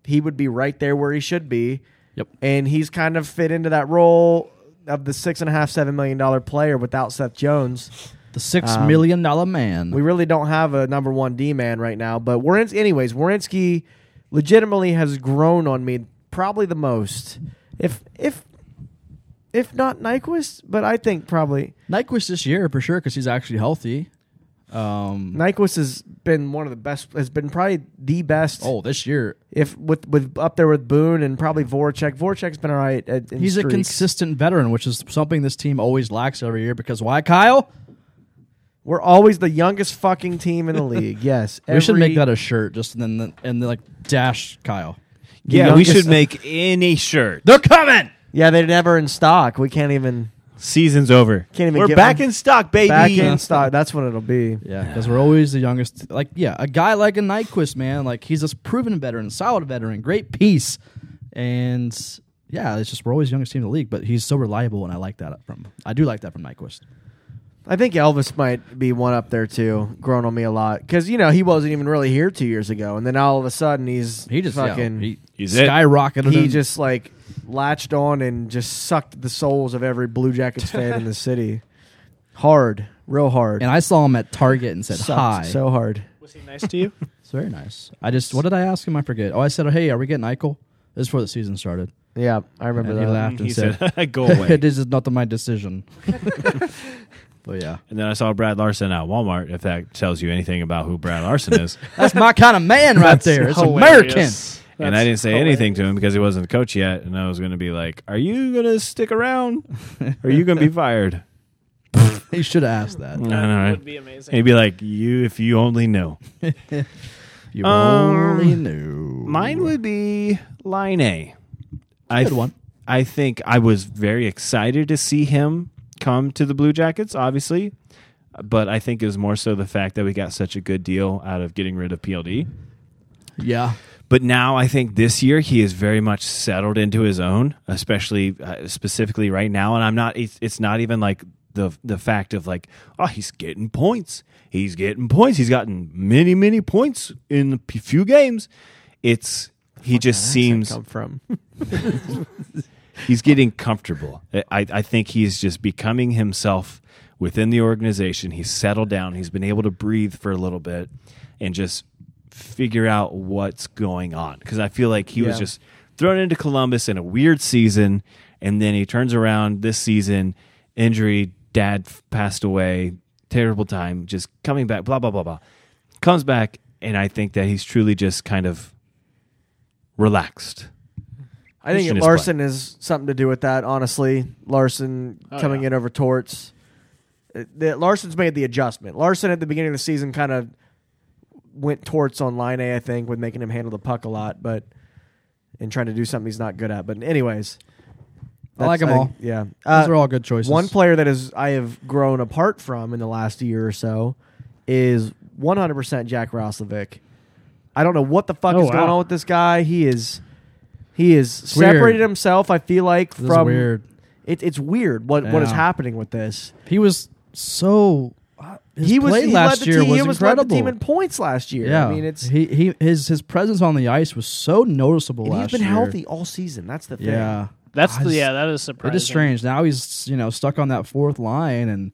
S2: he would be right there where he should be
S1: Yep.
S2: and he's kind of fit into that role of the six and a half seven million dollar player without seth jones
S1: the six
S2: um,
S1: million dollar man,
S2: we really don't have a number one d man right now but Warins- anyways Warinsky legitimately has grown on me probably the most if if if not Nyquist, but I think probably
S1: Nyquist this year for sure because he's actually healthy. Um,
S2: Nyquist has been one of the best. Has been probably the best.
S1: oh, this year
S2: if with with up there with Boone and probably Voracek. Voracek's been all right. At, in
S1: he's a
S2: streaks.
S1: consistent veteran, which is something this team always lacks every year. Because why, Kyle?
S2: We're always the youngest fucking team in the league. Yes,
S1: we should make
S2: Every-
S1: that a shirt, just and then and then like dash Kyle.
S3: Yeah, we
S2: youngest-
S3: should make any shirt.
S1: They're coming.
S2: Yeah, they're never in stock. We can't even
S3: Season's over.
S2: Can't even
S3: We're
S2: get
S3: back
S2: one.
S3: in stock, baby.
S2: back in stock. That's what it'll be.
S1: Yeah, because we're always the youngest. Like, yeah, a guy like a Nyquist, man, like he's a proven veteran, solid veteran, great piece, and yeah, it's just we're always the youngest team in the league. But he's so reliable, and I like that from. I do like that from Nyquist.
S2: I think Elvis might be one up there too. Grown on me a lot because you know he wasn't even really here two years ago, and then all of a sudden he's
S1: He just
S2: fucking
S1: yeah, he,
S3: He's it.
S1: skyrocketed.
S2: he
S1: in.
S2: just like latched on and just sucked the souls of every Blue Jackets fan in the city hard, real hard.
S1: and I saw him at Target and said
S2: Sucked
S1: hi.
S2: so hard.
S4: Was he nice to you?
S1: it's very nice. I just what did I ask him? I forget. Oh, I said, hey, are we getting Eichel? This is before the season started,
S2: Yeah, I remember
S1: and
S2: that.
S1: um, he laughed and
S3: He
S1: said,
S3: said, "Go
S2: "Oh,
S3: away."
S1: this is not my decision. but yeah,
S3: And then I saw Brad Larson at Walmart. If that tells you anything about who Brad Larson is,
S1: that's my kind of man right there. It's American.
S3: and I didn't say anything to him because he wasn't the coach yet, and I was going to be like, "Are you going to stick around? Or are you going to be fired?"
S1: He should have asked that.
S3: I know.
S4: Would
S3: Right?
S4: be amazing.
S3: He'd be like, "You, if you only knew."
S1: You
S3: Um,
S1: only knew.
S3: Mine would be line A. I
S1: Good one.
S3: I think I was very excited to see him come to the Blue Jackets, obviously, but I think it was more so the fact that we got such a good deal out of getting rid of PLD.
S1: Yeah.
S3: But now I think this year he is very much settled into his own, especially uh, specifically right now. And I'm not. It's, it's not even like the the fact of like, oh, he's getting points. He's getting points. He's gotten many many points in a p- few games. It's he just seems
S2: come from.
S3: he's getting comfortable. I, I think he's just becoming himself within the organization. He's settled down. He's been able to breathe for a little bit and just figure out what's going on. Because I feel like he was
S2: Yeah.
S3: just thrown into Columbus in a weird season, and then he turns around this season, injury, dad f- passed away, terrible time, just coming back, blah blah blah blah. Comes back, and I think that he's truly just kind of relaxed.
S2: I think
S3: Houston is
S2: Larson is something to do with that. Honestly, Larson
S1: Oh,
S2: coming in over Torts. Uh, that Larson's made the adjustment. Larson at the beginning of the season kind of went Torts on line A, I think, with making him handle the puck a lot, but and trying to do something he's not good at. But anyways,
S1: I like
S2: that's-
S1: 'em all.
S2: think- Yeah,
S1: Those are all good choices.
S2: Uh, One player that is I have grown apart from in the last year or so is 100% Jack Roslovic. I don't know what the fuck
S4: Oh,
S2: is going
S4: wow.
S2: on with this guy. He is he is
S1: weird.
S2: separated himself. I feel like
S1: This is
S2: from
S1: weird.
S2: It, it's weird what what is
S1: Yeah.
S2: happening with this.
S1: He was so. His
S2: he was
S1: play
S2: he led
S1: last
S2: the
S1: year
S2: team,
S1: was
S2: he was led
S1: incredible.
S2: the team in points last year.
S1: yeah,
S2: I mean it's
S1: he he his his presence on the ice was so noticeable.
S2: and he's
S1: last
S2: been
S1: year.
S2: healthy all season. That's the thing.
S1: Yeah,
S4: That's
S1: I
S4: the,
S1: just-
S4: yeah. That is
S1: It
S4: surprising.
S1: is strange. Now he's you know stuck on that fourth line, and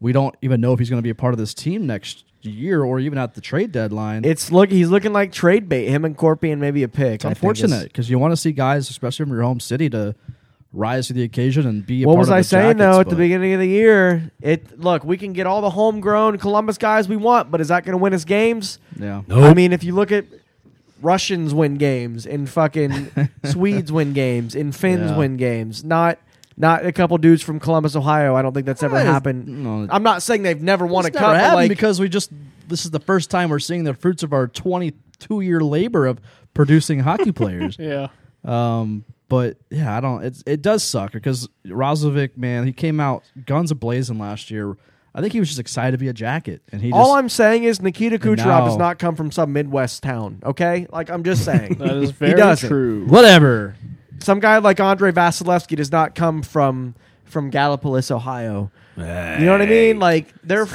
S1: we don't even know if he's going to be a part of this team next year or even at the trade deadline.
S2: It's look he's looking like trade bait him and Corpy and maybe a pick.
S1: it's unfortunate because you want to see guys, especially from your home city, to rise to the occasion and be. A
S2: What
S1: part
S2: was
S1: of
S2: I
S1: the
S2: saying
S1: Jackets,
S2: though at the
S1: but-
S2: beginning of the year? It look, we can get all the homegrown Columbus guys we want, but is that going to win us games?
S1: Yeah,
S2: I mean, if you look at Russians win games and fucking Swedes win games and Finns
S1: Yeah.
S2: win games, not not a couple dudes from Columbus, Ohio. I don't think that's ever
S1: That is-
S2: happened.
S1: no.
S2: I'm not saying they've never won
S1: It's
S2: a
S1: never
S2: cup, but
S1: happened
S2: like
S1: because we just this is the first time we're seeing the fruits of our 22 year labor of producing hockey players.
S4: Yeah.
S1: Um, but yeah, I don't. It it does suck because Rozovic, man, he came out guns a blazing last year. I think he was just excited to be a jacket, and he
S2: all
S1: just,
S2: I'm saying is Nikita Kucherov
S1: now-
S2: does not come from some Midwest town. Okay, like I'm just saying
S4: That is very
S2: doesn't.
S4: true.
S1: whatever.
S2: some guy like Andre Vasilevsky does not come from from Gallipolis, Ohio. You know what I mean? Like they're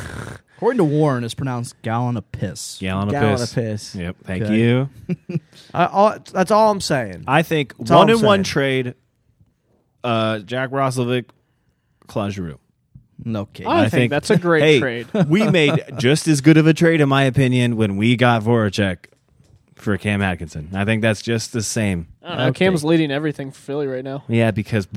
S1: According to Warren, it's pronounced gallon of piss.
S3: Gallon,
S2: gallon
S3: of piss.
S2: of piss.
S3: Yep. Thank
S1: Okay.
S3: you.
S2: I, all, that's all I'm saying.
S3: I think
S2: all
S3: one
S2: I'm
S3: in one
S2: saying.
S3: trade. Uh, Jack Roslovic, Klajuru.
S1: Okay.
S4: I, think, that's a great
S3: hey,
S4: trade.
S3: we made just as good of a trade, in my opinion, when we got Voracek for Cam Atkinson. I think that's just the same.
S4: I don't know. Cam's leading everything for Philly right now.
S3: Yeah, because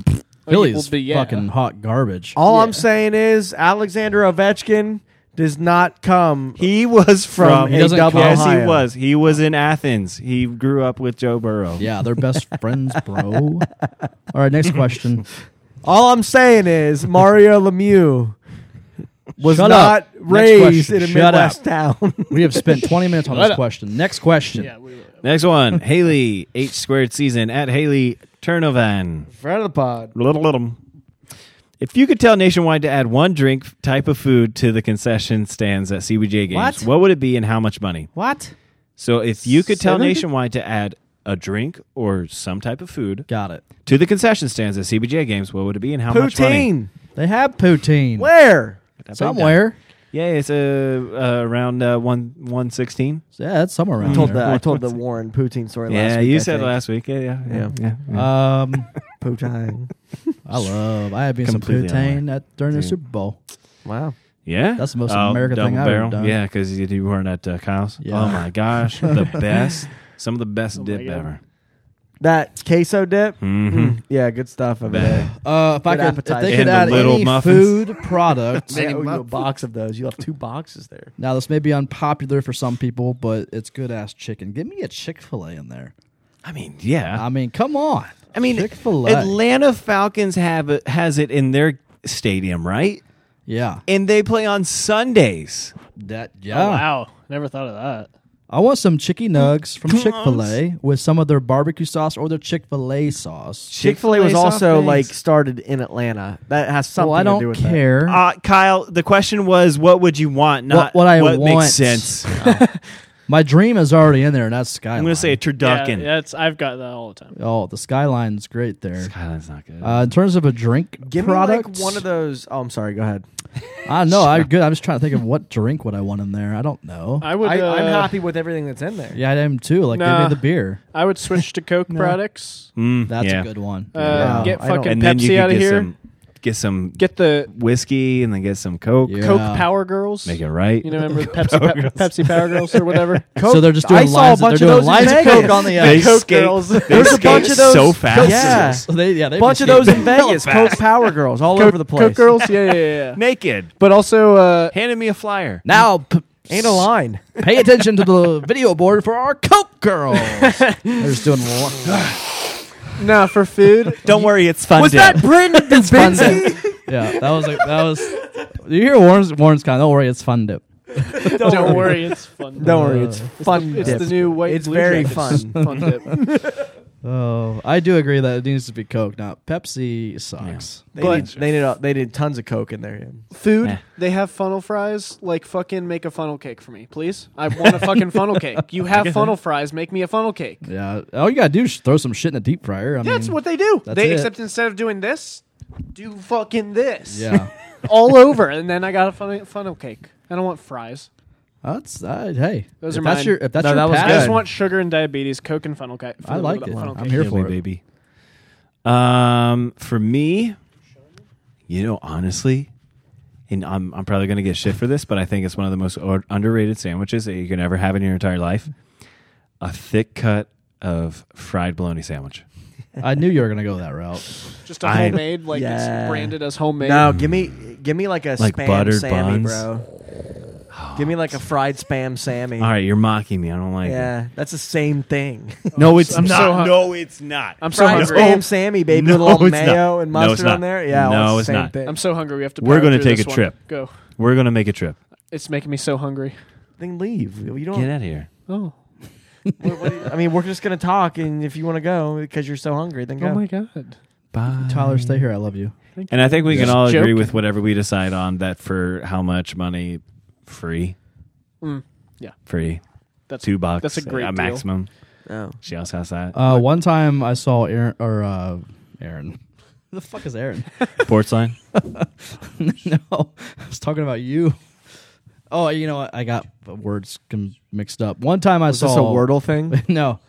S1: Philly's
S4: Well, but yeah.
S1: fucking hot garbage.
S2: All I'm saying is Alexander Ovechkin does not come.
S3: he was
S2: From
S3: from,
S2: He
S1: doesn't
S3: double.
S1: come-
S3: Yes,
S2: Ohio.
S3: he was. He was in Athens. He grew up with Joe Burrow.
S1: yeah, they're best friends, bro. All right, next question.
S2: all I'm saying is Mario Lemieux was
S1: Shut
S2: not
S1: up. Next
S2: raised
S1: question.
S2: in a
S1: Shut
S2: Midwest town.
S1: We have spent 20 minutes on this
S4: up.
S1: question. Next question.
S3: Next one, Haley H squared season at Haley Turnovan.
S2: Friend of the pod.
S3: Little little. If you could tell Nationwide to add one drink type of food to the concession stands at CBJ games,
S2: What?
S3: what would it be and how much money?
S2: What?
S3: So if you could tell
S2: Seven?
S3: Nationwide to add a drink or some type of food
S1: Got it.
S3: to the concession stands at CBJ games, what would it be and how much money?
S2: Poutine.
S1: They have poutine
S2: Where?
S1: somewhere.
S3: Yeah, it's uh, uh, around uh, one one sixteen.
S1: Yeah, it's somewhere around
S2: I told
S1: there.
S2: that. I told the Warren poutine story last
S3: Yeah,
S2: week.
S3: you
S2: I
S3: said
S2: think.
S3: last week. Yeah, yeah, yeah. yeah, yeah.
S1: Um,
S2: poutine.
S1: I love. I had me some
S3: Completely
S1: poutine at, during the Super Bowl.
S2: wow.
S3: Yeah? Oh,
S1: That's the most American
S3: double
S1: thing I've ever
S3: barrel.
S1: done.
S3: Yeah, because you, you weren't at uh, Kyle's.
S1: Yeah.
S3: Oh my gosh, the best, some of the best dip
S4: Oh God.
S3: ever.
S2: That queso dip. Mm.
S3: Mm-hmm.
S2: Yeah, good stuff over there.
S1: Uh, if I
S2: Good
S1: could, if
S2: appetizer.
S1: they
S3: And
S1: could
S3: the
S1: add
S3: little
S1: any
S3: muffins.
S1: food product.
S2: I owe you a box of those. You left two boxes there.
S1: now, this may be unpopular for some people, but it's good ass chicken. Give me a Chick Fil A in there.
S3: I mean, yeah.
S1: I mean, come on.
S3: I mean,
S1: Chick-fil-A.
S3: Atlanta Falcons have it, has it in their stadium, right?
S1: Yeah,
S3: And they play on Sundays.
S1: that. Yeah,
S4: Oh, wow. Never thought of that.
S1: I want some chicky nugs from Chick Fil A with some of their barbecue sauce or their Chick Fil A sauce.
S2: Chick Fil A was
S3: soft
S2: also
S3: things.
S2: like started in Atlanta. That has something
S1: Well, I
S2: to do
S1: don't
S2: with
S1: care.
S3: Uh, Kyle, the question was, what would you want? Not
S1: What- what I want.
S3: makes sense.
S1: My dream is already in there, and that's Skyline.
S3: I'm going to say a
S4: Yeah,
S3: turducken.
S4: that's I've got that all the time.
S1: oh, the Skyline's great there.
S3: Skyline's not good.
S1: Uh, in terms of a drink
S2: that. Give
S1: product,
S2: me like one of those. Oh, I'm sorry. Go ahead.
S1: Ah, I know I'm good. I'm just trying to think of what drink would I want in there. I don't know.
S4: I would.
S2: I,
S4: uh,
S2: I'm happy with everything that's in there.
S1: yeah, I am too. Like give
S4: Nah.
S1: me the beer.
S4: I would switch to Coke products.
S3: Mm,
S1: That's
S3: yeah.
S1: a good one.
S4: Uh,
S2: Yeah.
S4: get
S2: I don't-
S4: fucking
S3: And then you
S4: Pepsi
S3: could
S4: out of
S3: get
S4: here.
S3: some, get some
S4: get the
S3: whiskey and then get some Coke.
S1: Yeah.
S4: Coke Power Girls.
S3: Make it right.
S4: You know, remember the Pepsi Power Pepsi Power Girls or whatever.
S1: so they're just doing
S2: I saw a
S1: lines.
S2: bunch
S1: they're doing
S2: of those in
S1: lines of
S2: Vegas.
S1: Coke on the.
S3: they
S1: Uh,
S4: Coke
S3: skate,
S4: girls.
S3: They
S2: There's a
S3: skate
S2: bunch of those
S3: so
S2: Coke
S3: fast.
S2: Yeah.
S1: so they, yeah, they
S2: bunch of
S1: just-
S2: those in Vegas. Coke Power Girls all over the place.
S4: Coke Girls. Yeah, yeah, yeah.
S3: Naked.
S4: But also, uh,
S3: Handed me a flyer.
S1: Now, p-
S2: Ain't a line.
S1: pay attention to the video board for our Coke girls. they're just doing. li-
S4: no, for food,
S3: Don't worry, it's fun.
S2: Was that Brendan
S1: fun
S2: Dubinsky?
S1: dip. Yeah, that was like that was. You hear Warren's Warren's kind. Don't worry, it's fun dip.
S4: don't, worry, it's fun.
S2: Don't worry, it's fun
S4: It's
S2: dip.
S4: the new white.
S2: It's
S4: Blue
S2: very
S4: Jackets
S2: fun.
S4: fun dip.
S1: Oh, I do agree that it needs to be Coke, not Pepsi sucks.
S2: they,
S4: but-
S2: did, they did a- they did tons of Coke in there. yeah.
S4: Food.
S3: Yeah.
S4: They have funnel fries. Like fucking make a funnel cake for me, please. I want a fucking funnel cake. You have funnel fries. Make me a funnel cake.
S1: Yeah, all you gotta do is throw some shit in a deep fryer. I mean,
S4: That's what they do.
S1: That's
S4: they
S1: it.
S4: except instead of doing this, do fucking this.
S1: Yeah,
S4: all over, and then I got a funnel, funnel cake. I don't want fries.
S1: that's uh, hey.
S4: Those
S1: if
S4: are
S1: that's
S4: mine.
S1: your if that's
S2: No,
S1: your
S2: that was
S1: path-
S4: I just
S2: Good.
S4: want sugar and diabetes, Coke and funnel cake.
S1: I like it.
S4: Funnel
S1: I'm
S4: cake.
S1: here for it.
S3: baby. Um, for me, you know, honestly, and I'm I'm probably gonna get shit for this, but I think it's one of the most o- underrated sandwiches that you can ever have in your entire life. A thick cut of fried bologna sandwich.
S1: I knew you were gonna go that route.
S4: Just a
S3: I-
S4: homemade, like
S2: Yeah.
S4: it's branded as homemade.
S2: No, give me give me like a
S3: Like
S2: spam
S3: buttered
S2: Sammy,
S3: buns?
S2: bro. Give me like a fried spam Sammy.
S3: All right, you're mocking me. I don't like it.
S2: Yeah, that's the same thing.
S3: No, it's
S4: I'm
S3: not.
S4: so hung-
S3: no, it's not.
S4: I'm so
S2: fried
S4: hungry.
S2: spam Sammy, baby,
S3: No,
S2: with a little
S3: it's not.
S2: mayo and
S3: No, it's
S2: mustard
S3: not.
S2: on there. Yeah,
S3: No,
S2: well,
S3: it's
S2: the same
S3: not.
S2: Thing.
S4: I'm so hungry. We have to.
S3: We're
S4: going
S3: gonna
S4: to
S3: take a trip.
S4: Go.
S3: We're gonna make a trip.
S4: It's making me so hungry.
S2: then leave. You
S3: Get
S2: don't.
S3: out of here.
S4: Oh,
S2: I mean, we're just gonna talk, and if you want to go because you're so hungry, then go.
S4: oh my god.
S3: Bye.
S1: Tyler, stay here. I love you.
S3: And I think we can all
S4: Just
S3: agree
S4: joking.
S3: with whatever we decide on that for how much money free.
S4: Mm, yeah.
S3: Free.
S4: That's-
S3: two bucks.
S4: that's a great
S3: a
S4: deal.
S3: maximum.
S9: Oh.
S3: She also has that.
S1: Uh, one time I saw Aaron or uh, Aaron. Who the fuck is Aaron?
S3: Sports line.
S1: no, I was talking about you. Oh, you know what? I got words com- mixed up. One time I
S2: Is
S1: saw
S2: this a Wordle thing?
S1: no.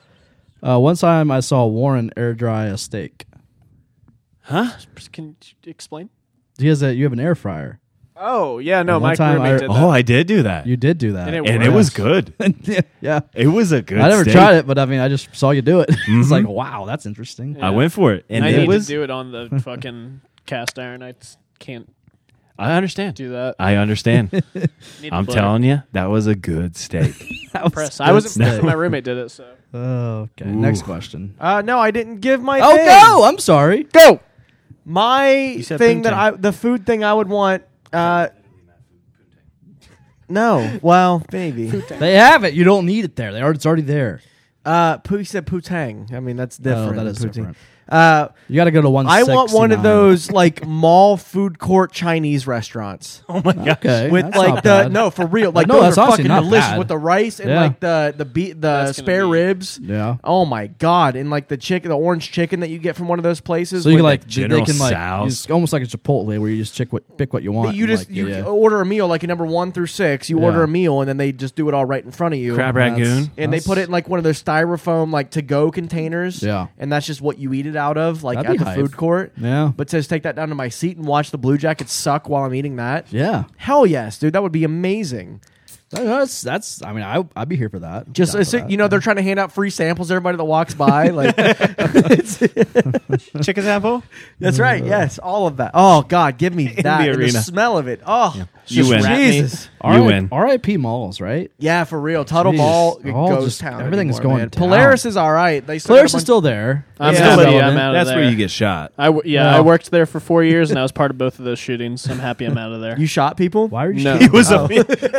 S1: Uh, one time I saw Warren air dry a steak.
S4: Can you explain?
S1: He has a you have an air fryer.
S4: Oh yeah, no,
S1: One
S4: my
S1: time
S4: roommate
S1: I-
S4: did that.
S3: Oh, I did do that,
S1: You did do that.
S4: And it
S3: and it was
S1: Yeah.
S3: good.
S1: yeah.
S3: It was a good.
S1: I never
S3: steak.
S1: tried it, but I mean, I just saw you do it. it's like, wow, that's interesting.
S3: I went for it, and
S4: I
S3: it
S4: need
S3: was.
S4: to do it on the fucking cast iron. I just can't
S3: I understand.
S4: do that.
S3: I understand.
S4: Need
S3: I'm
S4: butter.
S3: telling you, that was a good steak.
S1: That was
S4: Press.
S1: good
S4: I was
S1: steak.
S4: impressed. My roommate did it, so
S1: Oh, okay.
S3: Ooh.
S1: Next question.
S2: Uh, no, I didn't give my.
S1: Oh
S2: thing.
S1: no, I'm sorry.
S2: go. My
S3: said
S2: thing that
S3: poontang.
S2: I the food thing I would want. Uh, no, well, maybe.
S1: They have it. You don't need it there. They are, it's already there. Oh,
S2: Uh, poo, you said poutang. I mean, that's different.
S1: that
S2: than
S1: is
S2: poutine.
S1: different.
S2: Uh,
S1: You got to go to one.
S2: I want one of
S1: 69.
S2: those like mall food court Chinese restaurants
S1: Okay,
S2: with
S1: that's
S2: like
S1: not
S2: the
S1: bad.
S2: no for real like
S1: No,
S2: those
S1: that's
S2: are
S1: honestly
S2: fucking
S1: not
S2: delicious
S1: bad.
S2: with the rice and
S1: Yeah.
S2: like the the be- the
S4: That's gonna
S2: spare
S4: be-
S2: ribs.
S1: Yeah.
S2: Oh my god! And like the chicken, the orange chicken that you get from one of those places.
S1: So you
S2: with
S1: can like they
S3: General
S1: can like
S3: Tso's.
S1: it's almost like a Chipotle where you just pick what pick what you want.
S2: But you
S1: and,
S2: just
S1: like,
S2: you
S1: yeah, yeah.
S2: order a meal like a number one through six. You
S1: Yeah.
S2: order a meal and then they just do it all right in front of you.
S3: Crab
S1: That's-
S3: ragoon.
S2: and they
S1: that's-
S2: put it in like one of those styrofoam like to go containers.
S1: Yeah.
S2: and that's just what you eat it out of, like
S1: That'd
S2: at
S1: be
S2: the
S1: hype.
S2: food court.
S1: Yeah.
S2: But says take that down to my seat and watch the Blue Jackets suck while I'm eating that.
S1: yeah,
S2: Hell yes, dude, that would be amazing.
S1: That- that's that's. I mean, I I'd be here for that.
S2: Just
S1: Down for
S2: so-
S1: that.
S2: you know, they're trying to hand out free samples to everybody that walks by. Like
S3: Chicken sample.
S2: that's right, yes, all of that. Oh God, give me that
S3: the
S2: and
S3: arena.
S2: smell of it. Oh,
S3: You
S2: just
S3: win.
S2: Jesus.
S1: R-
S3: You win.
S1: R.I.P. Malls, right?
S2: Yeah, for real. Tuttle
S1: Jeez.
S2: Mall
S1: They're all
S2: goes
S1: just-
S2: town.
S1: everything's
S2: anymore,
S1: going
S2: man.
S1: down.
S2: Polaris is all right. They still
S1: Polaris
S2: got a
S1: is
S2: bunch-
S1: still there.
S4: I'm
S2: Yeah.
S4: still
S1: Still
S4: with you.
S1: relevant.
S4: I'm out of
S3: That's
S4: there.
S3: where you get shot.
S4: I w- yeah,
S1: Well-
S4: I worked there for four years, and I was part of both of those shootings. I'm happy I'm out of there.
S2: You shot people?
S1: Why are you?
S4: No.
S1: shooting?
S3: was a,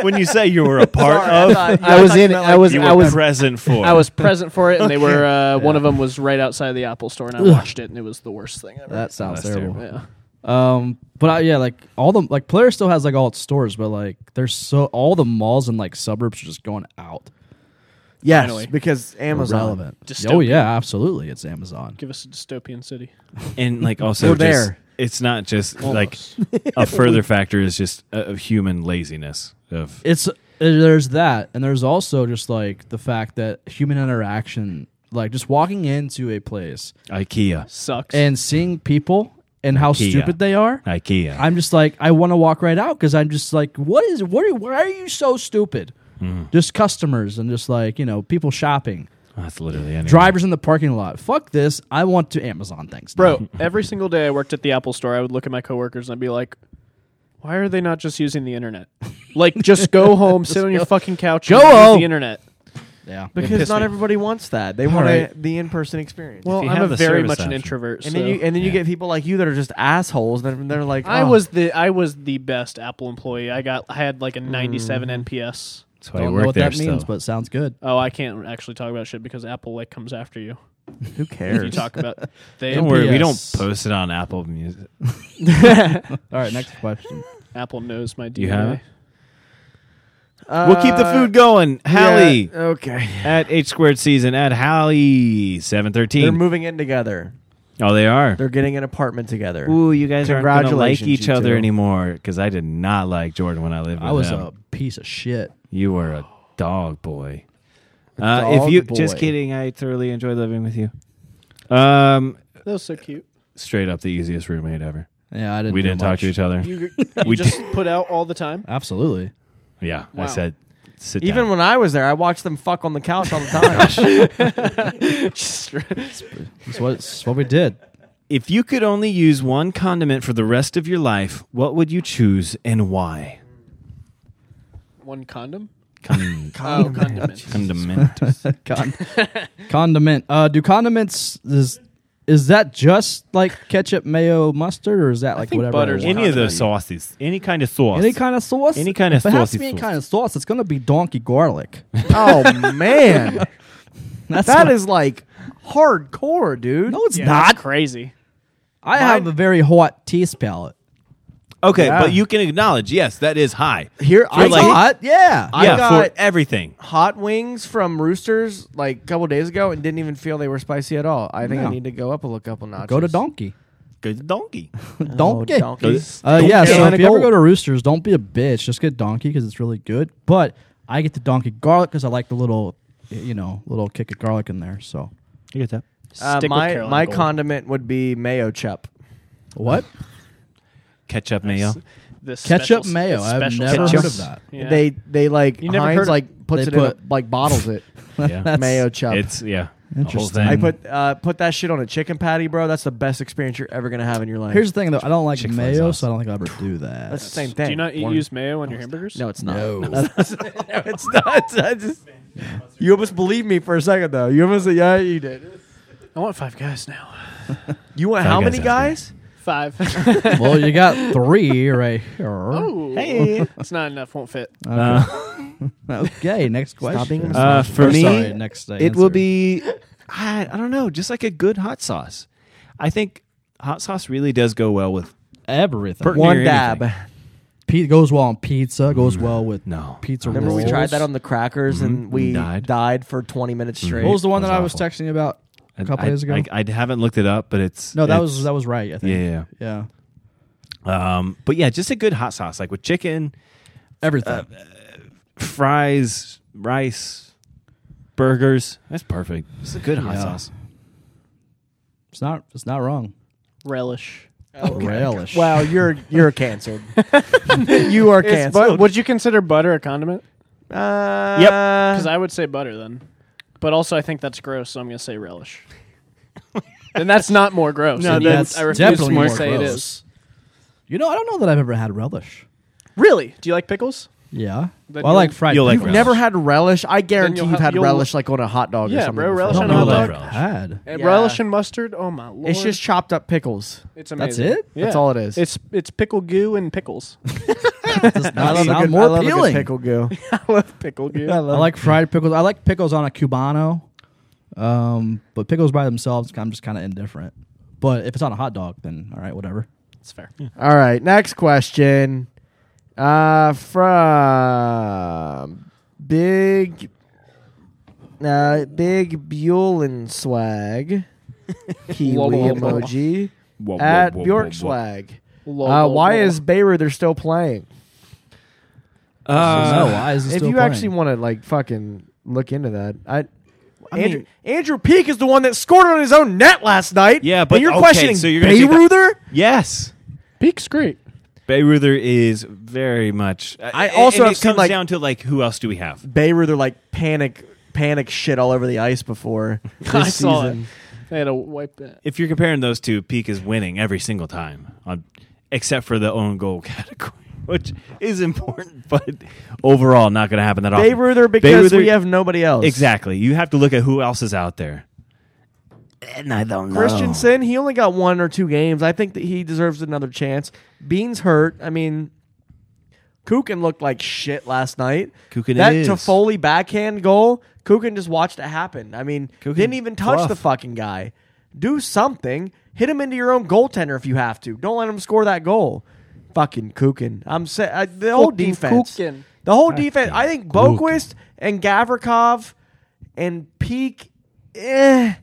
S3: when you say you were a part
S2: Sorry, I
S3: of,
S2: thought-
S4: I was
S2: thought you
S4: in.
S2: meant,
S4: I
S2: like,
S4: was.
S3: you
S4: I
S3: were
S4: was.
S3: present for.
S4: I was present for it, and they were. Uh, One of them was right outside the Apple Store, and I watched it, and it was the worst thing ever.
S1: That sounds
S3: That's
S1: terrible.
S4: yeah.
S1: Um, but I, yeah, like all the like Polaris still has like all its stores, but like there's so all the malls and like suburbs are just going out.
S2: Yes,
S4: Finally.
S2: because Amazon.
S1: Relevant.
S4: Dystopian.
S1: Oh yeah, absolutely. It's Amazon.
S4: Give us a dystopian city.
S3: and like also
S2: We're
S3: just-
S2: there.
S3: It's not just like a further factor is just uh, of human laziness of
S1: It's uh, there's that, and there's also just like the fact that human interaction, like just walking into a place
S3: IKEA.
S4: Sucks.
S1: and seeing people and how
S3: Ikea.
S1: stupid they are.
S3: IKEA.
S1: I'm just like I want to walk right out because I'm just like, what is? What? Are, why are you so stupid? Just customers and just like you know people shopping.
S3: That's literally anyone.
S1: drivers in the parking lot. Fuck this. I want to Amazon things. now.
S4: Bro, every single day I worked at the Apple store, I would look at my coworkers and I'd be like, why are they not just using the internet? Like, just go home, sit on your fucking couch,
S1: Go
S4: and use
S1: home.
S4: the internet.
S1: Yeah.
S2: Because
S4: pissed
S2: not
S4: me.
S2: everybody wants that. They want a, the in person experience.
S4: Well,
S3: you
S4: I'm
S3: have
S4: a
S3: the
S4: very
S3: service
S4: much an
S3: option.
S4: introvert.
S2: and
S4: so-
S2: then you and then you
S3: Yeah.
S2: get people like you that are just assholes. They're, they're like,
S4: I
S2: oh.
S4: was the I was the best Apple employee. I got I had like a 97 NPS.
S3: That's
S1: I
S3: why you
S1: don't
S3: work
S1: know what
S3: there
S1: that means,
S3: still.
S1: but it sounds good.
S4: Oh, I can't actually talk about shit because Apple like comes after you.
S2: Who
S4: If you
S2: cares?
S4: talk about they
S3: don't worry, we don't
S1: NPS.
S3: post it on Apple Music.
S1: All right, next question.
S4: Apple knows my DNA.
S3: You have it? we'll keep the food going. Hallie
S2: Uh, "Oh, Yeah, okay.
S3: at H squared season at Hallie seven
S2: They're
S3: thirteen.
S2: moving in together.
S3: oh, they are.
S2: They're getting an apartment together.
S3: Ooh, you guys aren't going to like
S2: Congratulations,
S3: each
S2: you
S3: other
S2: two.
S3: anymore because I did not like Jordan when I lived with
S1: I was
S3: him.
S1: a piece of shit.
S3: You were a dog boy. Uh,
S2: dog
S3: if you
S2: boy.
S3: just kidding, I thoroughly enjoy living with you. Um,
S4: That was so cute.
S3: straight up the easiest roommate ever.
S1: Yeah, I didn't.
S3: we
S1: do
S3: didn't
S1: much.
S3: talk to each other.
S4: You,
S3: We
S4: you just put out all the time.
S1: Absolutely.
S3: yeah, I
S4: Wow.
S3: said sit
S2: Even
S3: down.
S2: when I was there, I watched them fuck on the couch all the
S1: Oh,
S2: time.
S1: That's what, it's what we did.
S3: if you could only use one condiment for the rest of your life, what would you choose and why?
S4: One condom.
S3: Con-
S4: Oh, condiment.
S3: condiment.
S1: Con- condiment. Uh, do condiments is is that just like ketchup, mayo, mustard, or is that like
S4: think
S1: whatever?
S4: butter's
S1: I want?
S3: any of those sauces, any kind of sauce.
S1: Any kind of sauce.
S3: Any kind of
S1: if It has
S3: saucy
S1: to be any
S3: sauce.
S1: kind of sauce. It's gonna be donkey garlic.
S2: oh man,
S1: That's
S2: that
S1: what-
S2: is like hardcore, dude.
S1: no, it's
S4: Yeah,
S1: not.
S4: that's crazy.
S1: I have a very hot taste palate.
S3: Okay,
S2: Yeah.
S3: but you can acknowledge, yes, that is high.
S2: Here, I
S3: You're like-
S2: got yeah, I
S3: yeah,
S2: got
S3: for everything.
S2: hot wings from Roosters like a couple days ago and didn't even feel they were spicy at all. I think
S1: No.
S2: I need to go up a look couple notches.
S1: Go to Donkey.
S3: Good donkey.
S2: Uh,
S1: donkey.
S2: donkeys.
S1: Uh, yeah, so
S2: Atlanta
S1: if you ever
S2: Gold.
S1: go to Roosters, don't be a bitch. Just get Donkey because it's really good. But I get the Donkey garlic because I like the little, you know, little kick of garlic in there. So
S3: You get that?
S2: Uh,
S4: Stick with
S2: my
S4: Carolina
S2: my
S4: Gold.
S2: condiment would be mayo chup.
S1: what
S3: Ketchup mayo.
S4: This
S1: ketchup
S4: special-
S1: mayo?
S4: this
S1: I've
S4: special
S1: never
S4: sauce.
S1: heard of that.
S4: Yeah.
S2: They they like
S4: You never
S2: Heinz
S4: heard of-
S2: like puts
S1: They
S2: it in a,
S1: put-
S2: like bottles it
S3: Yeah.
S2: mayo chup.
S3: It's yeah. The whole
S1: Interesting.
S3: thing.
S2: I put uh, put that shit on a chicken patty, bro. That's the best experience you're ever gonna have in your life.
S1: Here's the thing though, I don't like
S3: Chick-fil-A
S1: mayo,
S3: sauce.
S1: so I don't think I'll ever do that.
S2: that's the same thing.
S4: Do you not eat, use mayo on your hamburgers?
S2: no, it's not.
S1: no.
S2: it's not. I just, you almost believed me for a second though. You almost said, yeah, you did.
S4: I want five guys now.
S2: You want
S3: Five
S2: how
S3: Guys
S2: many
S3: sounds
S2: guys?
S4: Five.
S1: well, you got three right here.
S3: Oh.
S4: hey, it's not enough. Won't fit.
S3: Uh,
S1: Okay, next question.
S2: being a
S3: uh, for
S1: Or
S3: me,
S1: sorry, next uh,
S3: it will
S1: answer.
S3: be I, I don't know, just like a good hot sauce. I think hot sauce really does go well with
S1: everything.
S3: Pert-
S2: One
S3: near
S2: dab.
S3: anything.
S1: Pe- goes well on pizza.
S3: Mm.
S1: Goes well with
S3: No.
S1: pizza.
S2: Remember we
S1: rolls.
S2: tried that on the crackers and we died.
S3: Died.
S2: for 20 minutes straight.
S1: What was the one
S3: That
S1: that,
S3: was
S1: I was
S3: awful.
S1: texting you about a couple
S3: I,
S1: days ago?
S3: I, I haven't looked it up, but it's
S1: no, that
S3: it's-
S1: was that was right. I think.
S3: yeah, yeah.
S1: yeah.
S3: Um, but yeah, just a good hot sauce, like with chicken, uh,
S1: Everything.
S3: fries, rice, burgers. That's perfect. It's a good hot
S1: Yeah.
S3: sauce.
S1: it's not. It's not wrong.
S4: Relish.
S1: Oh, Relish.
S2: Wow, you're you're canceled. you are canceled.
S4: would you consider butter a condiment?
S2: uh,
S4: Because I would say butter then. But also, I think that's gross, so I'm going to say relish. and that's not more gross.
S1: No,
S4: and
S1: that's
S4: I refuse to
S1: definitely more
S4: say
S1: gross.
S4: it is.
S1: You know, I don't know that I've ever had relish.
S4: Really? Do you like pickles?
S1: Yeah.
S4: Then
S1: Well, I
S4: you'll-
S1: like fried.
S3: you'll like
S1: pickles.
S3: relish.
S2: never had relish. I guarantee
S4: you'll
S2: you've
S4: have-
S2: had
S4: you'll-
S2: relish like on a hot dog
S4: Yeah,
S2: or something.
S4: bro,
S2: before.
S1: I
S4: relish
S1: don't
S4: on
S1: know
S4: hot
S1: that I've
S4: dog.
S3: relish.
S1: had.
S4: And
S2: Yeah.
S4: Relish and mustard? Oh, my lord.
S2: It's just chopped up pickles.
S4: It's
S1: That's
S4: amazing.
S1: it?
S4: Yeah.
S2: That's all it is.
S4: It's, it's pickle goo and pickles.
S1: Does not
S2: a
S1: sound
S2: good-
S1: more
S2: I love a good
S1: appealing.
S2: pickle goo.
S4: I love pickle goo.
S1: I like fried pickles. I like pickles on a cubano, um, but pickles by themselves, I'm just kind of indifferent. But if it's on a hot dog, then all right, whatever.
S4: That's fair.
S2: All right, next question. Uh, from Big, uh, Big Buellin Swag, Kiwi
S4: Whoa, whoa, whoa.
S2: emoji
S3: Whoa, whoa,
S2: at
S3: whoa, whoa,
S2: Bjork
S3: whoa.
S2: Swag.
S4: Lo-
S2: uh,
S4: lo-
S2: why
S4: lo-
S2: is Beirut they're still playing?
S1: So
S3: Uh,
S1: why is it
S2: if
S1: still
S2: you
S1: playing?
S2: actually want to like fucking look into that, I.
S3: I
S2: Andrew,
S3: mean-
S2: Andrew Peak is the one that scored on his own net last night.
S3: Yeah,
S2: and
S3: but-
S2: you're
S3: okay,
S2: questioning
S3: so you're gonna take
S2: Beirut.
S3: yes.
S4: Peak's great.
S3: Bayreuther is very much. uh,
S2: I also
S3: and
S2: have
S3: it
S2: seen,
S3: comes
S2: like-
S3: down to like who else do we have?
S2: Beirut are like panic panic shit all over the ice before this
S4: I saw
S2: season.
S4: it. They had to wipe it.
S3: If you're comparing those two, Peak is winning every single time, on, except for the own goal category, which is important, but overall not going to happen that often.
S2: Beirut are because
S3: Bayreuther-
S2: we have nobody else.
S3: exactly. You have to look at who else is out there. And I don't know.
S2: Christensen, he only got one or two games. I think that he deserves another chance. Beans hurt. I mean, Kukin looked like shit last night.
S3: Kukin
S2: that
S3: is.
S2: Toffoli backhand goal. Kukin just watched it happen. I mean,
S3: Kukin
S2: didn't even touch
S3: fluff.
S2: the fucking guy. Do something. Hit him into your own goaltender if you have to. Don't let him score that goal. Fucking Kukin. I'm sa- I, the whole
S4: Fucking
S2: defense.
S4: Kukin.
S2: The whole defense. I think Boquist and Gavrikov and Peak. Eh,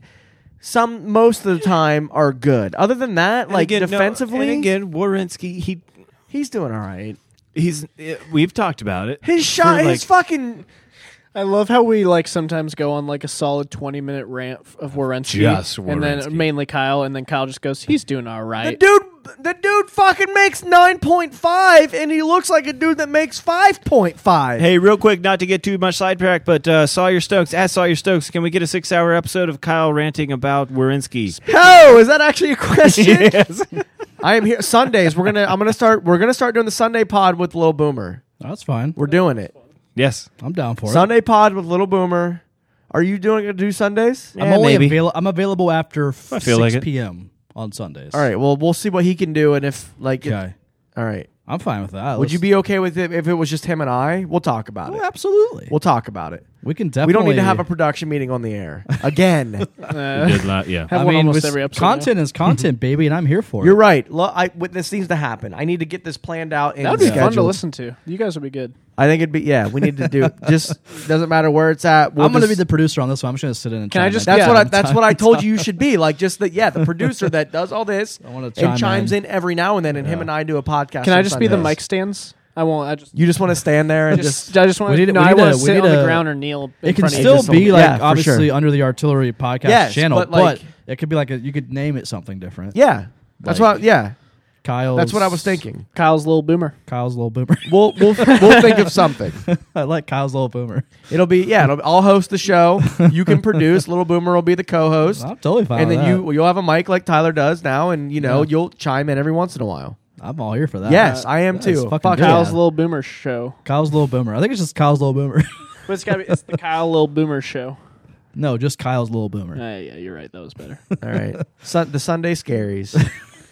S2: some most of the time are good. Other than that,
S3: And
S2: like
S3: again, no,
S2: defensively,
S3: and again, Warinsky, he
S2: he's doing all right.
S3: he's eh, we've talked about it.
S2: His
S3: For,
S2: shot,
S3: like,
S2: his fucking
S4: I love how we like sometimes go on like a solid twenty minute rant f- of Wierenski,
S3: Just
S4: and
S3: Werenski.
S4: then mainly Kyle, and then Kyle just goes, "He's doing all
S2: the
S4: right."
S2: dude. The dude fucking makes nine point five, and he looks like a dude that makes five point five.
S3: Hey, real quick, not to get too much sidetracked, but uh, Sawyer Stokes, at Sawyer Stokes, can we get a six hour episode of Kyle ranting about Warinsky?
S2: Oh, is that actually a question? I am here Sundays. We're gonna. I'm gonna start. We're gonna start doing the Sunday pod with Lil Boomer.
S1: That's fine.
S2: We're doing it.
S3: Yes.
S1: I'm down for it.
S2: Sunday pod with Little Boomer. Are you doing it? Do Sundays?
S1: I'm
S3: Yeah,
S1: only
S3: maybe.
S1: avail- I'm available after f-
S3: I feel
S1: 6
S3: like it.
S1: p.m. on Sundays.
S2: All right. Well, we'll see what he can do, and if like, it-
S1: Okay.
S2: all right.
S1: I'm fine with that.
S2: Would
S1: Let's-
S2: you be okay with it if it was just him and I? We'll talk about
S1: Oh,
S2: it.
S1: absolutely.
S2: We'll talk about it.
S1: We can definitely.
S2: We don't need to have a production meeting on the air again.
S3: Did lot, yeah.
S1: I
S4: have one
S1: mean,
S4: almost
S1: with-
S4: every episode now.
S1: Content is content, baby, and I'm here for
S2: You're
S1: it.
S2: right. Lo- I, what- this needs to happen. I need to get this planned out. And
S4: That would be fun to
S2: scheduled.
S4: listen to. You guys would be good.
S2: I think it'd be yeah. We need to do it. just doesn't matter where it's at. We'll
S1: I'm going to
S2: just-
S1: be the producer on this one. I'm just going to sit in and
S4: Can I
S1: chime
S4: just-
S1: in.
S2: That's
S4: Yeah.
S2: what I, that's what I told you you should be like. Just that yeah, the producer that does all this
S1: wanna
S2: and
S1: chime
S2: chimes in.
S1: in.
S2: every now and then, and him and I do a podcast.
S4: Can I
S2: on
S4: just be the
S2: Sundays.
S4: mic stands? I won't. I just.
S2: You just want to stand there and just,
S4: Just, I just want
S1: We need
S4: to.
S1: a-
S4: No,
S1: we
S4: I
S1: need
S4: want
S1: a-
S4: to
S1: we
S4: sit
S1: need
S4: on the
S1: a-
S4: ground or kneel. In
S1: It can
S4: front of you.
S1: still
S2: just-
S1: be like
S2: yeah, for
S1: obviously
S2: sure.
S1: under the artillery podcast
S2: Yes,
S1: channel,
S2: but, like-
S1: but it could be like a, you could name it something different.
S2: yeah. That's
S1: Like-
S2: what I- yeah.
S1: Kyle.
S2: That's what I was thinking.
S4: Kyle's little boomer.
S1: Kyle's little boomer.
S2: We'll we'll we'll think of something.
S1: I like Kyle's little boomer.
S2: It'll be yeah. It'll, I'll host the show. You can produce. Little Boomer will be the co-host.
S1: I'm totally fine.
S2: and
S1: with
S2: then
S1: that.
S2: you you'll have a mic like Tyler does now, and you know you'll chime in every once in a while.
S1: I'm all here for that.
S2: yes, I am
S1: Uh, that is
S2: too.
S1: fucking
S2: Fuck
S1: good.
S2: yeah.
S4: Kyle's little boomer show.
S1: Kyle's little boomer. I think it's just Kyle's little boomer.
S4: But it's got to be. It's the Kyle little boomer show.
S1: no, just Kyle's little boomer.
S4: Yeah, yeah, you're right. That was better.
S2: All right, Sun the Sunday scaries.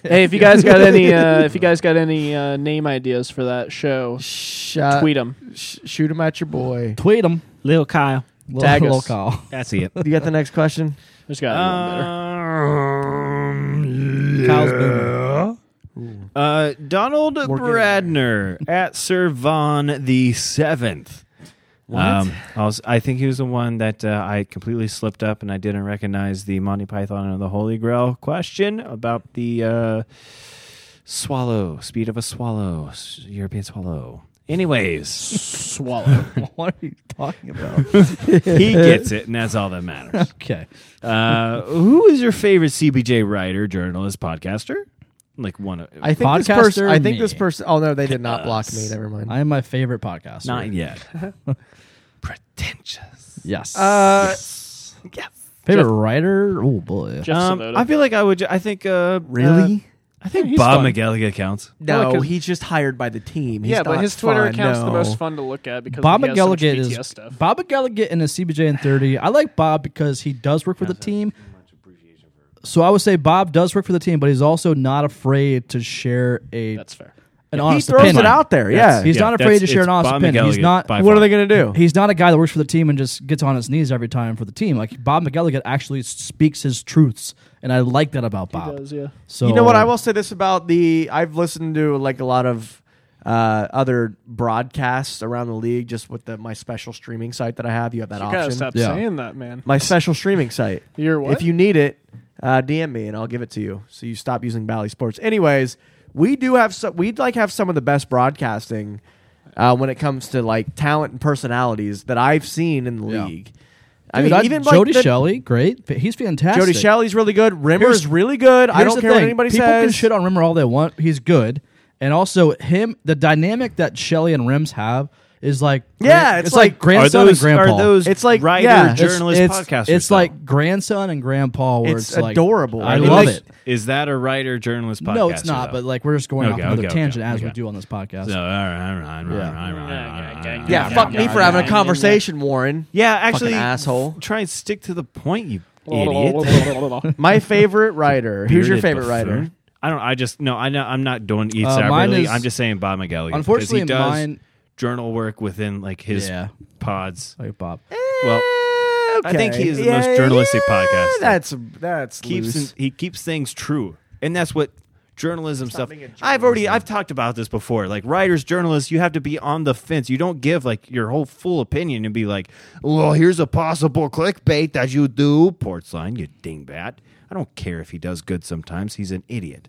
S4: hey, if you guys got any, uh, if you guys got any uh, name ideas for that show,
S2: Shut,
S4: tweet them.
S2: Sh- shoot them at your boy.
S1: Tweet him.
S3: Little Kyle.
S1: Little,
S4: Tag us.
S1: little Kyle.
S3: That's it.
S2: You got the next question?
S4: There's got to be one better.
S1: Kyle's boomer.
S3: Uh, Donald Bradner at Sir Von the Seventh. Um, I, was, I think he was the one that uh, I completely slipped up and I didn't recognize the Monty Python and the Holy Grail question about the uh, swallow, speed of a swallow, s- European swallow. Anyways,
S4: Swallow.
S1: What are you talking about?
S3: he gets it, and that's all that matters.
S1: okay.
S3: Uh, who is your favorite CBJ writer, journalist, podcaster? Like one of
S2: I think this
S1: Podcaster
S2: person. I think
S1: me.
S2: this person. Oh no, they did not block me. Never mind.
S1: I am my favorite podcast.
S3: not yet. Pretentious.
S1: Yes.
S3: yes.
S1: favorite writer? Oh boy.
S4: Jeff
S3: Um,
S4: Savoda.
S3: I feel like I would. ju- I think. Uh, uh, I think
S4: he's
S3: Bob
S4: fun.
S3: McGillica counts.
S2: no,
S4: Well, 'cause-
S2: he's just hired by the team. He's
S4: yeah, but
S2: not
S4: his Twitter
S2: fun,
S4: account's the
S2: no.
S4: most fun to look at because
S1: Bob
S4: he has so much
S1: McGilligan
S4: BTS
S1: is
S4: stuff.
S1: Bob McGilligan in a CBJ in thirty. I like Bob because he does work for the team. So I would say Bob does work for the team, but he's also not afraid to share a
S4: That's fair.
S1: an honest
S2: throws
S1: opinion.
S2: it out there, yeah.
S1: he's
S3: Yeah,
S1: not
S3: that's-
S1: afraid to share
S3: it's
S1: an honest
S3: Bob
S1: opinion. He's
S3: McGilligan
S1: not.
S3: by
S2: What are
S3: far.
S2: they gonna do?
S1: He's not a guy that works for the team and just gets on his knees every time for the team. Like Bob McGilligan actually speaks his truths, and I like that about Bob.
S4: does, yeah.
S1: So uh,
S2: You know what? I will say this about the. I've listened to like a lot of uh, other broadcasts around the league, just with the, my special streaming site that I have. You have that
S4: You gotta
S2: option.
S4: stop
S1: Yeah.
S4: saying that, man.
S2: My special streaming site.
S4: Your what?
S2: If you need it, uh, DM me and I'll give it to you. So you stop using Bally Sports. Anyways, we do have some. We'd like have some of the best broadcasting uh, when it comes to like talent and personalities that I've seen in the
S1: Yeah.
S2: league. I
S1: Dude,
S2: mean,
S1: I-
S2: even
S1: Jody
S2: like the,
S1: Shelley, great. But he's fantastic.
S2: Jody Shelley's really good. Rimmer
S1: Here's-
S2: is really good. I
S1: Here's
S2: don't
S1: the
S2: care what
S1: thing.
S2: anybody
S1: People
S2: says.
S1: can shit on Rimmer all they want. He's good, and also him. The dynamic that Shelly and Rims have is like
S2: Yeah, it's like-
S1: grandson
S3: those,
S1: and grandpa.
S3: Are those
S2: It's like-
S3: writer,
S2: yeah, it's-
S3: journalist,
S1: it's,
S3: podcasters?
S1: It's
S3: though?
S1: like grandson and grandpa. Where
S2: It's
S1: it's, like,
S2: adorable.
S1: I,
S2: I mean,
S1: love
S2: like-
S1: it.
S3: Is that a writer, journalist, podcaster?
S1: No, it's not.
S3: though?
S1: But like we're just going
S3: Okay,
S1: off another
S3: okay, okay,
S1: tangent as
S3: okay.
S1: we do on this podcast.
S3: So, all right,
S1: Yeah.
S3: all right, all right, all right, all right, all right.
S2: Yeah, fuck me for having a conversation, Warren.
S3: Yeah, actually,
S2: asshole.
S3: Try and stick to the point, you idiot.
S4: Idiot.
S2: My favorite writer. Who's your
S3: Bearded
S2: favorite writer?
S3: buffoon. I don't. I just no. I know. I'm not doing each
S1: Uh, mine
S3: separately.
S1: is-
S3: I'm just saying Bob McGallagher.
S1: Unfortunately,
S3: he does
S1: mine-
S3: journal work within like his
S1: Yeah.
S3: pods.
S1: like Bob.
S3: Well, I think he is the most journalistic podcaster.
S2: Eh, That's that's
S3: keeps
S2: loose.
S3: he keeps things true, and that's what journalism stuff.
S2: being a
S3: I've already I've talked about this before. Like writers, journalists, you have to be on the fence. You don't give like your whole full opinion and be like, "Well, here's a possible clickbait that you do." Portsline, you dingbat. I don't care if he does good sometimes. He's an idiot.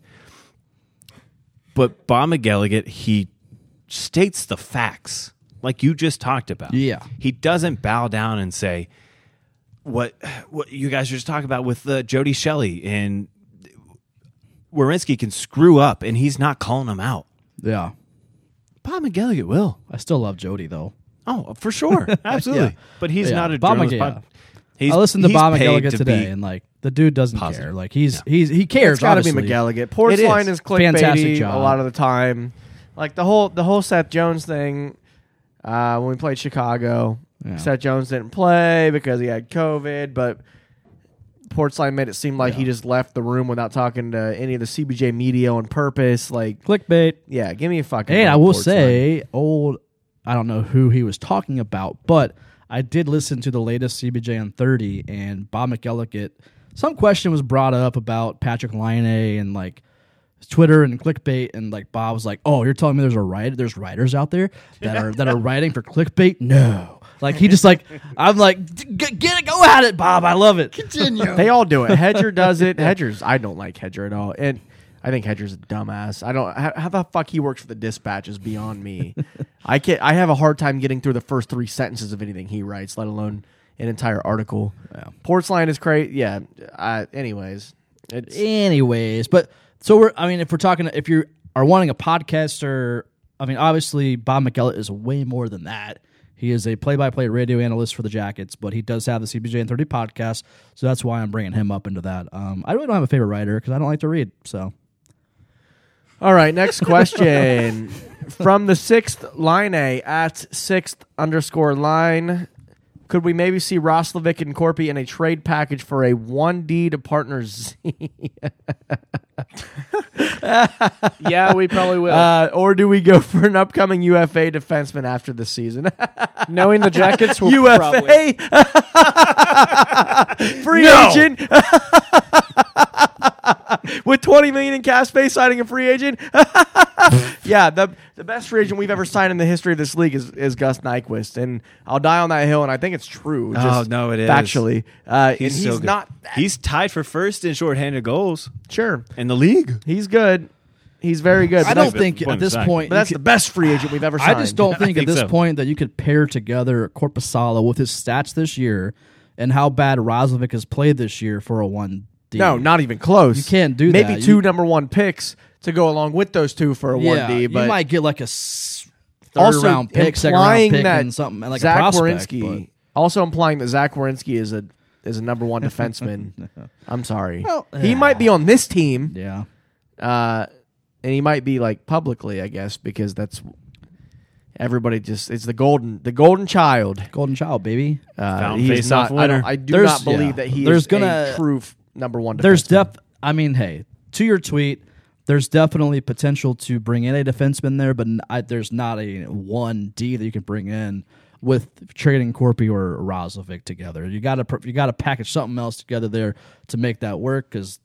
S3: But Bob McGilligan, he states the facts, like you just talked about.
S1: Yeah.
S3: he doesn't bow down and say what what you guys are just talking about with uh, Jody Shelley and Warinsky can screw up and he's not calling him out.
S1: Yeah,
S3: Bob McGilligan will.
S1: I still love Jody though.
S3: Oh, for sure, absolutely.
S1: Yeah.
S3: But he's
S1: Yeah.
S3: not a
S1: Bob
S3: journalist.
S1: McGee-
S3: Bob- he's-
S1: I listened to
S3: he's
S1: Bob
S3: paid
S1: McGilligan
S3: to
S1: today,
S3: be-
S1: and like the dude doesn't
S3: positive.
S1: care. Like he's he's he cares.
S2: It's got to be
S1: obviously.
S2: McGallagher.
S3: It
S2: Portsline
S3: is.
S2: is clickbaity
S1: Fantastic
S2: a
S1: job.
S2: lot of the time. Like the whole the whole Seth Jones thing. Uh, when we played Chicago,
S1: Yeah.
S2: Seth Jones didn't play because he had COVID, but Portsline made it seem like he just left the room without talking to any of the CBJ media on purpose. Like,
S1: Clickbait.
S2: yeah, give me a fucking.
S1: And I
S2: break,
S1: will
S2: Portsline.
S1: say, old, I don't know who he was talking about, but I did listen to the latest CBJ on 30, and Bob McElligott, some question was brought up about Patrick Line and like Twitter and clickbait, and like Bob was like, "Oh, you're telling me there's a writer, there's writers out there that are that are writing for clickbait? No." Like he just like I'm like "D- g- get it go at it Bob I love it
S2: They all do it. Hedger does it. Hedger's. I don't like Hedger at all, and I think Hedger's a dumbass. I don't. How, how the fuck he works for the Dispatch is beyond me. I can not I have a hard time getting through the first three sentences of anything he writes, let alone an entire article. Portsline is crazy. Yeah. I, anyways, it's
S1: Eh. anyways but so we're i mean if we're talking if you are wanting a podcaster i mean obviously bob mckellar is way more than that he is a play-by-play radio analyst for the jackets but he does have the cbj and 30 podcast so that's why i'm bringing him up into that um, i really don't have a favorite writer because i don't like to read so
S2: All right, next question from the sixth line A at sixth underscore line. Could we maybe see Roslovic and Corpy in a trade package for a one D to partner Z,
S4: yeah, we probably will.
S2: uh, or do we go for an upcoming UFA defenseman after the season?
S4: Knowing the Jackets will probably.
S2: UFA, free
S3: No.
S2: agent with twenty million in cash space, signing a free agent. yeah, the the best free agent we've ever signed in the history of this league is, is Gus Nyquist, and I'll die on that hill, and I think it's true.
S3: Oh,
S2: just
S3: no, it is.
S2: factually. Uh, he's and he's
S3: so good.
S2: not
S3: He's tied for first in shorthanded goals
S2: sure.
S3: in the league.
S2: He's good. He's very good.
S1: i
S2: but
S1: don't
S2: that's-
S1: think
S3: point
S1: at this
S3: aside.
S1: point
S2: But that's
S1: you
S2: the best free agent we've ever
S1: could- i
S2: signed.
S1: just don't think, at
S3: think
S1: this
S3: so.
S1: point that you could pair together corpusala with his stats this year and how bad Roslovic has played this year for a 1d
S2: No, not even close.
S1: You can't do
S2: Maybe
S1: that.
S2: two
S1: You-
S2: number one picks to go along with those two for a
S1: yeah,
S2: one D. But
S1: you might get like a s- third
S2: also
S1: round pick, second round
S2: implying
S1: pick,
S2: that
S1: and something like
S2: Zach
S1: a prospect.
S2: Werenski,
S1: but-
S2: also implying that Zach Wierenski is a is a number one defenseman. I'm sorry,
S1: Well,
S2: he
S1: yeah.
S2: might be on this team,
S1: yeah,
S2: uh, and he might be like publicly, I guess, because that's everybody just it's the golden the golden child.
S1: golden child, baby.
S2: Uh,
S3: Found
S2: he's
S3: face-off
S2: not. I, don't,
S3: winner.
S2: I do
S1: There's-
S2: not believe
S1: yeah.
S2: that he
S1: There's
S2: is
S1: gonna-
S2: a true f- number one. Defenseman.
S1: There's depth. I mean, hey, to your tweet, there's definitely potential to bring in a defenseman there, but n- I, there's not a one D that you can bring in with trading Corpy or Roslovic together. You got to you got to package something else together there to make that work because.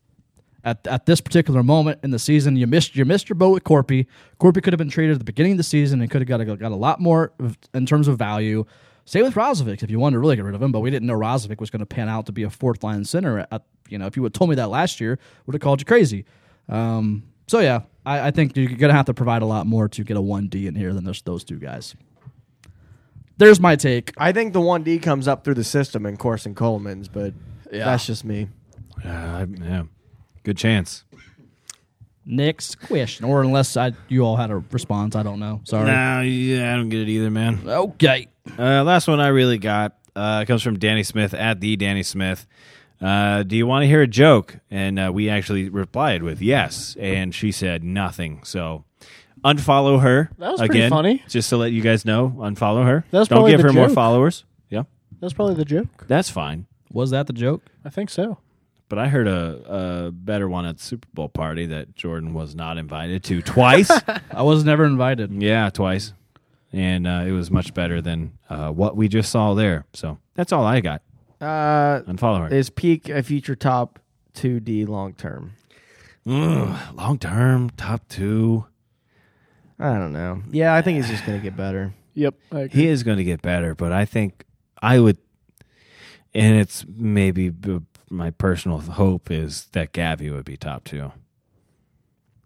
S1: At, at this particular moment in the season, you missed you missed your boat with Corpy. Corpy could have been traded at the beginning of the season and could have got a, got a lot more of- in terms of value. Same with Rozovic, if you wanted to really get rid of him, but we didn't know Rozovic was going to pan out to be a fourth line center. At, you know, if you would have told me that last year, would have called you crazy. Um, so yeah, I, I think you're going to have to provide a lot more to get a one D in here than just those two guys. There's my take.
S2: I think the one D comes up through the system in Corson Coleman's, but that's just me.
S3: Yeah, Uh, I- yeah. Good chance.
S1: Next question, or unless I you all had a response, I don't know. Sorry.
S3: No, yeah, I don't get it either, man.
S1: Okay.
S3: Uh, last one I really got uh, comes from Danny Smith at the Danny Smith. Uh, do you want to hear a joke? And uh, we actually replied with yes, and she said nothing. So unfollow her.
S4: That was pretty
S3: again,
S4: funny.
S3: Just to let you guys know, unfollow her.
S4: That was
S3: Don't
S4: probably
S3: give
S4: the
S3: her more
S4: joke.
S3: followers. Yeah,
S4: That's probably the joke.
S3: that's fine.
S1: Was that the joke?
S4: I think so.
S3: But I heard a, a better one at the Super Bowl party that Jordan was not invited to twice.
S1: I was never invited.
S3: yeah, twice, and uh, it was much better than uh, what we just saw there. So that's all I got.
S2: Uh,
S3: Unfollow her.
S2: is Peak a future top two D long term?
S3: long term top two.
S2: I don't know. Yeah, I think he's just gonna get better.
S4: Yep. I agree.
S3: He is going to get better, but I think I would, and it's maybe b- my personal hope is that Gavi would be top two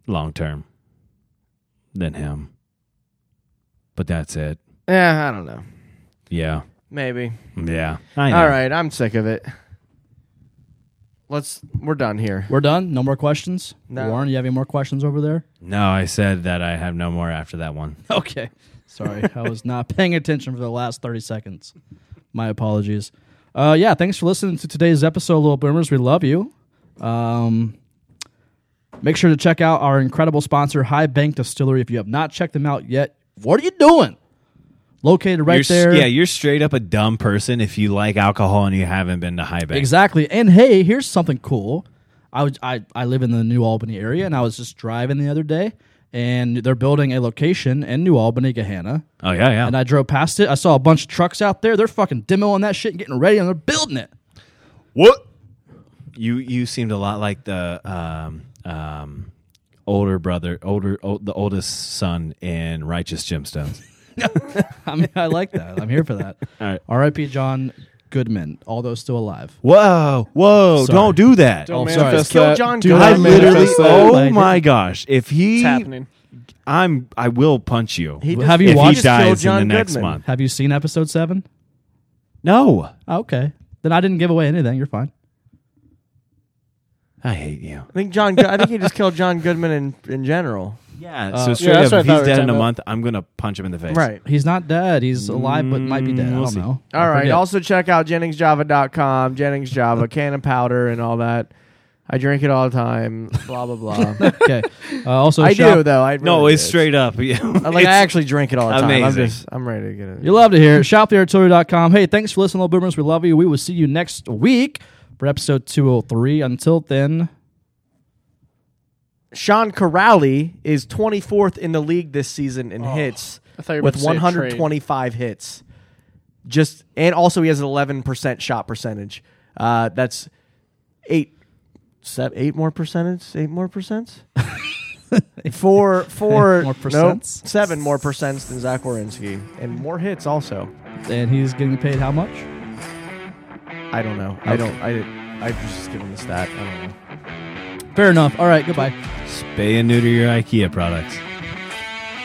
S3: long term than him. But that's it.
S2: Yeah, I don't know.
S3: Yeah.
S2: Maybe.
S3: Yeah. I know.
S2: All right, I'm sick of it. Let's. We're done here.
S1: We're done. No more questions.
S2: No.
S1: Warren, you have any more questions over there?
S3: No, I said that I have no more after that one.
S1: Okay. Sorry, I was not paying attention for the last 30 seconds. My apologies. Uh, yeah, thanks for listening to today's episode, Little Boomers. We love you. Um, make sure to check out our incredible sponsor, High Bank Distillery. If you have not checked them out yet, what are you doing? Located right
S3: You're s-
S1: there.
S3: Yeah, you're straight up a dumb person if you like alcohol and you haven't been to high bank.
S1: Exactly. And hey, here's something cool. I, was, I I live in the New Albany area, and I was just driving the other day, and they're building a location in New Albany, Gahanna.
S3: Oh yeah, yeah.
S1: And I drove past it. I saw a bunch of trucks out there. They're fucking demoing that shit and getting ready, and they're building it.
S3: what? You you seemed a lot like the um, um, older brother, older old, the oldest son in Righteous Gemstones.
S1: I mean, I like that. I'm here for that.
S3: All right.
S1: R.I.P. John Goodman, although still alive.
S3: Whoa, whoa!
S1: Sorry.
S3: Don't do that.
S1: Oh,
S4: Don't
S1: sorry.
S4: manifest
S2: Kill
S4: that.
S2: John
S4: Do
S2: Goodman.
S4: not
S3: I
S2: I
S3: literally.
S4: manifest that.
S3: Oh
S1: Like-
S3: my gosh! If he,
S4: It's happening.
S3: I'm. I will punch you.
S1: just- Have you
S3: if
S1: watched
S3: he
S1: Kill
S3: dies in
S2: John
S3: the next
S2: Goodman?
S3: month?
S1: Have you seen episode seven? Ah,
S3: No,
S1: Okay. Then I didn't give away anything. You're fine.
S3: I hate you.
S2: I think John. Go- I think he just killed John Goodman in, in general.
S3: Yeah.
S1: Uh,
S3: so straight
S4: that's what I
S3: up, if
S4: thought
S3: he's
S4: we were
S3: dead in
S4: talking
S3: a
S4: about.
S3: month, I'm gonna punch him in the face.
S2: Right.
S1: He's not dead. He's alive, but might be dead. I
S3: we'll
S1: don't
S3: see.
S1: know. I
S2: All right.
S1: forget.
S2: Also check out JenningsJava.com, Jennings Java, cannon powder, and all that. I drink it all the time. Blah blah blah.
S1: okay. Uh, also,
S2: I
S1: shop-
S2: do though. I
S3: No,
S2: really
S3: it's
S2: do.
S3: straight up. Yeah.
S2: I, like I
S3: It's-
S2: actually drink it all the time.
S3: amazing.
S2: I'm just I'm ready to get it.
S1: You love to hear it. ShopTheArtillery.com. Hey, thanks for listening, little boomers. We love you. We will see you next week for episode 203. Until then,
S2: Sean Corrali is 24th in the league this season in hits
S4: Oh, I thought you were
S2: with
S4: about to say trade.
S2: 125 hits. Just and also he has an 11% shot percentage. Uh, that's eight, seven, eight more percentage, eight more percents. four,
S1: more
S2: four, nope,
S1: percents?
S2: seven more percents than Zach Wierenski, and more hits also.
S1: and he's getting paid how much?
S2: I don't know. I don't. I I was just given the stat. I don't know.
S1: Fair enough. All right. Goodbye.
S3: Spay and neuter your IKEA products.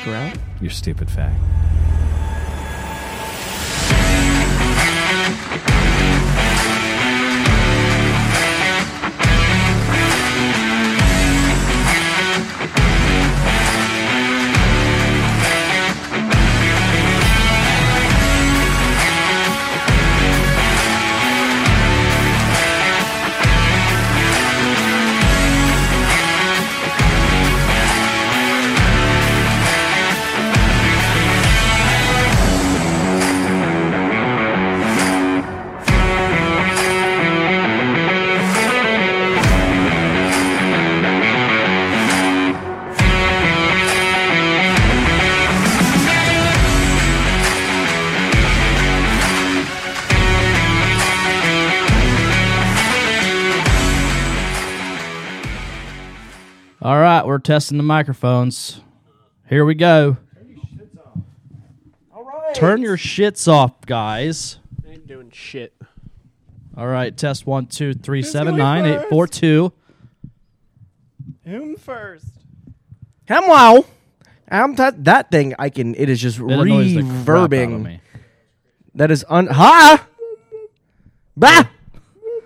S2: Corral?
S3: Your stupid fact.
S1: All right. We're testing the microphones. Here we go. Turn your shits off, guys.
S4: I ain't doing shit.
S1: All right. Test one, two, three, seven, nine, eight, four, two.
S8: Whom first?
S2: Come on. I'm t- that thing. I can. It is just
S1: That annoys the crap out of
S2: reverbing.
S1: me.
S2: That is un. Ha. Bah.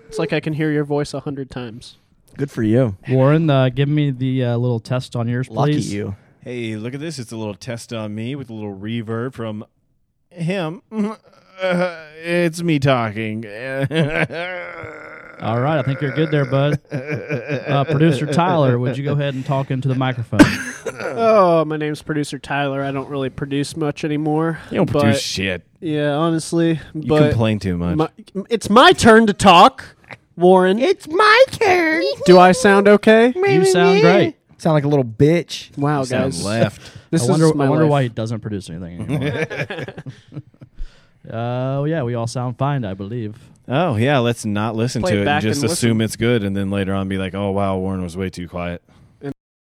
S4: It's like I can hear your voice a hundred times.
S2: Good for you.
S1: Warren, uh, give me the uh, little test on yours,
S2: Lucky
S1: please.
S2: you.
S3: Hey, look at this. It's a little test on me with a little reverb from him. it's me talking.
S1: All right, I think you're good there, bud. Uh, Producer Tyler, would you go ahead and talk into the microphone?
S4: Oh, my name's producer Tyler. I don't really produce much anymore.
S3: You don't
S4: but,
S3: produce shit.
S4: Yeah, honestly,
S3: You
S4: but
S3: complain too much.
S4: my, it's my turn to talk, Warren.
S2: It's my turn.
S4: Do I sound okay?
S1: you sound great.
S2: Sound like a little bitch.
S4: Wow,
S3: Sound
S4: guys.
S3: left.
S4: This
S1: I wonder,
S4: is my
S1: I wonder
S4: life.
S1: why he doesn't produce anything anymore. Oh, yeah, we all sound fine, I believe.
S3: Oh yeah, let's not listen
S4: Play
S3: to
S4: it
S3: it and
S4: back
S3: just
S4: and
S3: assume it's good, and then later on be like, "Oh wow, Warren was way too quiet."